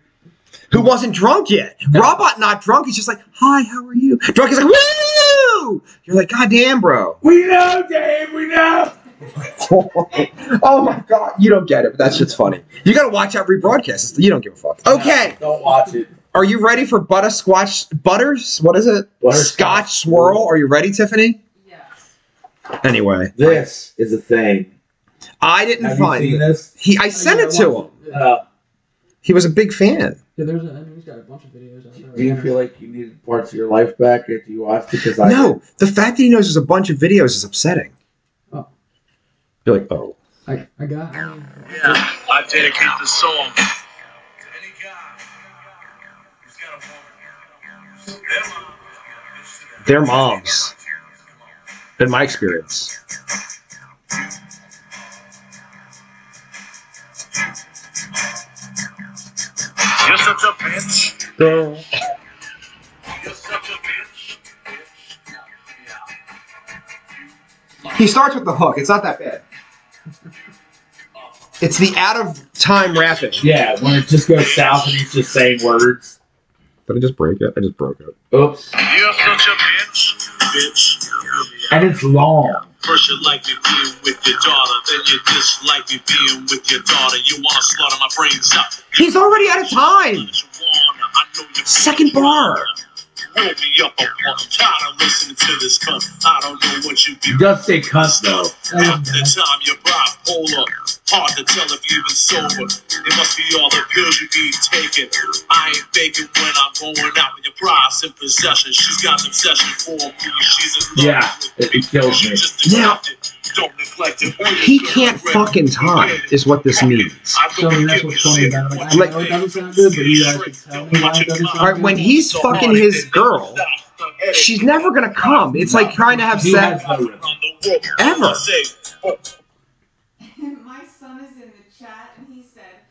Who wasn't drunk yet?
No.
Robot not drunk. He's just like, hi, how are you? Drunk is like, woo! You're like, God damn, bro.
We know, Dave. We know.
oh my god, you don't get it, but that shit's funny. You gotta watch out rebroadcasts. You don't give a fuck. Okay,
No, don't watch it.
are you ready for butter squash butters? What is it?
Butterscotch
Scotch swirl. Are you ready, Tiffany?
Yes.
Anyway,
This is a thing.
I didn't
Have you
find
seen
it.
this?
He, I sent it to him.
Yeah,
Uh,
He was a big fan.
yeah, there's a, I mean, he's got a bunch of videos. Out there.
do you feel like you needed parts of your life back after you watched it? Because I
No, the fact that he knows there's a bunch of videos is upsetting.
Oh.
You're like, oh.
I, I got. I mean,
I dedicate this song to any guy who's got a woman. Their mom.
They're moms. Been my experience.
You're such a bitch.
Girl.
You're such a bitch.
He starts with the hook. It's not that bad. It's the out of time rapping.
Yeah, when it just goes south and he's just saying words.
Did I just break it? I just broke it.
Oops.
You're such a bitch. Bitch.
and it's long.
First you like me being with your daughter, then you dislike me being with your daughter. You wanna slaughter my brains out.
He's already out of time.
Let you wanna, I know you feel
Second
the drama.
bar.
Roll me up, I'm I'm tired of listening to this cunt. I don't know what you
He
do.
does say cunt though.
That
Half
was
the
bad.
time you're bipolar. Hard to tell if you even sober. It must be all the pills you be taking. I ain't faking when I'm going out with your prize in possession. She's got an obsession for me. She's in love
Yeah,
with
it, it kills me.
Now- He can't fucking time, is what this means.
So I mean, that's what's funny about it. Like, I
Like-
know it doesn't sound good, but you guys can tell me why it doesn't sound
All right,
good.
when he's fucking his girl, she's never gonna come. It's like trying to have
He
sex.
has no rhythm.
Ever.
My son is in the chat and he said,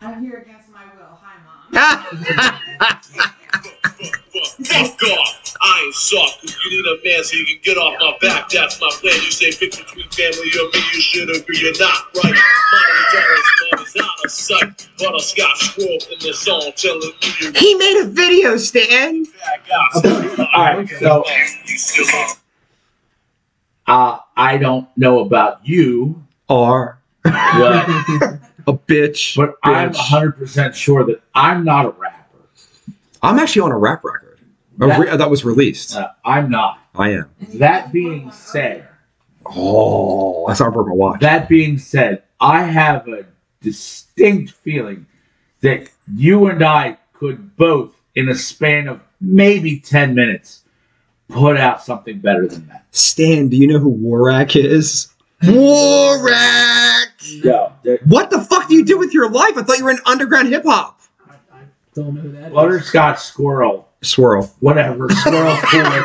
I'm here against my will. Hi, mom.
Fuck off. I ain't soft. If you need a man so you can get off my back, that's my plan. You say pick between family or me, you should agree you're not right. Money, dollars, love is out of sight. But a Scotch squirrel in the song telling me you're
he made a video, Stan.
back out.
Alright, so
You still are.
uh, I don't know about you,
Are
but
a bitch.
But I'm
bitch.
100% sure that I'm not a rapper.
I'm actually on a rap record. A
That-
re- that was released.
Uh, I'm not.
I am.
And he
That
put
being
one
said,
over.
Oh, that's not Burma Watch.
that being said, I have a distinct feeling that you and I could both, in a span of maybe 10 minutes, put out something better than that.
Stan, do you know who Warak is? Warak!
Yeah.
What the fuck do you do with your life? I thought you were in underground hip hop.
I, I don't know who that. is.
Butterscotch Squirrel,
Swirl.
whatever. Squirrel's cooler.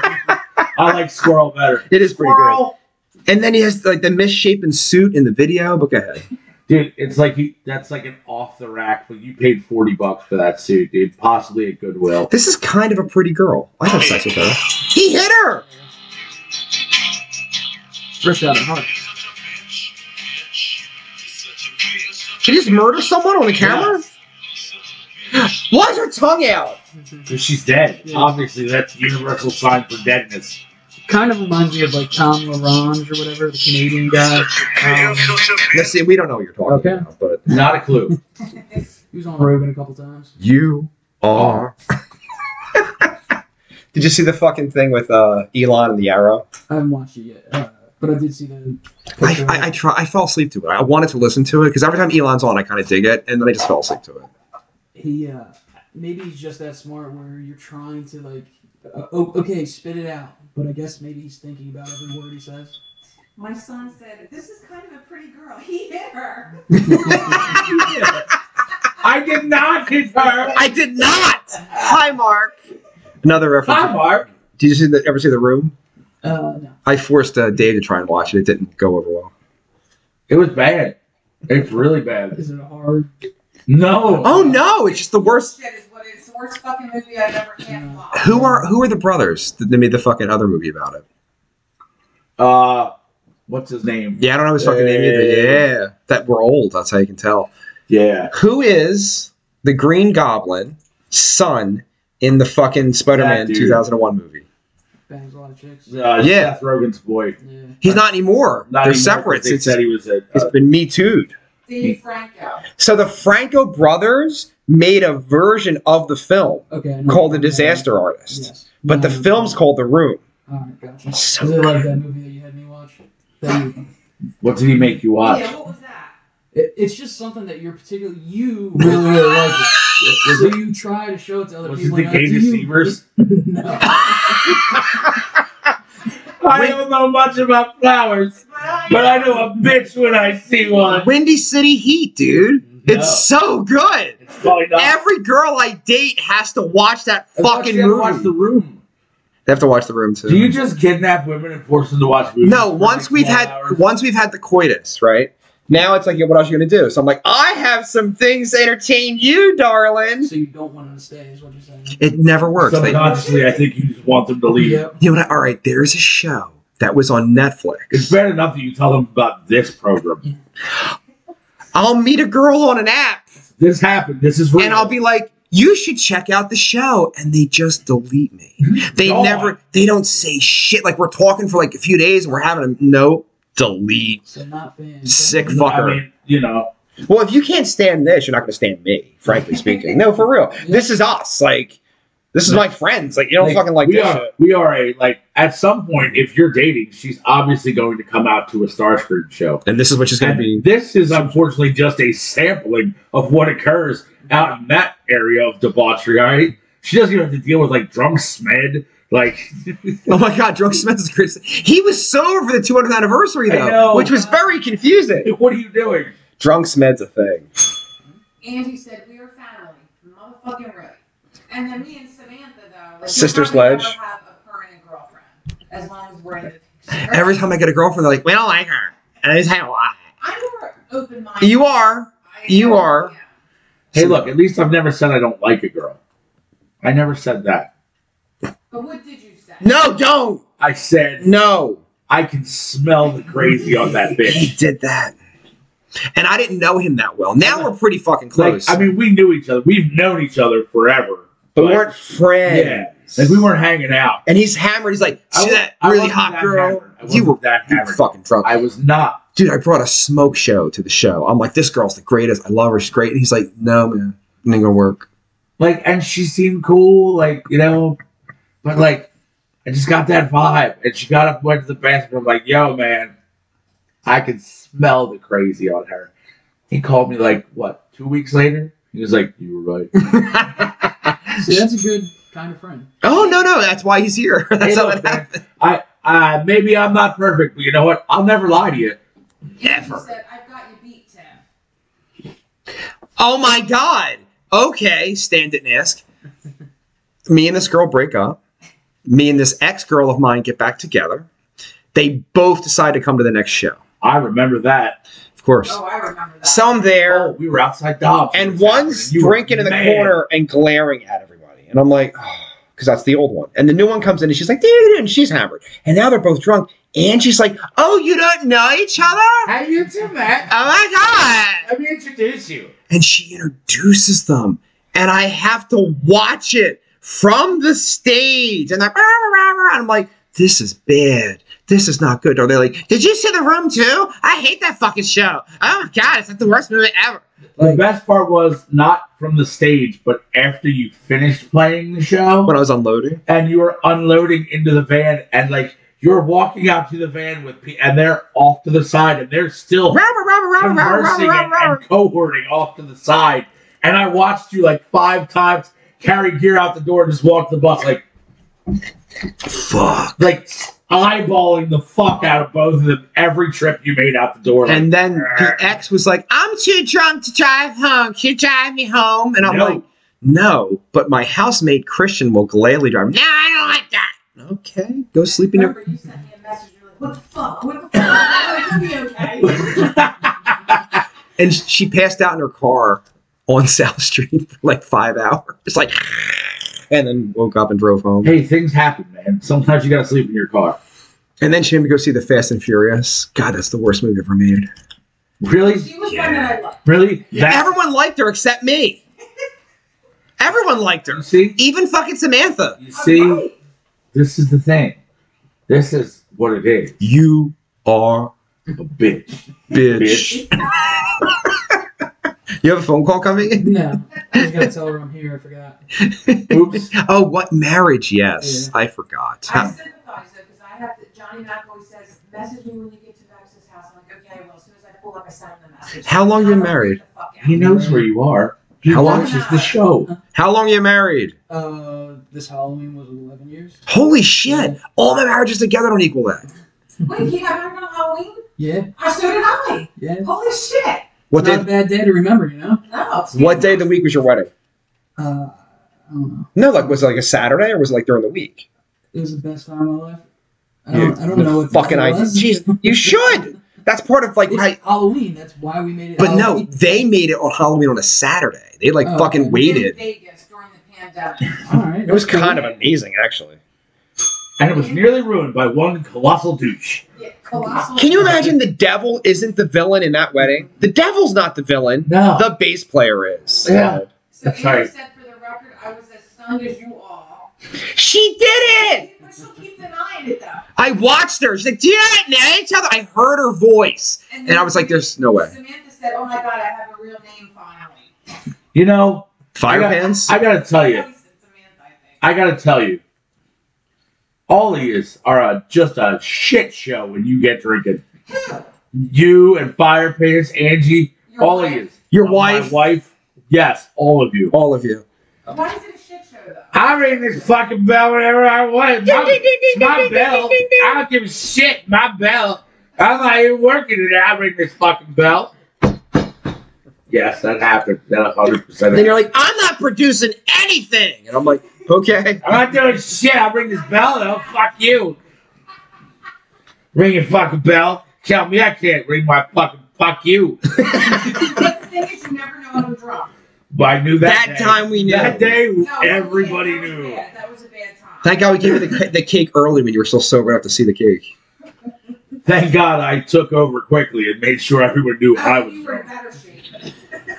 I like Squirrel better.
It is pretty good.
Squirrel!
And then he has like the misshapen suit in the video. But go ahead.
Dude, it's like you, that's like an off the rack, but you paid 40 bucks for that suit, dude. Possibly at Goodwill.
This is kind of a pretty girl. I have sex with her. He hit her.
Ripped out of heart.
She just murder someone on the camera. Why is her tongue out?
Because she's dead.
Yeah.
Obviously, that's a universal sign for deadness.
Kind of reminds me of like Tom LaRange or whatever, the Canadian guy. Um,
Let's see. We don't know what you're talking
Okay.
about, but
Not a clue.
he was on Rogan a couple times.
you are. Did you see the fucking thing with uh, Elon and the arrow?
I haven't watched it yet, uh, but I did see the.
I, I, I try. I fell asleep to it. I wanted to listen to it because every time Elon's on, I kind of dig it, and then I just fell asleep to it.
he uh, maybe he's just that smart where you're trying to like, uh, oh, okay, spit it out. But I guess maybe he's thinking about every word he says.
My son said, This is kind of a pretty girl. He hit her.
I did not hit her.
I did not. Hi, Mark. Another reference.
Hi, Mark.
Did you see the, ever see the room?
Uh, no.
I forced uh, Dave to try and watch it. It didn't go over well.
It was bad. It's really bad.
Is it a hard?
No.
Oh no! It's just the worst.
Shit is what it is. The worst fucking movie I've ever had. watched.
Who are who are the brothers that they made the fucking other movie about it? Oh.
Uh, what's his name?
Yeah, I don't know his fucking name either. Yeah, that we're old. That's how you can tell.
Yeah.
Who is the Green Goblin son in the fucking Spider-Man
That dude.
2001 movie?
Bangs a lot of chicks. Yeah.
Uh,
Yeah.
Seth Rogen's boy.
He's not anymore.
Not
They're
even-
separate.
They
It's,
said he was a.
it's
Uh,
been me too.
Dave Franco.
So the Franco brothers made a version of the film
Okay. I know.
called The Disaster Artist,
Yes.
but the
Um,
film's called The Room.
All right, gotcha. Is
So
it like
good.
that movie that you had me watch? That movie.
what did he make you watch?
Yeah, what was that?
It, it's just something that you're particularly you really really like. It.
Was
So
it,
you try to show it to other
was it
people.
the
and you're
gay
like, "Do you-
deceivers?
No.
I don't know much about flowers, but I know a bitch when I see one.
Windy City Heat, dude. It's so good.
It's probably not.
Every girl I date has to watch that fucking
Actually, I
movie.
watched the room.
they have to watch the room too.
Do you just kidnap women and force them to watch movies?
no,
for
once
like
we've
12
had
hours?
once we've had the coitus, right? Now it's like, yeah, what else are you gonna do? So I'm like, I have some things to entertain you, darling.
so you don't want them to stay, is what you're saying.
It never works. They-
Subconsciously, I think you just want them to leave.
Yep.
you know what? All right, there's a show that was on
It's
Netflix.
bad enough that you tell them about this program.
I'll meet a girl on an app,
This happened. This is real.
and I'll be like, you should check out the show. And they just delete me. They
Gone.
never, they don't say shit. Like we're talking for like a few days and we're having a no delete.
So not fans.
Sick
Definitely.
fucker.
I mean, you know,
Well, if you can't stand this, you're not going to stand me, frankly speaking. No, for real. This is us. Like, this is my friends. Like, you don't
Like,
fucking like
we
this
are
shit.
we are a like at some point if you're dating, she's obviously going to come out to a Starscream show.
And this is what she's going to
And
be.
This is unfortunately just a sampling of what occurs out in that area of debauchery. All right, she doesn't even have to deal with like drunk smed. Like
Oh my God, Drunk Smith is crazy. He was sober for the 200th anniversary,
I
though,
know.
which was very confusing.
what are you doing?
Drunk Smed's a thing.
Angie said, We are family. Motherfucking right. And then me and Samantha, though. Like,
Sister
we'll probably
Sledge.
never have a permanent girlfriend as long as we're in the picture.
Every time I get a girlfriend, they're like, we don't like her. And I just hang out.
I'm more open minded.
You are. you are.
Hey, look, at least I've never said I don't like a girl. I never said that.
But what did you say?
No, don't.
I said
No.
I can smell the crazy on that
He
bitch.
did that. And I didn't know him that well. Now we're pretty fucking
Like,
close.
I mean, we knew each other. We've known each other forever.
but we weren't friends.
Yeah. Like we weren't hanging out.
And he's hammered. He's like,
I
see
wa-
that
I
really
wasn't
hot
that
girl?
hammered. I
You were
wasn't that
you were
hammered.
fucking drunk.
I was not.
Dude, I brought a smoke show to the show. I'm like, this girl's the greatest. I love her. She's great. And he's like, no, man. It ain't gonna work.
Like, and she seemed cool. Like, you know, but like, I just got that vibe. And she got up, went to the bathroom. like, yo, man, I can smell the crazy on her. He called me like what two weeks later. He was like, you were right.
See, that's a good kind of friend.
Oh no, no, that's why he's here. That's
Hey,
how
look,
it
man,
happened.
I, I Uh, maybe I'm not perfect, but you know what? I'll never lie to you.
Never.
She said, I've got you beat, Tim.
Oh my god. Okay, stand it and ask. Me and this girl break up. Me and this ex girl of mine get back together. They both decide to come to the next show.
I remember that.
Of course.
Oh, I remember that.
So I'm there,
Oh, we were outside Dobbs.
and one's
You were
drinking in the
mad.
corner and glaring at everybody. And I'm like, because that's the old one. And the new one comes in and she's like, dude, and she's hammered. And now they're both drunk. And she's like, oh, you don't know each other? Oh
How you do that?
my god.
Let me introduce you.
and she introduces them and i have to watch it from the stage and, they're, "Rah, rah, rah, rah," and i'm like this is bad this is not good are they like did you see the room too i hate that fucking show oh my god it's like the worst movie ever
The best part was not from the stage, but after you finished playing the show
when i was unloading
and you were unloading into the van, and like you're walking out to the van with people, and they're off to the side, and they're still
Rah, rah, rah, rah, rah, rah, rah,
conversing
rah,
and,
rah.
and cohorting off to the side. And I watched you like five times carry gear out the door and just walk the bus, like
fuck
like eyeballing the fuck out of both of them every trip you made out the door. Like,
and then the ex was like i'm too drunk to drive home can you drive me home and i'm
No.
like no but my housemate christian will gladly drive me. no i don't like that okay go sleep in your
Remember, you sent me a message. You're like, what the fuck? What the fuck? I'm like, You'll be okay.
and she passed out in her car on South Street for like five hours. It's like, and then woke up and drove home.
hey, things happen, man. Sometimes you gotta sleep in your car.
And then she made me go see the Fast and Furious. God, that's the worst movie ever made.
Really?
She was one that I loved.
Really? That,
Everyone liked her except me. Everyone liked her,
you see?
even fucking Samantha.
You
I'm
see?
right.
This is the thing. This is what it is.
You are
A bitch.
bitch. You have a phone call coming in?
No, I just gotta tell her I'm here. I forgot.
Oops.
Oh, what marriage? Yes, I forgot.
I sympathize though, because I have to. Johnny Mac always says, "Message me when you get to Max's house." I'm like, "Okay, well, as soon as I pull up, I send him the message."
How long you been
I don't freak
married?
the fuck out.
He knows where you are. He
How long-
watches the show.
How long you married?
Uh, this Halloween was 11 years.
Holy shit! All my marriages together don't equal that.
Wait, he got married on Halloween?
Yeah,
I so did I.
yeah.
Holy shit!
What
it's not
did?
a bad day to remember, you know.
No. it's-
What day of the week was your wedding?
Uh, I don't know.
No, like was it like a Saturday or was it like during the week?
It was the best time of my life. I
You-
don't, I don't know what
fucking
it
idea.
was.
Jeez, you should. That's part of like
It's
my.
Halloween. That's why we made it.
But no,
Halloween.
they made it on Halloween on a Saturday. They like
Oh,
fucking
okay.
In
waited.
Vegas during the pandemic.
All right.
It was kind of amazing, actually.
And it was nearly ruined by one colossal douche.
Yeah, colossal.
Can you imagine the devil isn't the villain in that wedding? The devil's not the villain.
No.
The bass player is.
Yeah.
So
Sorry.
Andy said for the record, sung as you all.
She did it!
But she'll keep denying it though.
I watched her. She's like, yeah, and I didn't tell her. I heard her voice. And I was like, there's no way.
Samantha said, "Oh my God, I have a real name finally."
You know,
Fire
I got-
pants?
I gotta tell you,
Samantha, I think.
Oh, I gotta tell you, all of yous are a, just a shit show when you get drinking. You and Fire Pants, Angie,
Your
all of
wife.
yous.
Your
My
wife,
wife, yes, all of you.
all of you.
Why is it a shit show though?
I ring this fucking bell whenever I want. My, it's my bell. I don't give a shit. My bell. I'm not even working today. I ring this fucking bell. Yes, that happened. That 100%
And then
happened.
you're like, I'm not producing anything. And I'm like, okay.
I'm not doing shit. I ring this bell though. Fuck you. Ring your fucking bell. Tell me I can't ring my fucking fuck you.
but the thing is, you never know when I'm drunk.
But I knew that.
That
day.
time we knew.
That day,
No, that was
everybody
bad. That was
knew.
bad. That was a bad time.
Thank God we gave you the, the cake early when you were still sober enough to see the cake.
Thank God I took over quickly and made sure everyone knew I
Oh,
was
you were
drunk.
in better shape.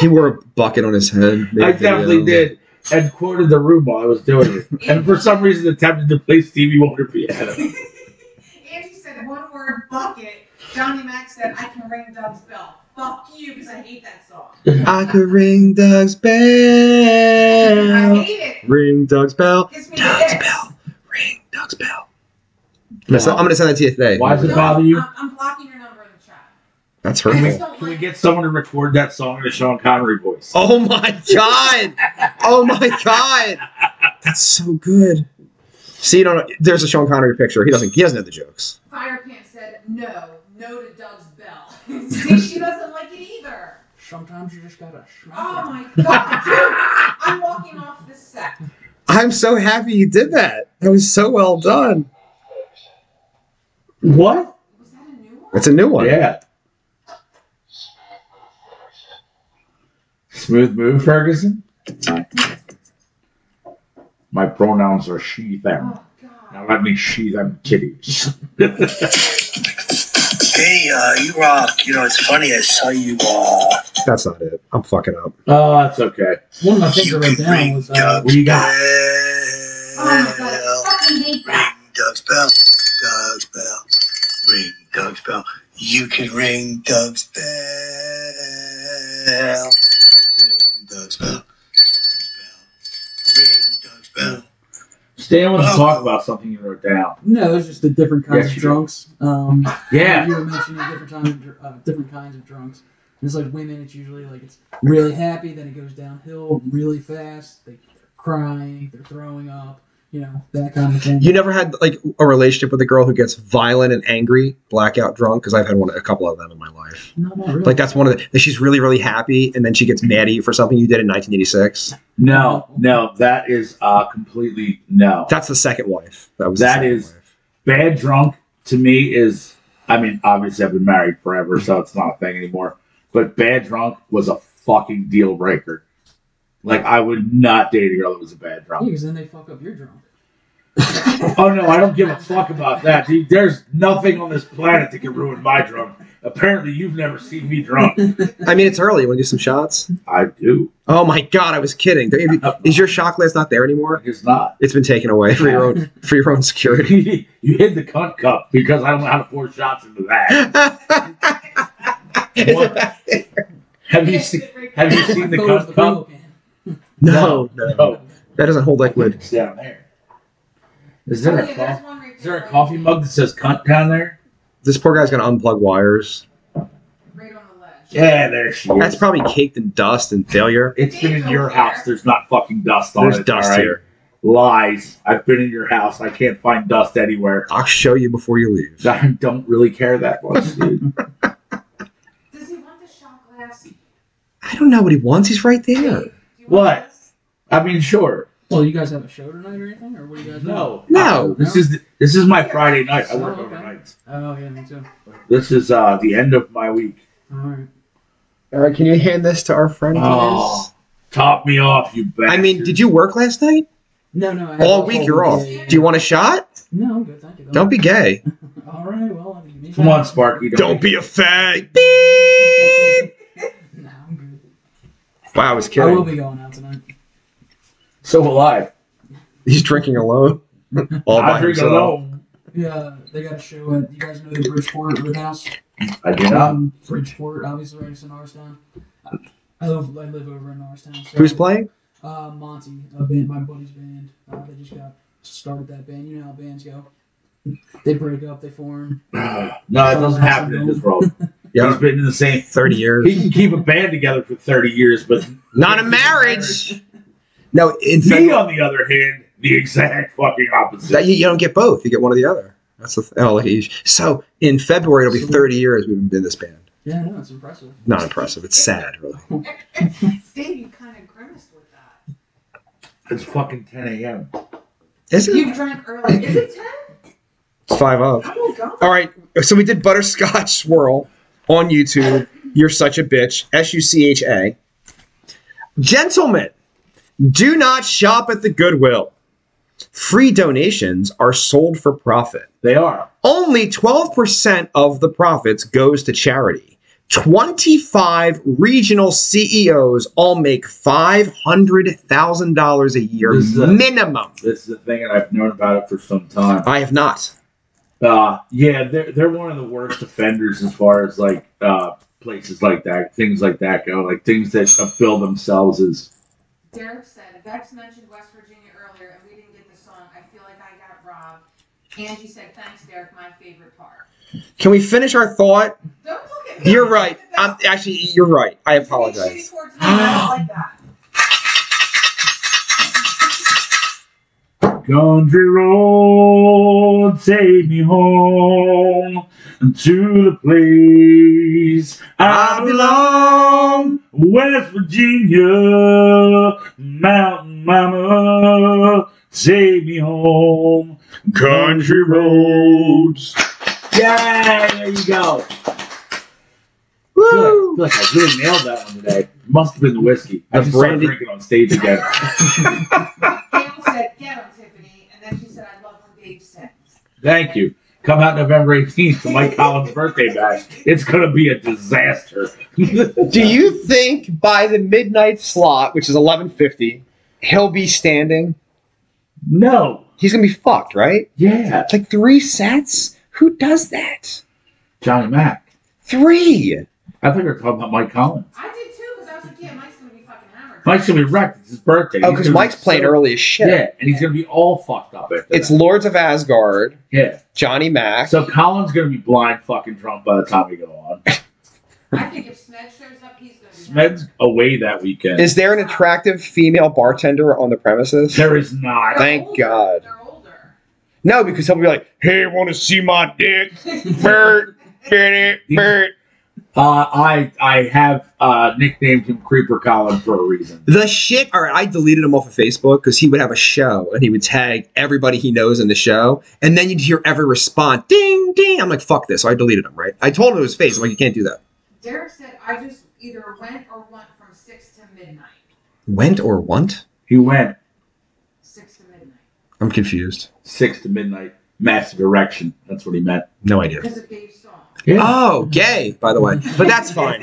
He wore a bucket on his head. made
I
a video.
definitely did. And quoted the room while I was doing it. And for some reason attempted to play Stevie Wonder piano.
Angie said one word bucket. Johnny Mac said, "I can ring Doug's bell." Fuck you, because I hate that song.
I could ring Doug's
I
bell.
hate it.
Ring Doug's bell.
Gives me
Doug's
the
bell. Ring Doug's bell. I'm gonna, send, I'm gonna send that to you today.
Why does it bother you?
I'm, I'm blocking your number in the chat.
That's
I
hurtful.
just don't
Can we
like
get someone to record that song in a Sean Connery voice?
Oh my god! Oh my god! That's so good. See, you don't. There's a Sean Connery picture. He doesn't. He doesn't have the jokes.
Fire Pants said no, no to Doug's bell. See, she doesn't like it either.
Sometimes you just gotta smack
Oh
them.
my god, dude! I'm walking off this set.
I'm so happy you did that. That was so well done.
What?
Was that a new one?
That's a new one.
Yeah. Smooth move, Ferguson. My pronouns are she, them.
Oh god.
Now let me she, them kitties.
Hey, uh, you rock. You know, it's funny. I saw you. Uh,
That's not it. I'm fucking up.
Oh, that's okay.
One of my things I
you
wrote
can
down
ring
was uh,
What
Doug's
you
bell.
got?
Oh my god, I fucking hate
Ring
that.
Doug's bell. Doug's bell. Ring Doug's bell. You can ring Doug's bell. Ring Doug's bell. Ring Doug's bell.
Stan wants to talk about something you wrote down.
no, it's just the different kinds
Yes, you
of
do.
drunks. Um,
Yeah.
you were mentioning different times, of dr- uh, different kinds of drunks. And it's like women. It's usually like it's really happy, then it goes downhill really fast. They, they're crying, they're throwing up, you know, that kind of thing.
You never had like a relationship with a girl who gets violent and angry, blackout drunk? Because I've had one, a couple of them in my life.
no, not really.
Like that's one of the. That she's really, really happy, and then she gets mad at you for something you did in 1986.
No, no, that is uh, completely no.
That's the second wife. That was. the
That
second
is-
wife.
Bad drunk to me is, I mean, obviously I've been married forever, so it's not a thing anymore. But bad drunk was a fucking deal breaker. Like I would not date a girl that was a bad
Yeah,
drunk.
'cause then they fuck up your drunk.
Oh no, I don't give a fuck about that. Dude, there's nothing on this planet that can ruin my drunk. Apparently, you've never seen me drunk.
I mean, it's early. You want to do some shots?
I do.
Oh my god, I was kidding. Don't you- Is your shot glass not there anymore?
It's not.
It's been taken away for your own for your own security.
you hid the cunt cup because I don't know how to pour shots into that. What? Have you seen? Have you seen the
Throw
cunt
it with
cup?
Brillo can.
no, no,
No,
that doesn't hold liquid.
it's down there. Is
Oh,
there
yeah,
a
there's
coffee?
one right
Is there a coffee mug that says cunt down there?
This poor guy's gonna unplug wires.
Right on the ledge.
Yeah, there she is.
That's probably caked in dust and failure.
It's been in your house. There's not fucking dust on
There's
it.
dust
all right?
here.
Lies. I've been in your house. I can't find dust anywhere.
I'll show you before you leave.
I don't really care that much, dude.
Does he want the shot glass?
I don't know what he wants. He's right there.
Do you want
What?
this?
I mean, sure.
Well, you guys have a show tonight or anything, or what do you guys
No.
No.
Uh, This is this is my Friday night. I work
Oh, okay.
overnight.
do? Oh yeah, me too.
This is uh, the end of my week.
All right.
All right, can you hand this to our friend?
Oh, top me off, you bastard.
I mean, did you work last night?
No, no. I have
All
a
week
whole
you're off.
day.
Do you want a shot?
No, I'm good. Thank you. though.
Don't be gay.
All right. Well, I'll give you
Come
that.
on, Sparky.
be a fag.
No, I'm good.
Wow, I was
I will
kidding.
be going out tonight.
So alive.
He's drinking alone, all by
I drink
himself.
alone.
Yeah, they got a show at you guys know the Bridgeport Roadhouse.
I do not.
Um, Bridgeport, obviously, right next to Norristown. I live, I live over in Norristown. So,
Who's playing?
Uh, Monty, a band, my buddy's band. Uh, they just got started that band. You know how bands go. They break up, they form.
No, it doesn't happen in this world. He's
Yeah,
been in the same.
thirty years.
He can keep a band together for 30 years, but
Not a marriage. No, in
me,
fact,
on the other hand, the exact fucking opposite.
that, you, you don't get both. You get one or the other. That's the th- oh, look at you. so. In February, it'll be thirty years we've been in this band.
Yeah, I know, it's impressive.
Not impressive. It's sad, really.
Steve, you kind of grimaced with that.
it's fucking 10 a.m.
Is
You've
it?
drank early. Is it 10?
It's five up.
Oh my god.
All right. So we did butterscotch swirl on YouTube. You're such a bitch. S U C H A. Gentlemen, do not shop at the Goodwill. Free donations are sold for profit.
They are.
Only 12% of the profits goes to charity. 25 regional CEOs all make $500,000 a year
Is that-
minimum.
This is the thing, and I've known about it for some time.
I have not.
Uh, yeah, they're they're one of the worst offenders as far as like uh, places like that, things like that go, like things that fulfill themselves as
Derek said, Vex mentioned West Virginia earlier, and we didn't get the song. I feel like I got robbed. Angie said, thanks, Derek, my favorite part.
Can we finish our thought?
Don't look at me.
You're right. I'm actually you're right. I
You make shitty
apologize.
towards me, I don't like that.
country road. Take me home to the place I belong, West Virginia, Mountain Mama. Take me home, country roads. Yeah, there you go. I feel,
Woo!
like, I feel like I really nailed that one today. Must have been the whiskey. I
That's
just started
brandy.
drinking on stage again.
Gail said, get him, Tiffany. And then she said, I love when Dave sings.
Thank you. Come out November 18th to Mike Collins' birthday bash. It's going to be a disaster.
Do you think by the midnight slot, which is 11:50, he'll be standing?
no.
He's gonna be fucked, right?
Yeah.
Like three sets? Who does that?
Johnny Mack.
Three.
I think we're talking about Mike Collins.
I did too, because I was like, yeah, Mike's going to be fucking hammered.
Mike's going to be wrecked. It's his birthday.
Oh,
He's
because
gonna be
Mike's playing
so-
early as shit.
Yeah, and he's going to be all fucked up after
It's
that.
Lords of Asgard,
Yeah.
Johnny Mac.
So Collins going to be blind fucking drunk by the time we go on.
I think if Smed shows up, he's going to be hammered.
Smed's away that weekend.
is there an attractive female bartender on the premises?
there is not.
They're
Thank
older.
God.
They're older.
No, because he'll be like, "Hey, want to see my dick?" Bert, Bert, Bert.
Uh, I I have uh, nicknamed him Creeper Collins for a reason.
The shit. All right, I deleted him off of Facebook because he would have a show and he would tag everybody he knows in the show, and then you'd hear every response, ding, ding. I'm like, fuck this. So I deleted him. Right? I told him to his face. I'm like, you can't do that.
Derek said, I just either went or went from 6 to midnight.
Went or want?
He went
6 to midnight.
I'm confused.
six to midnight, massive erection. That's what he meant.
No idea.
Because of Dave's song.
Oh, gay, by the way. But that's fine.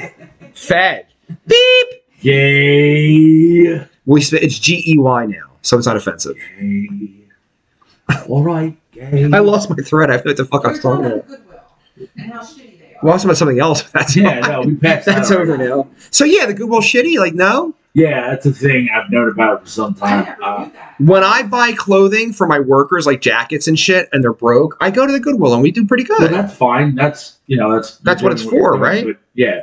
Fag. Beep.
Yay!
We sp- it's G E Y now, so it's not offensive.
Gay. All right, gay.
I lost my thread. I forgot what the fuck I
We're
was talking
talking
about.
about Goodwill and how shitty they are.
Well, I was talking about something else. but That's
Yeah,
fine.
no, we passed. that
That's
already.
over now. So yeah, the Goodwill shitty. Like no,
Yeah, that's a thing I've known about it for some
I
time.
never
Uh,
knew that.
when I buy clothing for my workers, like jackets and shit, and they're broke, I go to the Goodwill and we do pretty
well,
good.
that's fine. That's you know that's
That's what it's
you're
for,
doing,
right?
But yeah,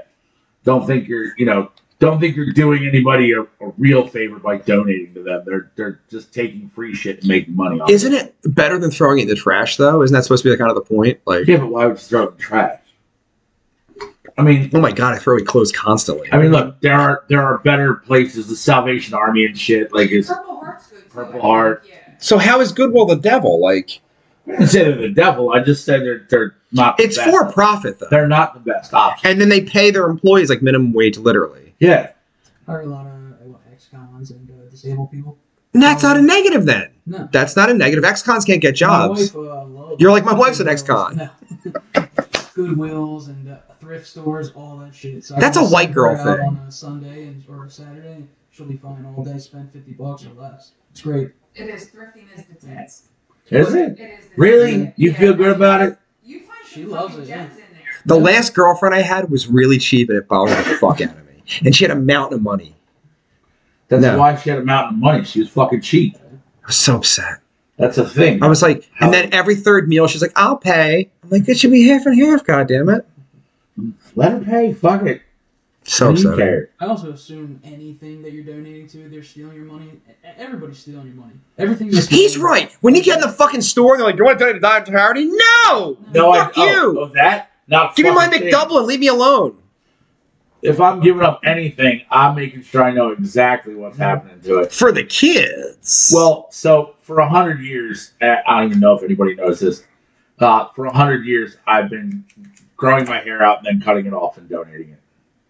don't think you're you know don't think you're doing anybody a, a real favor by donating to them. They're they're just taking free shit and making money off.
Isn't it better than throwing it in the trash though? Isn't that supposed to be the kind of the point? Like,
Yeah, but why would you throw it in the trash? I mean,
oh my god, I throw away clothes constantly.
I mean, look, there are there are better places. The Salvation Army and shit. Like, is
Purple Heart's good too.
Purple
I think,
Heart.
Yeah.
So how is Goodwill the devil? Like,
I didn't say they're the devil. I just said they're they're not. The
it's
best.
for profit though,
They're not the best option.
and then they pay their employees like minimum wage, literally.
Yeah,
I heard a lot of uh, ex-cons and uh, disabled people.
And that's not a negative then.
No.
That's not a negative. Ex-cons can't get jobs.
My wife, uh, loves
You're like, my wife's an
Goodwills.
ex-con.
No. Goodwills and uh, thrift stores, all that shit. So I
That's
can
a white
send
girl
her out
thing.
On a Sunday and, or a Saturday, and she'll be fine all day. Spend fifty bucks or less. It's great.
It is thriftiness that's it.
Is it?
It is. the
Really?
tits.
You
Yeah.
feel good about it?
You find some
She loves
fucking
it, yeah.
gems in there.
The last girlfriend I had was really cheap and it bothered the fuck out of me. And she had a mountain of money.
That's
No.
why she had a mountain of money. She was fucking cheap.
I was so upset.
That's a thing.
I was like, and then every third meal, she's like, I'll pay. I'm like, it should be half and half, goddammit.
Let her pay. Fuck it.
So
What do you
upset.
care?
I also assume anything that you're donating to, they're stealing your money. E- Everybody's stealing your money. Everything. you're
He's
donating-
right. When you get in the fucking store and they're like, you want to donate to die charity? No!
No, I
Fuck
oh,
you!
Oh, that? Not a
Give me my
fucking thing.
McDouble and leave me alone.
If I'm giving up anything, I'm making sure I know exactly what's happening to it.
For the kids.
Well, so for a hundred years, I I don't even know if anybody knows this. Uh, for a hundred years, I've been growing my hair out and then cutting it off and donating it.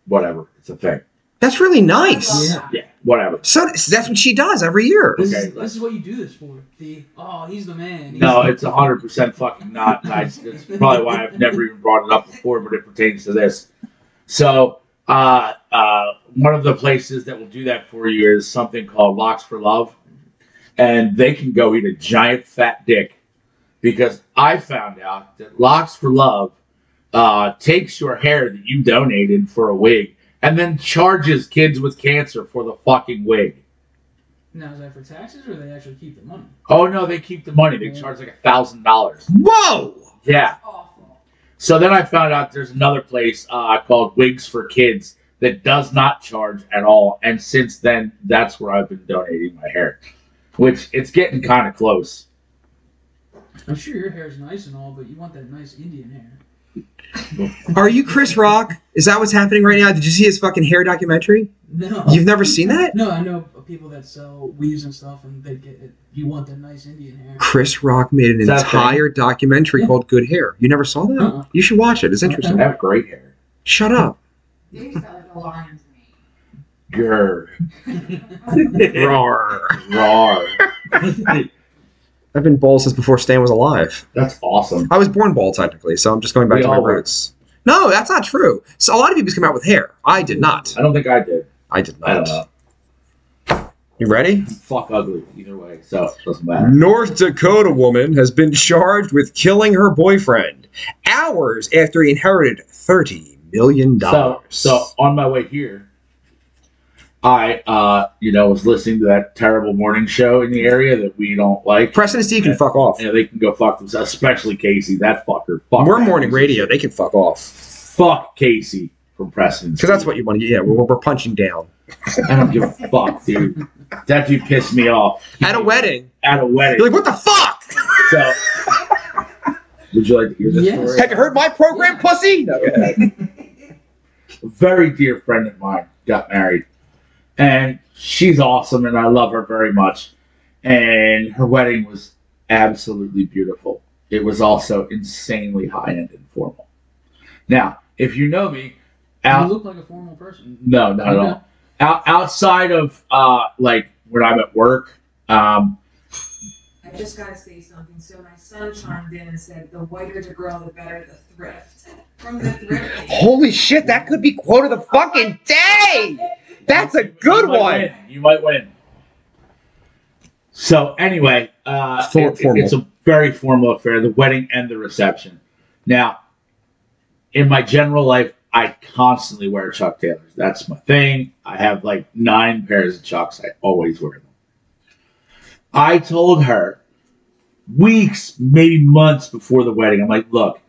Whatever, it's a thing.
that's really nice.
Yeah.
Yeah, whatever.
So so that's what she does every year.
This,
Okay.
is, this is what you do this for. The oh, he's the man. He's
No,
the-
it's a hundred percent fucking not nice. It's probably why I've never even brought it up before, but it pertains to this. So, uh, uh, one of the places that will do that for you is something called Locks for Love, and they can go eat a giant fat dick because I found out that Locks for Love uh, takes your hair that you donated for a wig and then charges kids with cancer for the fucking wig.
Now is that for taxes or they actually keep the money?
Oh no, they keep the money. They charge like a thousand dollars.
Whoa!
Yeah.
It's awful.
So then I found out there's another place uh, called Wigs for Kids that does not charge at all. And since then, that's where I've been donating my hair, which it's getting kind of close.
I'm sure your hair's nice and all, but you want that nice Indian hair.
Are you Chris Rock? Is that what's happening right now? Did you see his fucking hair documentary?
No.
You've never seen that?
no, I know people that sell weaves and stuff, and they get it. You want that nice Indian hair.
Chris Rock made an
Is that a thing?
entire documentary
Yeah.
called Good Hair. You never saw that?
Uh-uh.
You should watch it. It's interesting.
I have great hair.
Shut up.
They used to like the lion's mane.
Grr.
Roar.
Rawr.
I've been bald since before Stan was alive.
that's awesome.
I was born bald technically, so I'm just going back
We
to my
all were.
roots. No, that's not true. So a lot of people come out with hair. I did not.
I don't think I did.
I did
I don't
not.
know.
You ready?
Fuck ugly either way. So it doesn't matter.
North Dakota woman has been charged with killing her boyfriend hours after he inherited $30 million.
So, so on my way here, I, uh, you know, was listening to that terrible morning show in the area that we don't like.
Preston and Steve can fuck off.
Yeah, they can go fuck themselves, especially Casey. That fucker. Fuck
We're
that
morning
piece of
radio.
shit.
They can fuck off.
Fuck Casey from Preston.
Because that's what you want to Yeah, we're, we're punching down.
I don't give a fuck, dude. That dude pissed me off.
At a wedding.
At a wedding.
You're like, what the fuck?
so, would you like to hear this
Yes.
story?
Have you heard my program, pussy? No.
a very dear friend of mine got married, and she's awesome, and I love her very much. And her wedding was absolutely beautiful. It was also insanely high end and formal. Now, if you know me,
You
out
look like a formal person.
no, not at all. Out, outside of uh, like when I'm at work, um,
I just gotta say something. So my son chimed in and said, "The whiter the girl, the better the thrift." From the thrift.
Holy shit, that could be quote of the fucking day. That's a good
you might
one.
win. You might win. So anyway, uh,
For-
it-
formal.
it's a very formal affair, the wedding and the reception. Now, in my general life, I constantly wear Chuck Taylors. That's my thing. I have like nine pairs of Chucks. I always wear them. I told her weeks, maybe months before the wedding, I'm like, look,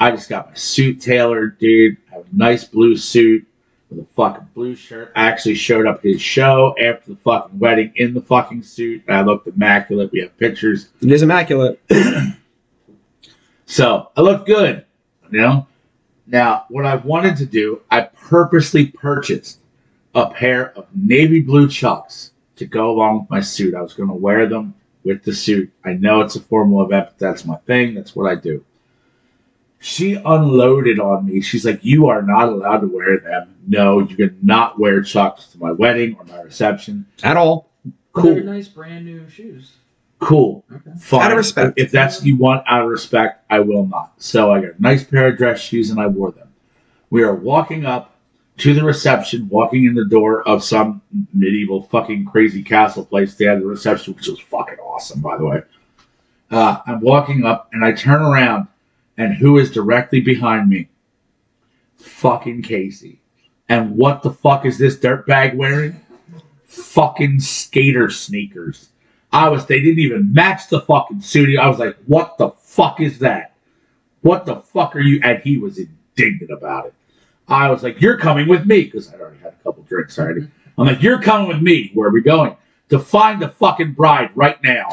I just got my suit tailored, dude. I have a nice blue suit with a fucking blue shirt. I actually showed up to his show after the fucking wedding in the fucking suit. And I looked immaculate. We have pictures.
It is immaculate.
So I look good, you know? Now, what I wanted to do, I purposely purchased a pair of navy blue chucks to go along with my suit. I was going to wear them with the suit. I know it's a formal event, but that's my thing. That's what I do. She unloaded on me. She's like, You are not allowed to wear them. No, you cannot wear chucks to my wedding or my reception.
At all.
They're
Cool.
nice, brand new shoes.
Cool.
Okay.
Fine.
Out of respect.
If that's what you want out of respect, I will not. So I got a nice pair of dress shoes and I wore them. We are walking up to the reception, walking in the door of some medieval fucking crazy castle place. They had the reception, which was fucking awesome, by the way. Uh, I'm walking up and I turn around, and who is directly behind me? Fucking Casey. And what the fuck is this dirtbag wearing? Fucking skater sneakers. I was, they didn't even match the fucking suit. I was like, what the fuck is that? What the fuck are you? And he was indignant about it. I was like, you're coming with me because I'd already had a couple drinks already. I'm like, you're coming with me. Where are we going? To find the fucking bride right now.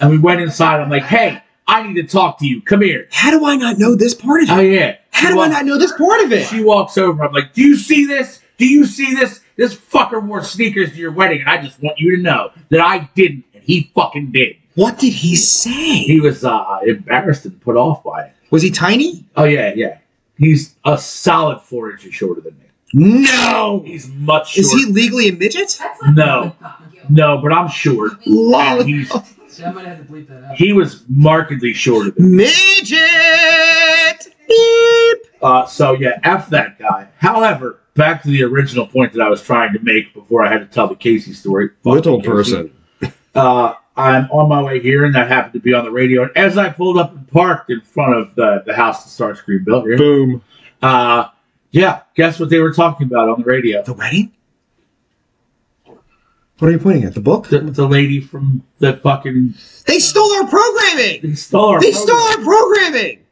and we went inside. I'm like, hey, I need to talk to you. Come here.
How do I not know this part of it?
Oh, yeah.
How
She
do I
walked-
not know this part of it?
She walks over. I'm like, do you see this? Do you see this? This fucker wore sneakers to your wedding, and I just want you to know that I didn't, and he fucking did.
What did he say?
He was uh, embarrassed and put off by it.
Was he tiny?
Oh, yeah, yeah. He's a solid four inches shorter than me.
No.
He's much shorter.
Oh. Is he legally a midget?
That's like
No. No, but I'm short.
Lol.
And he's,
See, I might have to bleep that out.
he was markedly shorter than me.
Midget. Beep.
Uh, so, yeah, F that guy. However, back to the original point that I was trying to make before I had to tell the Casey story. Fuck
Little
Casey.
person.
Uh, I'm on my way here, and that happened to be on the radio. And as I pulled up and parked in front of the, the house that Starscream built here,
Boom.
uh, yeah, guess what they were talking about on the radio?
The wedding?
What are you pointing at? The book?
The, the lady from the fucking.
They stole our programming.
They stole our.
They
program.
stole our programming.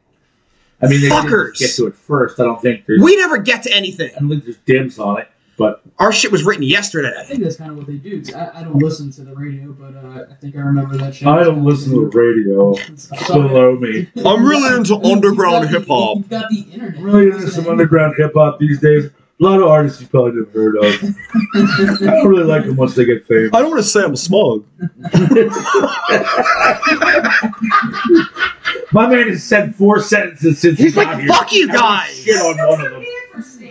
I mean, they didn't
fuckers.
get to it first. I don't think there's.
We never get to anything.
I don't think there's dibs on it, but
Our shit was written
I
yesterday.
think that's kind of what they do. 'cause I, I don't listen to the radio, but uh, I think I remember that shit.
I don't listen to the radio.
It's
It's below me.
I'm really into underground hip-hop.
You've got the internet.
Really into some underground hip hop these days. A lot of artists you probably never heard of. I don't really like them once they get famous.
I don't want to say I'm smug.
My man has said four sentences since
He's
he got
like,
here.
fuck you
I don't
guys.
Shit on one of them.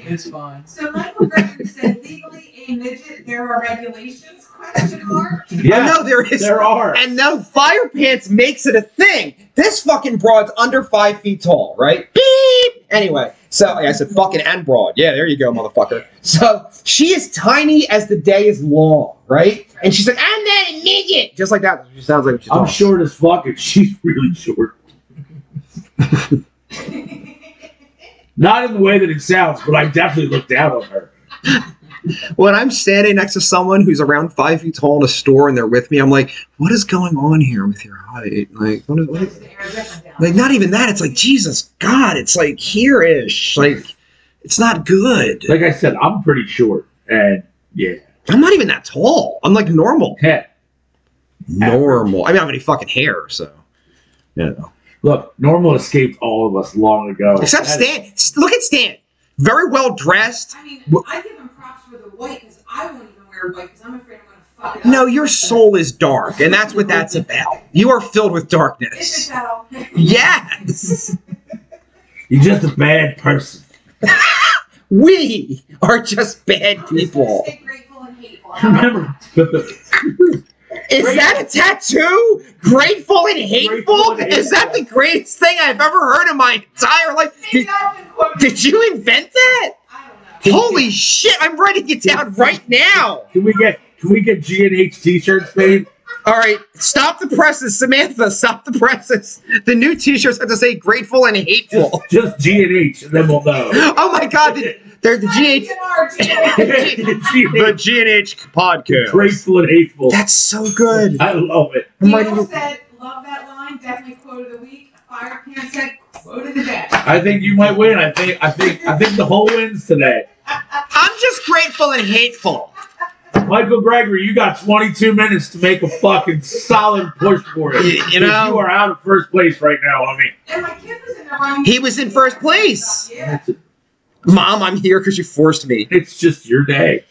It's fine.
So Michael Gregory said legally a midget, there are regulations, question mark.
I
Yeah,
know there is.
there are.
And now fire pants makes it a thing. This fucking broad's under five feet tall, right? Beep. Anyway, so like I said fucking and broad. Yeah, there you go, motherfucker. So she is tiny as the day is long, right? And she's like, I'm not a midget, just like that. She sounds like she's.
I'm short as fuck, and she's really short. Not in the way that it sounds, but I definitely looked down on her.
When I'm standing next to someone who's around five feet tall in a store and they're with me, I'm like, what is going on here with your height? Like, what is, what is like not even that. It's like Jesus God. It's like here ish. Like, it's not good.
Like I said, I'm pretty short, and yeah,
I'm not even that tall. I'm like normal.
heck,
Normal. I mean, I don't have any fucking hair, so.
Look, normal escaped all of us long ago.
Except
That-
Stan. s- Look at Stan. Very well dressed.
I mean, I give him props for the white because I won't even wear white because I'm afraid I'm going to fuck it up.
No, your soul is dark, and that's what that's about. You are filled with
If it's
darkness.
out.
Yes.
You're just a bad person.
We are just bad
I'm just gonna
people.
stay grateful and hateful.
Remember,
Is that a tattoo? Grateful and hateful? Is that the greatest thing I've ever heard in my entire life?
Maybe
Did,
I've been quoted.
did you invent that?
I don't know.
Holy shit, I'm writing it down right now.
can we get can we get G and H t-shirts made?
All right, stop the presses, Samantha. Stop the presses. The new T-shirts have to say "grateful and
Just
hateful."
just G and H, and then we'll know.
Oh my God, the- they're the GH.
GH.
G and
The
H,
GNH podcast.
grateful and hateful.
That's so good.
I love it.
I'm writing
People
it-
said, love that line, definitely quote of the week. Fire Pants said, quote of the day.
I think you might win. I think I think I think the whole wins today.
I'm just grateful and hateful.
Michael Gregory, you got 22 minutes to make a fucking solid push for it.
You- you
Because
know-
you are out of first place right now. I mean,
And my kid was in the wrong.
He was in first place.
Yeah.
Mom, I'm here because you forced me.
it's just your day.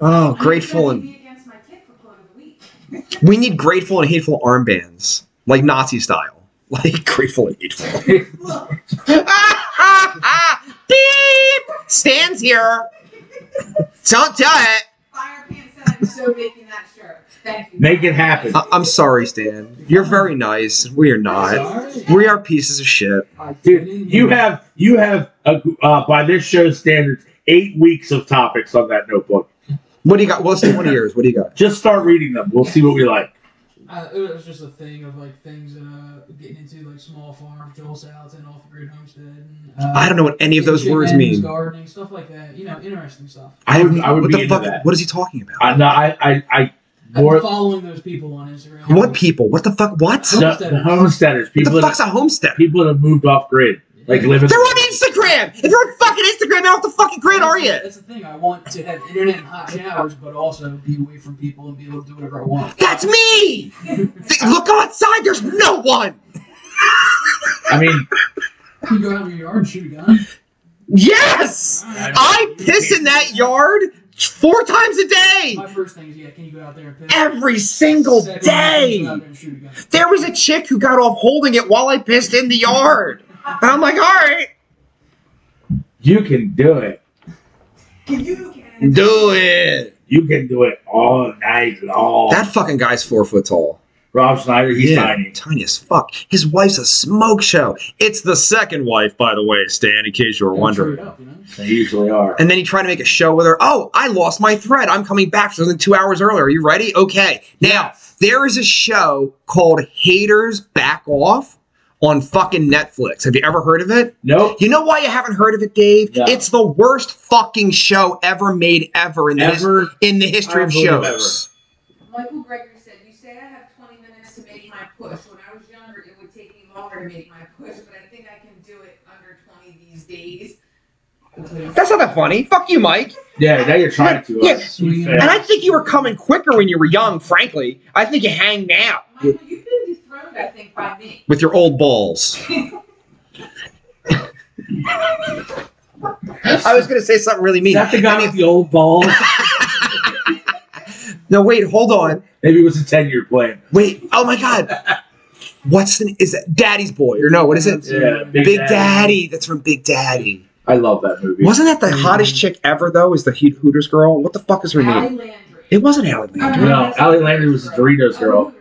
Oh, grateful
I'm gonna
and
be against my kid for quote of the week.
we need grateful and hateful armbands, like Nazi style, like grateful and hateful.
Look,
Beep. Stands here. Don't do it.
Fire Pants said, I'm so making that shirt. Thank you.
Make it happen.
I- I'm sorry, Stan. You're very nice. We are not. We are pieces of shit.
Dude, you have you have uh, uh, by this show's standards eight weeks of topics on that notebook.
What do you got? Well, it's 20 years. What do you got?
Just start reading them. We'll see what we like.
Uh, it was just a thing of like things uh, getting into like small farm, Joel Salatin, off the grid homestead. And, uh,
I don't know what any of those
chicken
words
hens,
mean.
Gardening stuff like that. You know, interesting stuff.
I
would- I would
what
be
the
into
fuck?
that.
What is he talking about?
I no, I I, I
I'm
more
following those people on Instagram.
What people? What the fuck? What?
the, the homesteaders
What
people
the
that
fuck's a homestead?
people that have moved off grid like live in
They're on Instagram. If you're on fucking Instagram, you're off the fucking grid, are you?
That's the thing. I want to have internet and hot showers, but also be away from people and be able to do whatever I want.
That's me. Th- Look outside. There's no one.
I mean,
You go out in your yard and shoot a gun.
Yes,
Alright.
I piss in that yard four times a day,
My first thing is, yeah, can you go out there and piss?
every single
Second, can you
day.
go out there and shoot a gun?
There was a chick who got off holding it while I pissed in the yard. And I'm like, all right,
you can do it.
You can.
do it.
You can do it all night long.
That fucking guy's four foot tall.
Rob Schneider, he's tiny.
tiny as fuck. His wife's a smoke show.
It's the second wife, by the way, Stan, in case you were
Don't
wondering.
shoot it up, you know?
They usually are.
And then he tried to make a show with her. Oh, I lost my thread. I'm coming back for than two hours earlier. Are you ready? Okay. Now, there is a show called Haters Back Off on fucking Netflix. Have you ever heard of it?
Nope.
You know why you haven't heard of it, Dave?
No.
It's the worst fucking show ever made ever in the, his-
Ever.
in the history of
I believe
shows.
Michael Gregory said, "You say I have 20 minutes to make my push. When I was younger, it would take me longer to make my push, but I think I can do it under 20 these days."
That's not that funny. Fuck you, Mike.
Yeah, now you're trying to.
Yeah.
us. You
Yeah.
fail.
And I think you were coming quicker when you were young, frankly. I think you hang now
Michael, you've been dethroned, I think, by me.
with your old balls. I was going to say something really
Is
mean.
that the guy
I mean,
with the old balls?
no, wait, hold on.
Maybe it was a 10 year plan.
Wait. Oh my God. What's the, is that Daddy's Boy or no? What is it?
Yeah,
Big, Daddy. That's from Big Daddy.
I love that movie.
Wasn't that the hottest chick ever though? Is the Heat Hooters girl? What the fuck is her
Allie
name?
Landry. Uh,
It wasn't Allie Landry.
No, Allie Landry was a Doritos girl.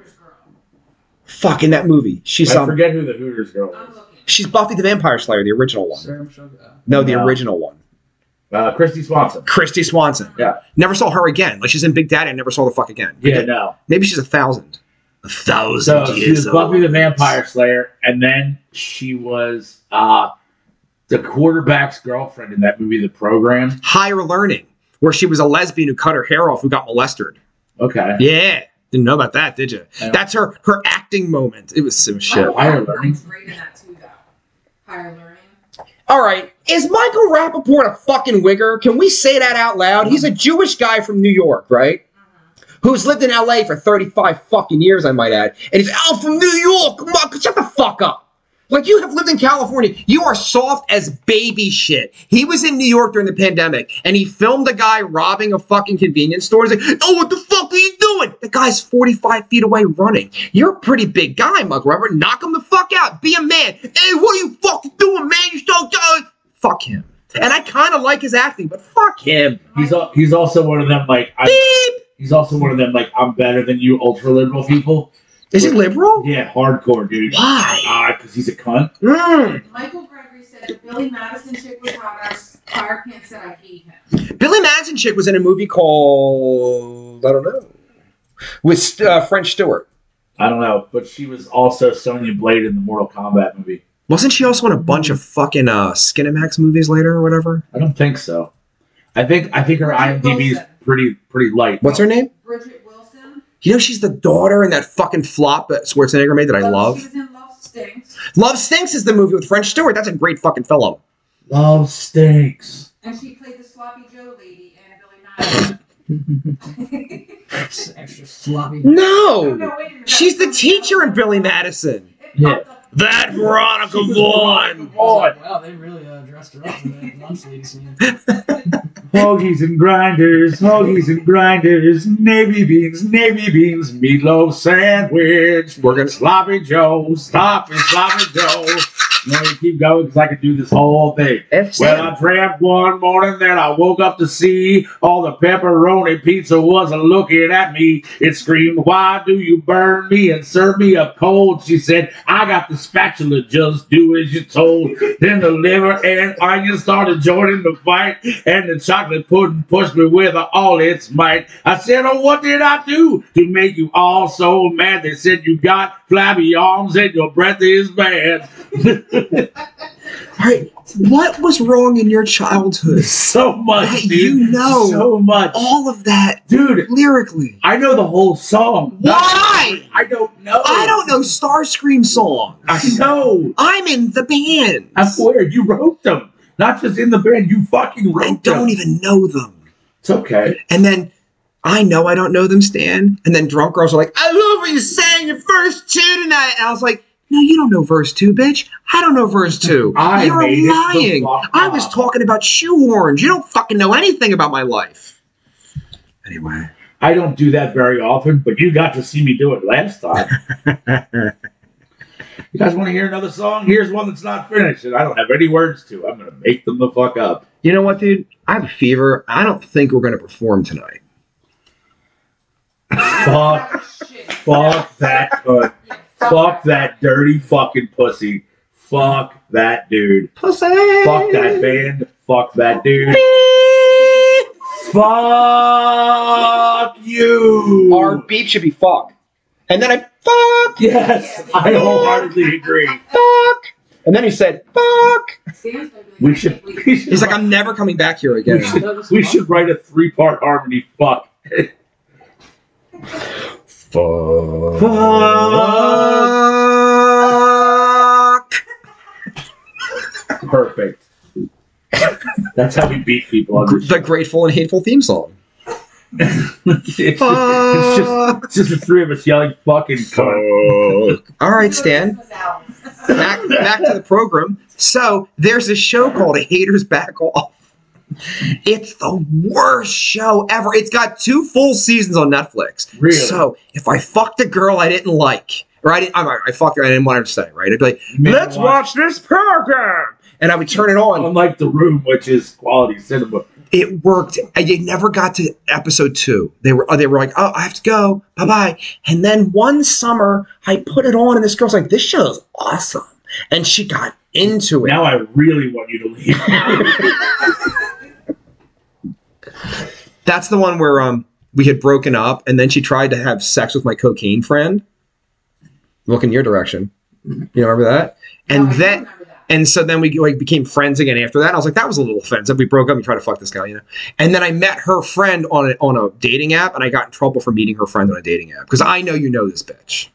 Fuck in that movie. She's
I
some.
forget who the Hooters girl
I'm
was.
looking.
She's Buffy the Vampire Slayer, the original one.
Sarah Michelle, uh,
No, the
No.
original one.
Uh, Christy Swanson.
Christy Swanson.
Yeah.
Never saw her again. Like she's in Big Daddy. I never saw her the fuck again.
Yeah, no.
Maybe she's a thousand. A thousand
So she was Buffy the Vampire Slayer, and then she was uh, the quarterback's girlfriend in that movie, The Program.
Higher learning, where she was a lesbian who cut her hair off who got molested.
Okay.
Yeah. Didn't know about that, did you?
Yeah.
That's her her acting moment. It was some shit.
Michael
Higher learning.
Rappaport's Great in that too, though. Higher learning.
All right. Is Michael Rappaport a fucking wigger? Can we say that out loud? He's a Jewish guy from New York, right?
Uh-huh.
Who's lived in LA for 35 fucking years, I might add. And he's out from New York. Come on, Shut the fuck up. Like you have lived in California. You are soft as baby shit. He was in New York during the pandemic and he filmed a guy robbing a fucking convenience store. He's like, oh, what the fuck are you doing? The guy's 45 feet away running. You're a pretty big guy, Mug Robert. Knock him the fuck out. Be a man. Hey, what are you fucking doing, man? You so good. Fuck him. And I kind of like his acting, but fuck him.
He's al- he's also one of them like I,
Beep.
he's also one of them like I'm better than you ultra liberal people.
Is he liberal?
Yeah, hardcore dude.
Why?
Ah, because he's a cunt.
Mm.
Michael Gregory said the Billy Madison chick was hot. Our fire pants said I hate him.
Billy Madison chick was in a movie called I don't know with uh, French Stewart.
I don't know, but she was also Sonya Blade in the Mortal Kombat movie.
Wasn't she also in a bunch of fucking uh, Skinemax movies later or whatever?
I don't think so. I think I think her IMDb is pretty pretty light.
What's her name?
Bridget Wilson.
You know she's the daughter in that fucking flop that Schwarzenegger made that I
Oh,
love.
She was in Love Stinks,
Love Stinks is the movie with French Stewart. That's a great fucking film.
Love stinks.
and she played the sloppy Joe lady in Billy Madison.
it's uh, extra sloppy.
Oh,
No,
no, wait a minute.
she's the teacher in Billy Madison.
It popped
Yeah.
up.
That Veronica
Oh,
Vaughn.
Wow, they really uh, dressed her up for that lunch lady scene.
Hoagies and grinders, hoagies and grinders, navy beans, navy beans, meatloaf sandwich.
We're gonna-
sloppy Joe, sloppy sloppy Joe, You want me to keep going? Because I could do this whole thing.
F
Well, I dreamt one morning that I woke up to see all the pepperoni pizza wasn't looking at me. It screamed, Why do you burn me and serve me up cold? She said, I got the spatula, just do as you're told. then the liver and onion started joining the fight, and the chocolate pudding pushed me with all its might. I said, Oh, what did I do to make you all so mad? They said, You got flabby arms and your breath is bad.
All right, what was wrong in your childhood?
so much,
Hey,
dude.
you know.
So much.
All of that
Dude,
lyrically.
I know the whole song.
Why?
I don't know.
I don't know Starscream song.
I know.
I'm in the band.
I swear, you wrote them. Not just in the band, you fucking wrote
I
them.
don't even know them.
It's okay.
And then I know I don't know them, Stan. And then drunk girls are like, I love what you sang in verse two tonight. And I was like, No, you don't know verse two, bitch. I don't know verse two.
I
You're
made it the
lying.
fuck
I was
up.
talking about shoehorns. You don't fucking know anything about my life. Anyway.
I don't do that very often, but you got to see me do it last time. you guys want to hear another song? Here's one that's not finished, and I don't have any words to. I'm gonna make them the fuck up.
You know what, dude? I have a fever. I don't think we're gonna perform tonight.
Fuck.
Shit.
Fuck that hood.
Yeah,
Fuck that dirty fucking pussy. Fuck that dude.
Pussy.
Fuck that band. Fuck that dude. Fuck you.
Our beat should be fuck. And then I fuck,
yes, I wholeheartedly agree.
fuck. And then he said, fuck.
Sam's gonna be like,
We should. We should
He's like, I'm never coming back here again.
We should, we should write a three-part harmony. Fuck.
Fuck.
Fuck. Perfect. That's how we beat people. On this
The grateful and hateful theme song.
show. it's, just, it's just it's just the three of us yelling "fucking cunt."
All right,
"This
Stan.
was out."
Back back to the program. So there's a show called Haters Back Off. It's the worst show ever. It's got two full seasons on Netflix.
Really?
So if I fucked a girl I didn't like, or I didn't, I'm, I fucked her, I didn't want her to say, right? I'd be like,
Man,
let's watch this program, and I would turn it on.
Unlike the room, which is quality cinema.
it worked. I it never got to episode two. They were they were like, oh, I have to go, bye bye. And then one summer, I put it on, and this girl's like, this show is awesome, and she got into it.
Now I really want you to leave.
That's the one where um we had broken up, and then she tried to have sex with my cocaine friend. Look in your direction. You remember that? And
No, Oh, I do
then
remember that.
And so then we like became friends again after that. And I was like, that was a little offensive. We broke up and tried to fuck this guy, you know. And then I met her friend on a, on a dating app, and I got in trouble for meeting her friend on a dating app because I know you know this bitch.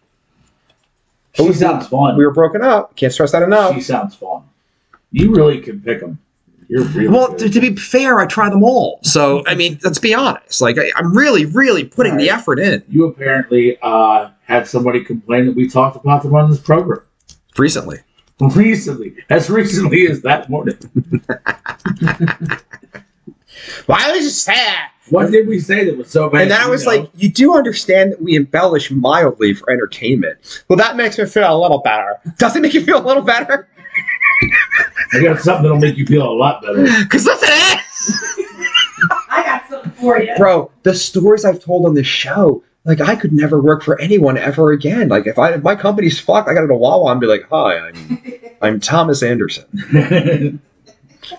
she sounds fun.
We were broken up. Can't stress that enough.
She sounds fun. You really can pick them. You're really
well, to,
good.
to be fair, I try them all. So I mean, let's be honest. Like I, I'm really, really putting the
All right.
effort in
you apparently uh, had somebody complain that we talked about them on this program
recently.
recently, as recently as that morning.
Why was you sad?
What did we say that was so bad?
And then I
You
was
know?
like, you do understand that we embellish mildly for entertainment. Well, that makes me feel a little better. Does it make you feel a little better?
I got something that'll make you feel a lot better.
Because listen to this.
I got something for you.
bro the stories i've told on this show like i could never work for anyone ever again like if i if my company's fucked i gotta go to wawa and be like hi i'm i'm thomas anderson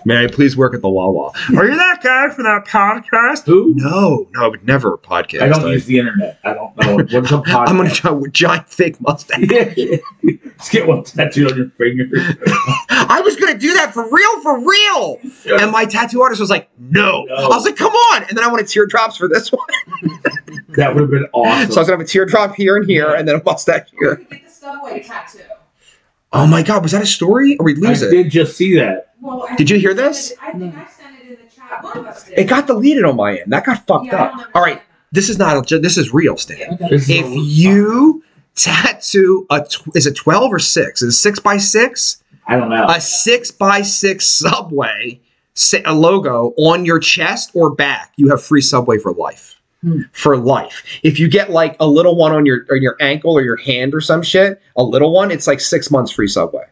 may i please work at the wawa are you that guy for that podcast
Who?
no no i would never podcast
I don't use the internet. I don't know. What's a podcast?
am gonna try with giant fake mustache
Just get one tattooed on your finger.
i was gonna do that for real for real and my tattoo artist was like no,
No.
i was like come on and then i wanted teardrops for this one
that would have been awesome.
so i was gonna have a teardrop here and here and then a mustache
We
here
could get the subway tattoo.
oh my god was that a story or we
I
lose it
did just see that.
Well, I
Did you
think
hear
I sent
this?
it- I think I sent it in the chat. One of us did.
It got deleted on my end. That got fucked
Yeah, I don't
up. All right,
understand
this is not. A, this is real, Stan.
Okay.
This is
If
a-
you tattoo a tw- is it twelve or six? Is it six by six?
I don't know.
A six by six subway sa- a logo on your chest or back, you have free subway for life.
Hmm.
For life. If you get like a little one on your on your ankle or your hand or some shit, a little one, it's like six months free subway.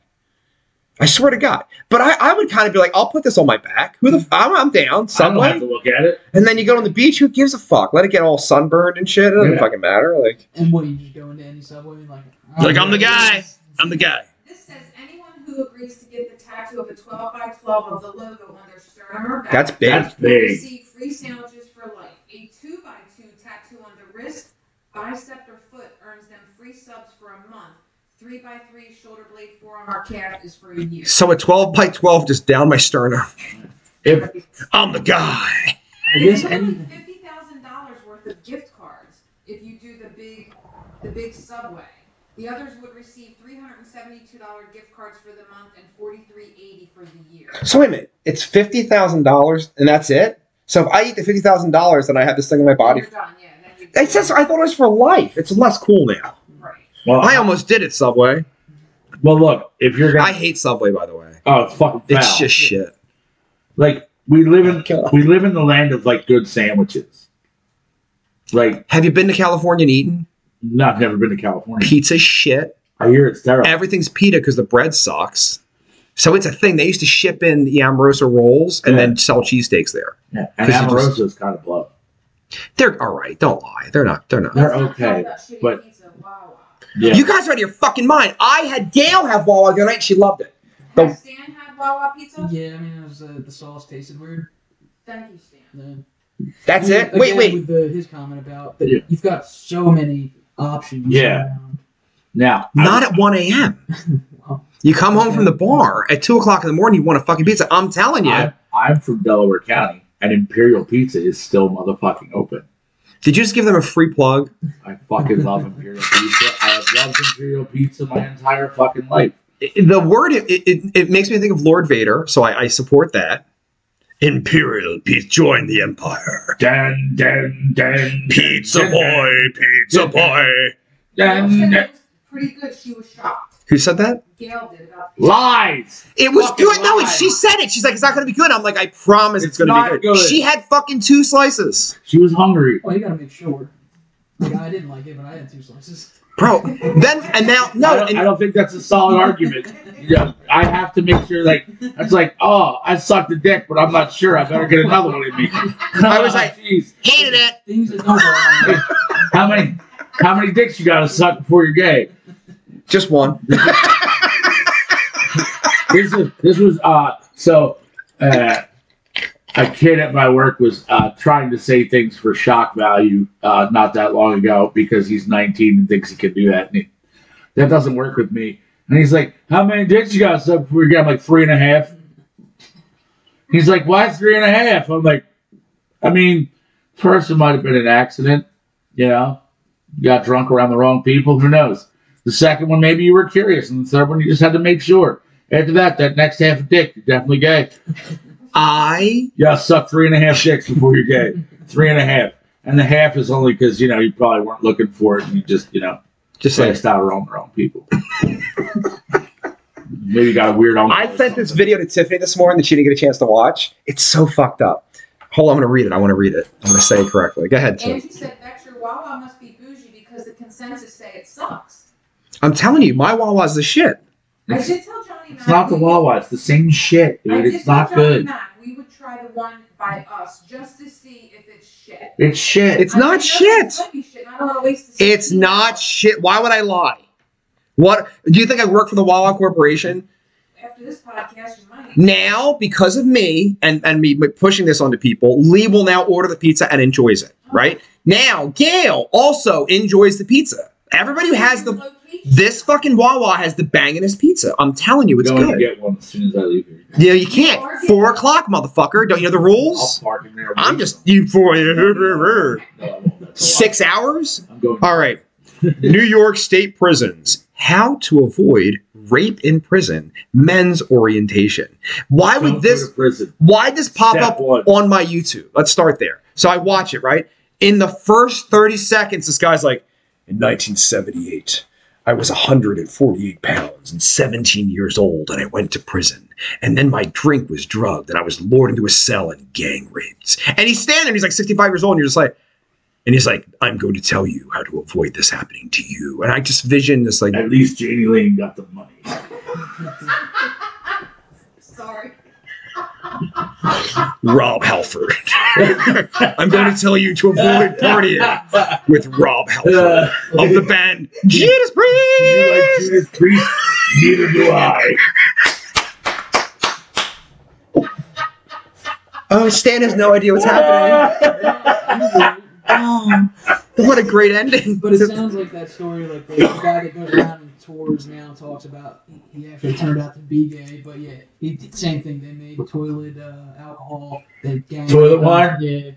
I swear to God. But I, I would kind of be like, I'll put this on my back. Who the f- I'm, I'm down
I don't have
somewhere.
to look at it.
And then you go on the beach. Who gives a fuck? Let it get all sunburned and shit. It doesn't
Yeah.
fucking matter. Like
And what you just go into any subway and like
Like, I'm the guy. I'm the guy.
This says anyone who agrees to get the tattoo of a 12 by 12 of the logo on their sternum or back
that's big.
That's
will
big.
receive free sandwiches for life. A 2 by 2 tattoo on the wrist, bicep, or foot earns them free subs for a month. 3 by 3 shoulder blade, forearm, or calf is for a year.
so a 12 by 12 just down my sternum.
If
I'm the guy.
I guess
Minimum
anything.
fifty thousand dollars worth of gift cards if you do the big, the big subway. The others would receive three hundred and seventy-two dollar gift cards for the month and forty-three eighty for the year.
So wait a minute. It's fifty thousand dollars, and that's it. So if I eat the fifty thousand dollars, then I have this thing in my body.
You're done, yeah. then you-
It says I thought it was for life. It's less cool now.
Right.
well,
I almost did it, Subway.
well, look, if you're gonna,
I hate Subway, by the way.
oh, it's fucking foul.
It's just shit. Oh,
like we live in we live in the land of like good sandwiches. Like,
Have you been to California and eaten
no, I've never been to California.
pizza shit?
I hear it's terrible.
Everything's pita because the bread sucks. So it's a thing. They used to ship in the Amorosa rolls and then sell cheesesteaks there.
Yeah,
'Cause
and
it just-
Amorosa is kind of blow.
They're all right. Don't lie. They're not. They're not.
They're
Let's not talk
okay,
about shitty
but-
pizza, Wawa.
Yeah,
You guys are out of your fucking mind. I had Gail have Wawa the other night. She loved it. The-
Has Stan had Wawa pizza?
Yeah, I mean, it was, uh, the sauce tasted weird.
Thank you, Stan.
Yeah.
That's
I mean,
it. Wait,
again,
wait.
With the, his comment about that
Yeah.
you've got so many options.
Yeah.
around.
now I-
Not at 1 a.m.
Well,
You come home from the bar at 2 o'clock in the morning, you want a fucking pizza. I'm telling you.
I'm, I'm from Delaware County, and Imperial Pizza is still motherfucking open.
Did you just give them a free plug?
I fucking love Imperial Pizza. I have loved Imperial Pizza my entire fucking life.
I- The word, it, it, it makes me think of Lord Vader, so I, I support that.
Imperial Pete, join the Empire.
Dun, dun, dun,
Pizza
dun,
boy, pizza boy.
Gail
Dun,
said
dun,
it was pretty good. She was shocked.
Who said that?
Gail did about the
Lies!
It was
Fucking
good. No, it,
lies.
she said it. She's like, it's not going to be good. I'm like, I promise it's,
It's
going to
not
be good.
good.
She had fucking two slices.
She was hungry.
Well, you gotta make sure. Like, I didn't like it, but I had two slices.
Bro, then, and now,
I,
no,
don't,
and
I don't think that's a solid argument. Yeah, I have to make sure, like, that's like, oh, I sucked a dick, but I'm not sure. I better get another one in me. I
was like-
jeez,
hated it.
Things that don't go wrong.
how many, how many dicks you gotta suck before you're gay?
Just one.
this is this was uh so uh a kid at my work was uh trying to say things for shock value uh not that long ago because he's 19 and thinks he can do that and he, that doesn't work with me and he's like how many dicks you got so before you got I'm like three and a half he's like why three and a half i'm like i mean first it might have been an accident you know you got drunk around the wrong people who knows the second one maybe you were curious and the third one you just had to make sure after that, that next half a dick, you're definitely gay.
I
You gotta suck three and a half dicks before you're gay. Three and a half. And the half is only because, you know, you probably weren't looking for it and you just, you know,
just like
passed out around the wrong people. Maybe you got a weird uncle.
I
or
sent this
something.
video to Tiffany this morning that she didn't get a chance to watch. It's so fucked up. Hold on, I'm gonna read it. I want to read it. I'm gonna say it correctly. Go ahead, Tim.
Angie said, "Bet your Wawa must be bougie because the consensus say it sucks."
I'm telling you, my Wawa's the shit.
I did tell Johnny.
It's not the Wawa. It's the same shit,
I
dude.
did
It's
tell
not
Johnny
good.
Mac we would try the one by us just to see if it's shit.
It's shit.
It's not
I know
shit.
It could be shit. and I don't want to waste. the
It's not shit. Why would I lie? What do you think I work for the Wawa Corporation
After this podcast, you might.
now because of me and and me pushing this onto people? Lee will now order the pizza and enjoys it. Right now, Gail also enjoys the pizza. Everybody who has the
Location.
this fucking Wawa has the banginest pizza. I'm telling you, it's
going
good.
to get one as soon as I leave here.
Yeah, you can't. Four o'clock, motherfucker. Don't you know the
I'll
rules?
park in there.
I'm just you for
No, I won't. That's a
six hours.
lie. I'm going.
All right. New York State prisons. How to avoid rape in prison. Men's orientation. Why
Don't go
would this?
to prison.
Why this pop
Step
up
one.
on my YouTube? Let's start there. So I watch it right. In the first thirty seconds, this guy's like, "In 1978, I was 148 pounds and 17 years old, and I went to prison. And then my drink was drugged, and I was lured into a cell and gang raped." And he's standing, there, he's like 65 years old, and you're just like. And he's like, I'm going to tell you how to avoid this happening to you. And I just vision this like
At least Janie Lane got the money.
Rob Halford. I'm going to tell you to avoid partying with Rob Halford of the band Judas
Do Uh, you like
Priest.
Judas Priest? Neither do I.
Oh, Stan has no idea what's happening.
Uh,
Oh, what a great ending.
But it sounds like that story, like the guy that goes around and tours now talks about he actually turned out to be gay, but yeah, he did same thing. They made toilet uh, alcohol, they gang
Toilet wine?
yeah,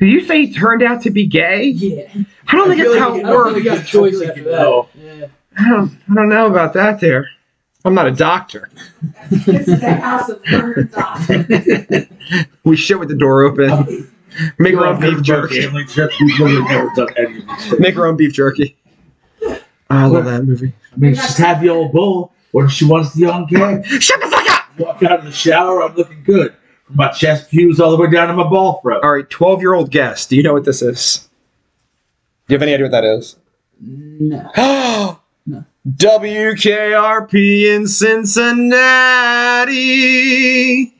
Did you say he turned out to be gay?
yeah.
I don't think
I
that's
feel
how
like
it
it- I don't
works.
think-
got a choice after that.
No.
Yeah.
I don't, I don't know about that there. I'm not a doctor.
This is the house of learned doctrine.
We shit with the door open. Make our own beef jerky.
Family trips. We've literally never done any of these things.
Make our own beef jerky. I love that movie.
I mean, she's had the old bull. What if she wants the young gay?
Shut the fuck up!
Walk out in the shower. I'm looking good. From my chest cues all the way down to my ball throat.
All right, 12 year old guest. Do you know what this is? Do you have any idea what that is?
No.
Oh,
No.
WKRP in Cincinnati.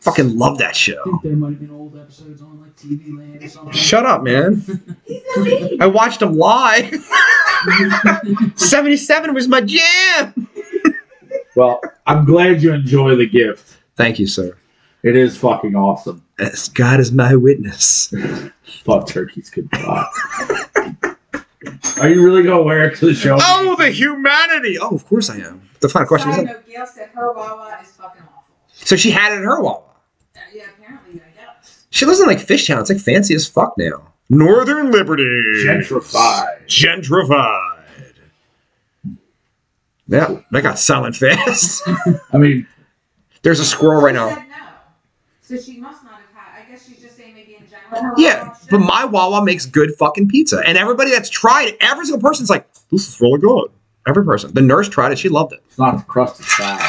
Fucking love that
I
show.
think there might have been old episodes on like TV Land or something.
Shut up, man.
He's a lead.
I watched them live. 77 was my jam.
Well, I'm glad you enjoy the gift.
Thank you, sir.
It is fucking awesome.
As God is my witness.
Thought turkeys could fly. Are you really gonna wear it to the show?
Oh, the humanity. Oh, of course I am. The final question is
Side
that.
note, Gail said her Wawa is fucking awful.
So she had it in her Wawa.
Yeah, apparently, I guess.
She lives in like Fishtown. It's like fancy as fuck now. Northern Liberty.
Gentrified.
Gentrified. Yeah, that got silent fast.
I mean,
There's a squirrel right
She
now.
said no. So she must not have had. I guess she's just saying maybe in general. her
Yeah,
Wawa
but
should-
my Wawa makes good fucking pizza. And everybody that's tried it, every single person's like, this is really good. Every person. The nurse tried it. She loved it.
it's not the crust is foul. The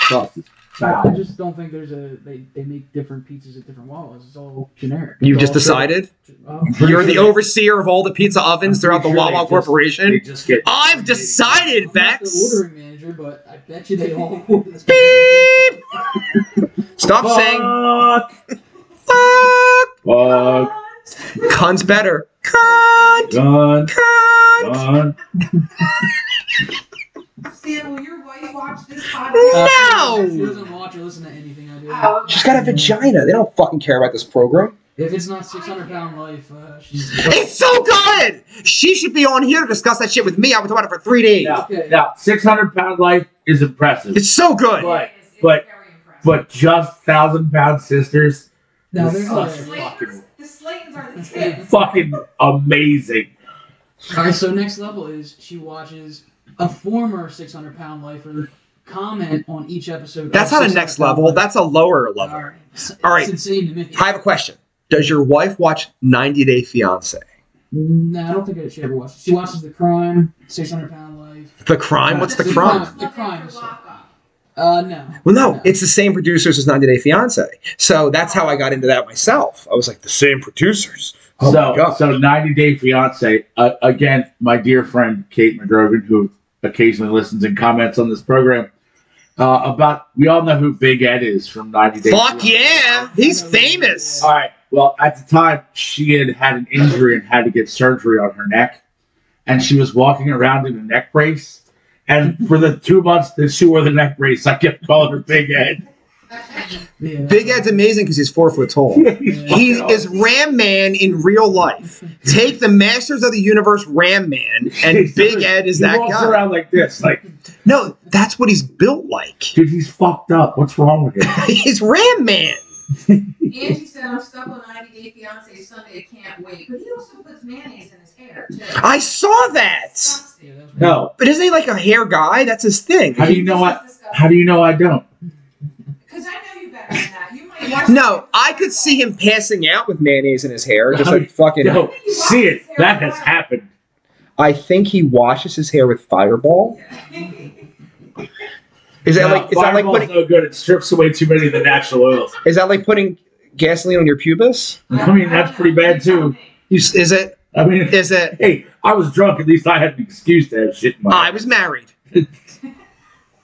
crust is
I
foul.
just don't think there's a they, they make different pizzas at different Wawas. It's all generic.
You
It's
just
all shit.
decided?
Oh,
Pretty
You're the
sure-
overseer of all the pizza ovens throughout the
Pretty sure they
Wawa
just- They
Corporation.
just get.
I've
I'm
decided,
not the
Bex.
ordering manager, but I bet you they all order this.
Beep. Stop saying
Fuck.
fuck.
Fuck.
Cun's better. Cunt.
Gun.
Cunt.
Gun.
Stan, will your wife watch this
No.
podcast?
She doesn't watch or listen to anything I do.
Oh, okay.
She's got a vagina. They don't fucking care about this program.
If it's not 600 pound life, uh, she's.
It's so good. She should be on here to discuss that shit with me. I was about it for three days.
Now,
Okay.
now, 600 pound life is impressive,
It's so good.
But-
It is. It's
but-
very impressive.
but just thousand pound sisters
No,
This
they're
sucks.
not.
Slaytons, the Slaytons are the kids.
fucking amazing.
Alright, so next level is she watches a former 600 pound lifer comment on each episode.
That's
of
not a
600
next
pound
level.
life.
That's a lower level.
Alright. It's,
Alright.
insane to me.
I have a question. Does your wife watch 90 Day Fiance?
No, I don't think I- she ever watched it. She watches The Crime, 600 pound life.
The crime? What's the
It's
crime?
The crime is-
Lock-up.
Uh, no.
Well, no, it's the same producers as 90 Day Fiance. So that's how I got into that myself. I was like, the same producers. Oh my
so,
God.
so 90 Day Fiance, uh, again, my dear friend Kate McGrogan, who occasionally listens and comments on this program, uh, about we all know who Big Ed is from 90 Day
Fuck
Fiancé.
yeah. He's famous.
All right. Well, at the time, she had had an injury and had to get surgery on her neck, and she was walking around in a neck brace. And for the two months that she wore the neck brace, I kept calling her Big Ed.
Yeah.
Big Ed's amazing because he's four foot tall.
He's
He
fucking
is Ram Man in real life. Take the Masters of the Universe Ram Man, and
He's-
Big Ed is
he
that
walks
guy.
around like this, like
No, that's what he's built like.
dude, he's fucked up. What's wrong with him?
He's Ram Man.
Angie said, I'm stuck on 90 Day Fiance Sunday. Can't wait. But he also puts mayonnaise in his hair, too.
I saw that.
Yeah,
Disgusting.
that was-
No,
But isn't he like a hair guy? That's his thing.
How do you know what- how do you know I don't?
Because I know you better than that. You might watch
No, I could see him passing out with mayonnaise in his hair, just like fucking.
No, see it. That has happened.
I think he washes his hair with Fireball. Is that
No,
like is that like
Uh, Fireball's
putting
no good. It strips away too many of the natural oils.
is that like putting gasoline on your pubis?
I mean, that's pretty bad too.
You, s- is it
I mean,
is it?
hey, I was drunk. At least I had an excuse to have shit in my.
I was married.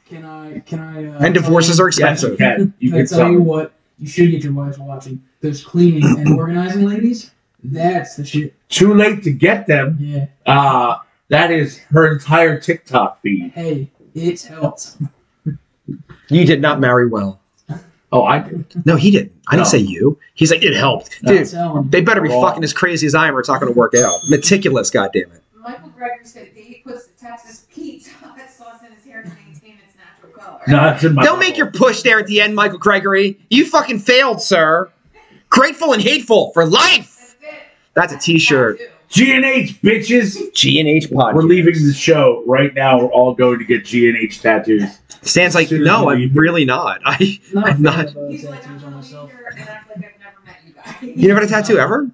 Can I? Can I? Uh,
And divorces are
Yes, you
expensive.
can. You
I
can
tell
tell.
you
me.
what, you should get your wives watching those cleaning and organizing ladies. That's the shit.
Too late to get them.
Yeah.
Uh, that is her entire TikTok feed.
Hey, it's helped.
You did not marry well.
Oh, I did.
No, he didn't. I didn't
No.
say you. He's like, it helped.
I'm
Dude,
telling you.
they better be
Wrong.
fucking as crazy as I am or it's not going to work out. Meticulous, goddammit.
Michael Gregory said that he puts the Texas pizza sauce in his hair to maintain its natural color.
No, it's in my.
Don't make your push there at the end, Michael Gregory. You fucking failed, sir. Grateful and hateful for life.
That's it.
That's a t-shirt.
G and H bitches.
G and H podcast.
We're leaving the show right now. We're all going to get G and H tattoos.
Stan's like, no, I'm really not. I
No,
I'm
I
not.
have, uh,
He's like, I'm
tattoos on
gonna leave
myself.
here and act like I've never met you guys.
you never had a tattoo ever?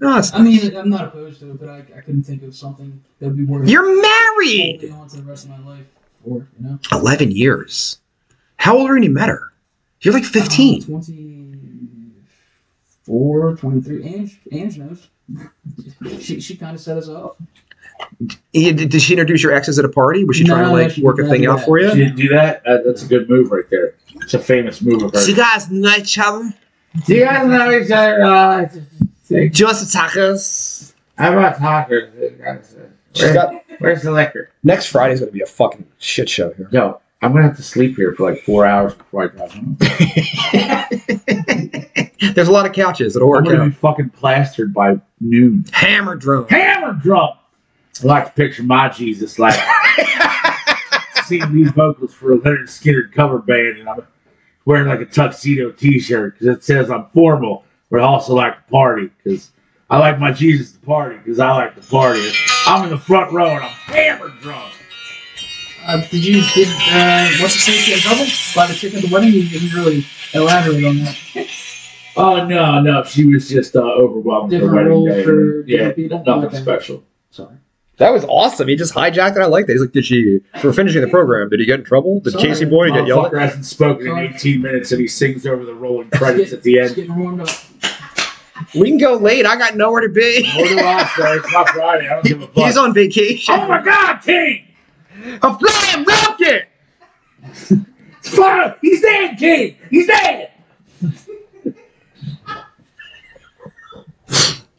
No, it's,
I mean, I'm not opposed to it, but I, I couldn't think of something that would be worth
you're
holding
married.
on to the rest of my life for, you know?
Eleven years. How old are you when you met her? You're like fifteen.
Uh, 24, 23. Ange, Ange knows. she she kind of set us up.
Yeah, did, did she introduce your exes at a party? Was she
No,
trying to like
she
work a
did
thing
not
out
do
for
She
you?
didn't do that. Uh, that's a good move right there. It's a famous move of hers.
guys know each other?
Do you guys know each other? Uh,
Do you want some tacos?
how about talkers?
She's got
where's the liquor?
next Friday's gonna be a fucking shit show here.
Yo, I'm gonna have to sleep here for like four hours before I drive home.
There's a lot of couches at
I'm
Oregon.
gonna be fucking plastered by noon.
Hammer drone.
Hammer drum. I like to picture my Jesus like singing these vocals for a Leonard Skinner cover band, and I'm wearing like a tuxedo T-shirt because it says I'm formal, but I also like to party because I like my Jesus to party because I like to party. I'm in the front row and I'm hammer drunk.
Uh, did you did uh, what's the safety in trouble by the chick at the wedding? You didn't really elaborate on that.
Oh no, no, she was just uh, overwhelmed with the
Different
wedding
role
day.
for
yeah,
different people?
nothing
Okay.
special.
Sorry.
That was awesome. He just hijacked it. I like that. He's like, did she? So we're finishing the program. Did he get in trouble? Did
Sorry,
Casey Boy get yelled
Motherfucker hasn't spoken in
Sorry.
18 minutes, and he sings over the rolling credits at the
Just
end.
getting warmed up.
at? We can go late. I got nowhere to be.
What do I say? It's not Friday. I don't give a fuck.
He's on vacation.
Oh my God, King!
A flying rocket.
Fire! He's dead, King! He's dead!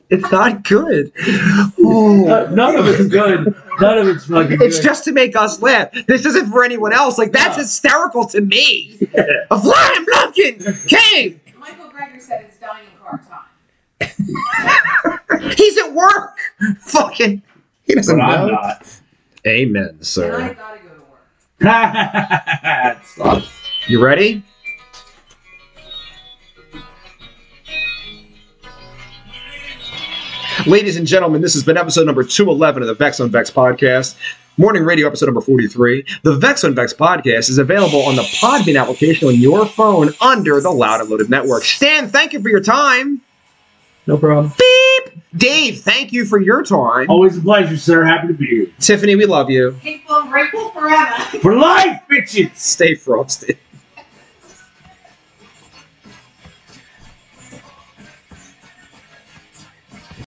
It's not good. Oh.
Uh, none of it's good. None of it's fucking
It's
good.
just to make us laugh. This isn't for anyone else. Like that's
No.
hysterical to me. A flying pumpkin king.
Michael Gregory said it's dining car time.
He's at work. Fucking. He doesn't
but I'm
know.
not.
Amen,
And I
sir.
gotta go to work.
It sucks.
You ready? Ladies and gentlemen, this has been episode number 211 of the Vex on Vex podcast. Morning radio episode number 43. The Vex on Vex podcast is available on the Podbean application on your phone under the Loud and Loaded Network. Stan, thank you for your time.
No problem.
Beep! Dave, thank you for your time.
Always a pleasure, sir. Happy to be here.
Tiffany, we love you.
Hateful and grateful forever.
For life, bitches!
Stay frosty.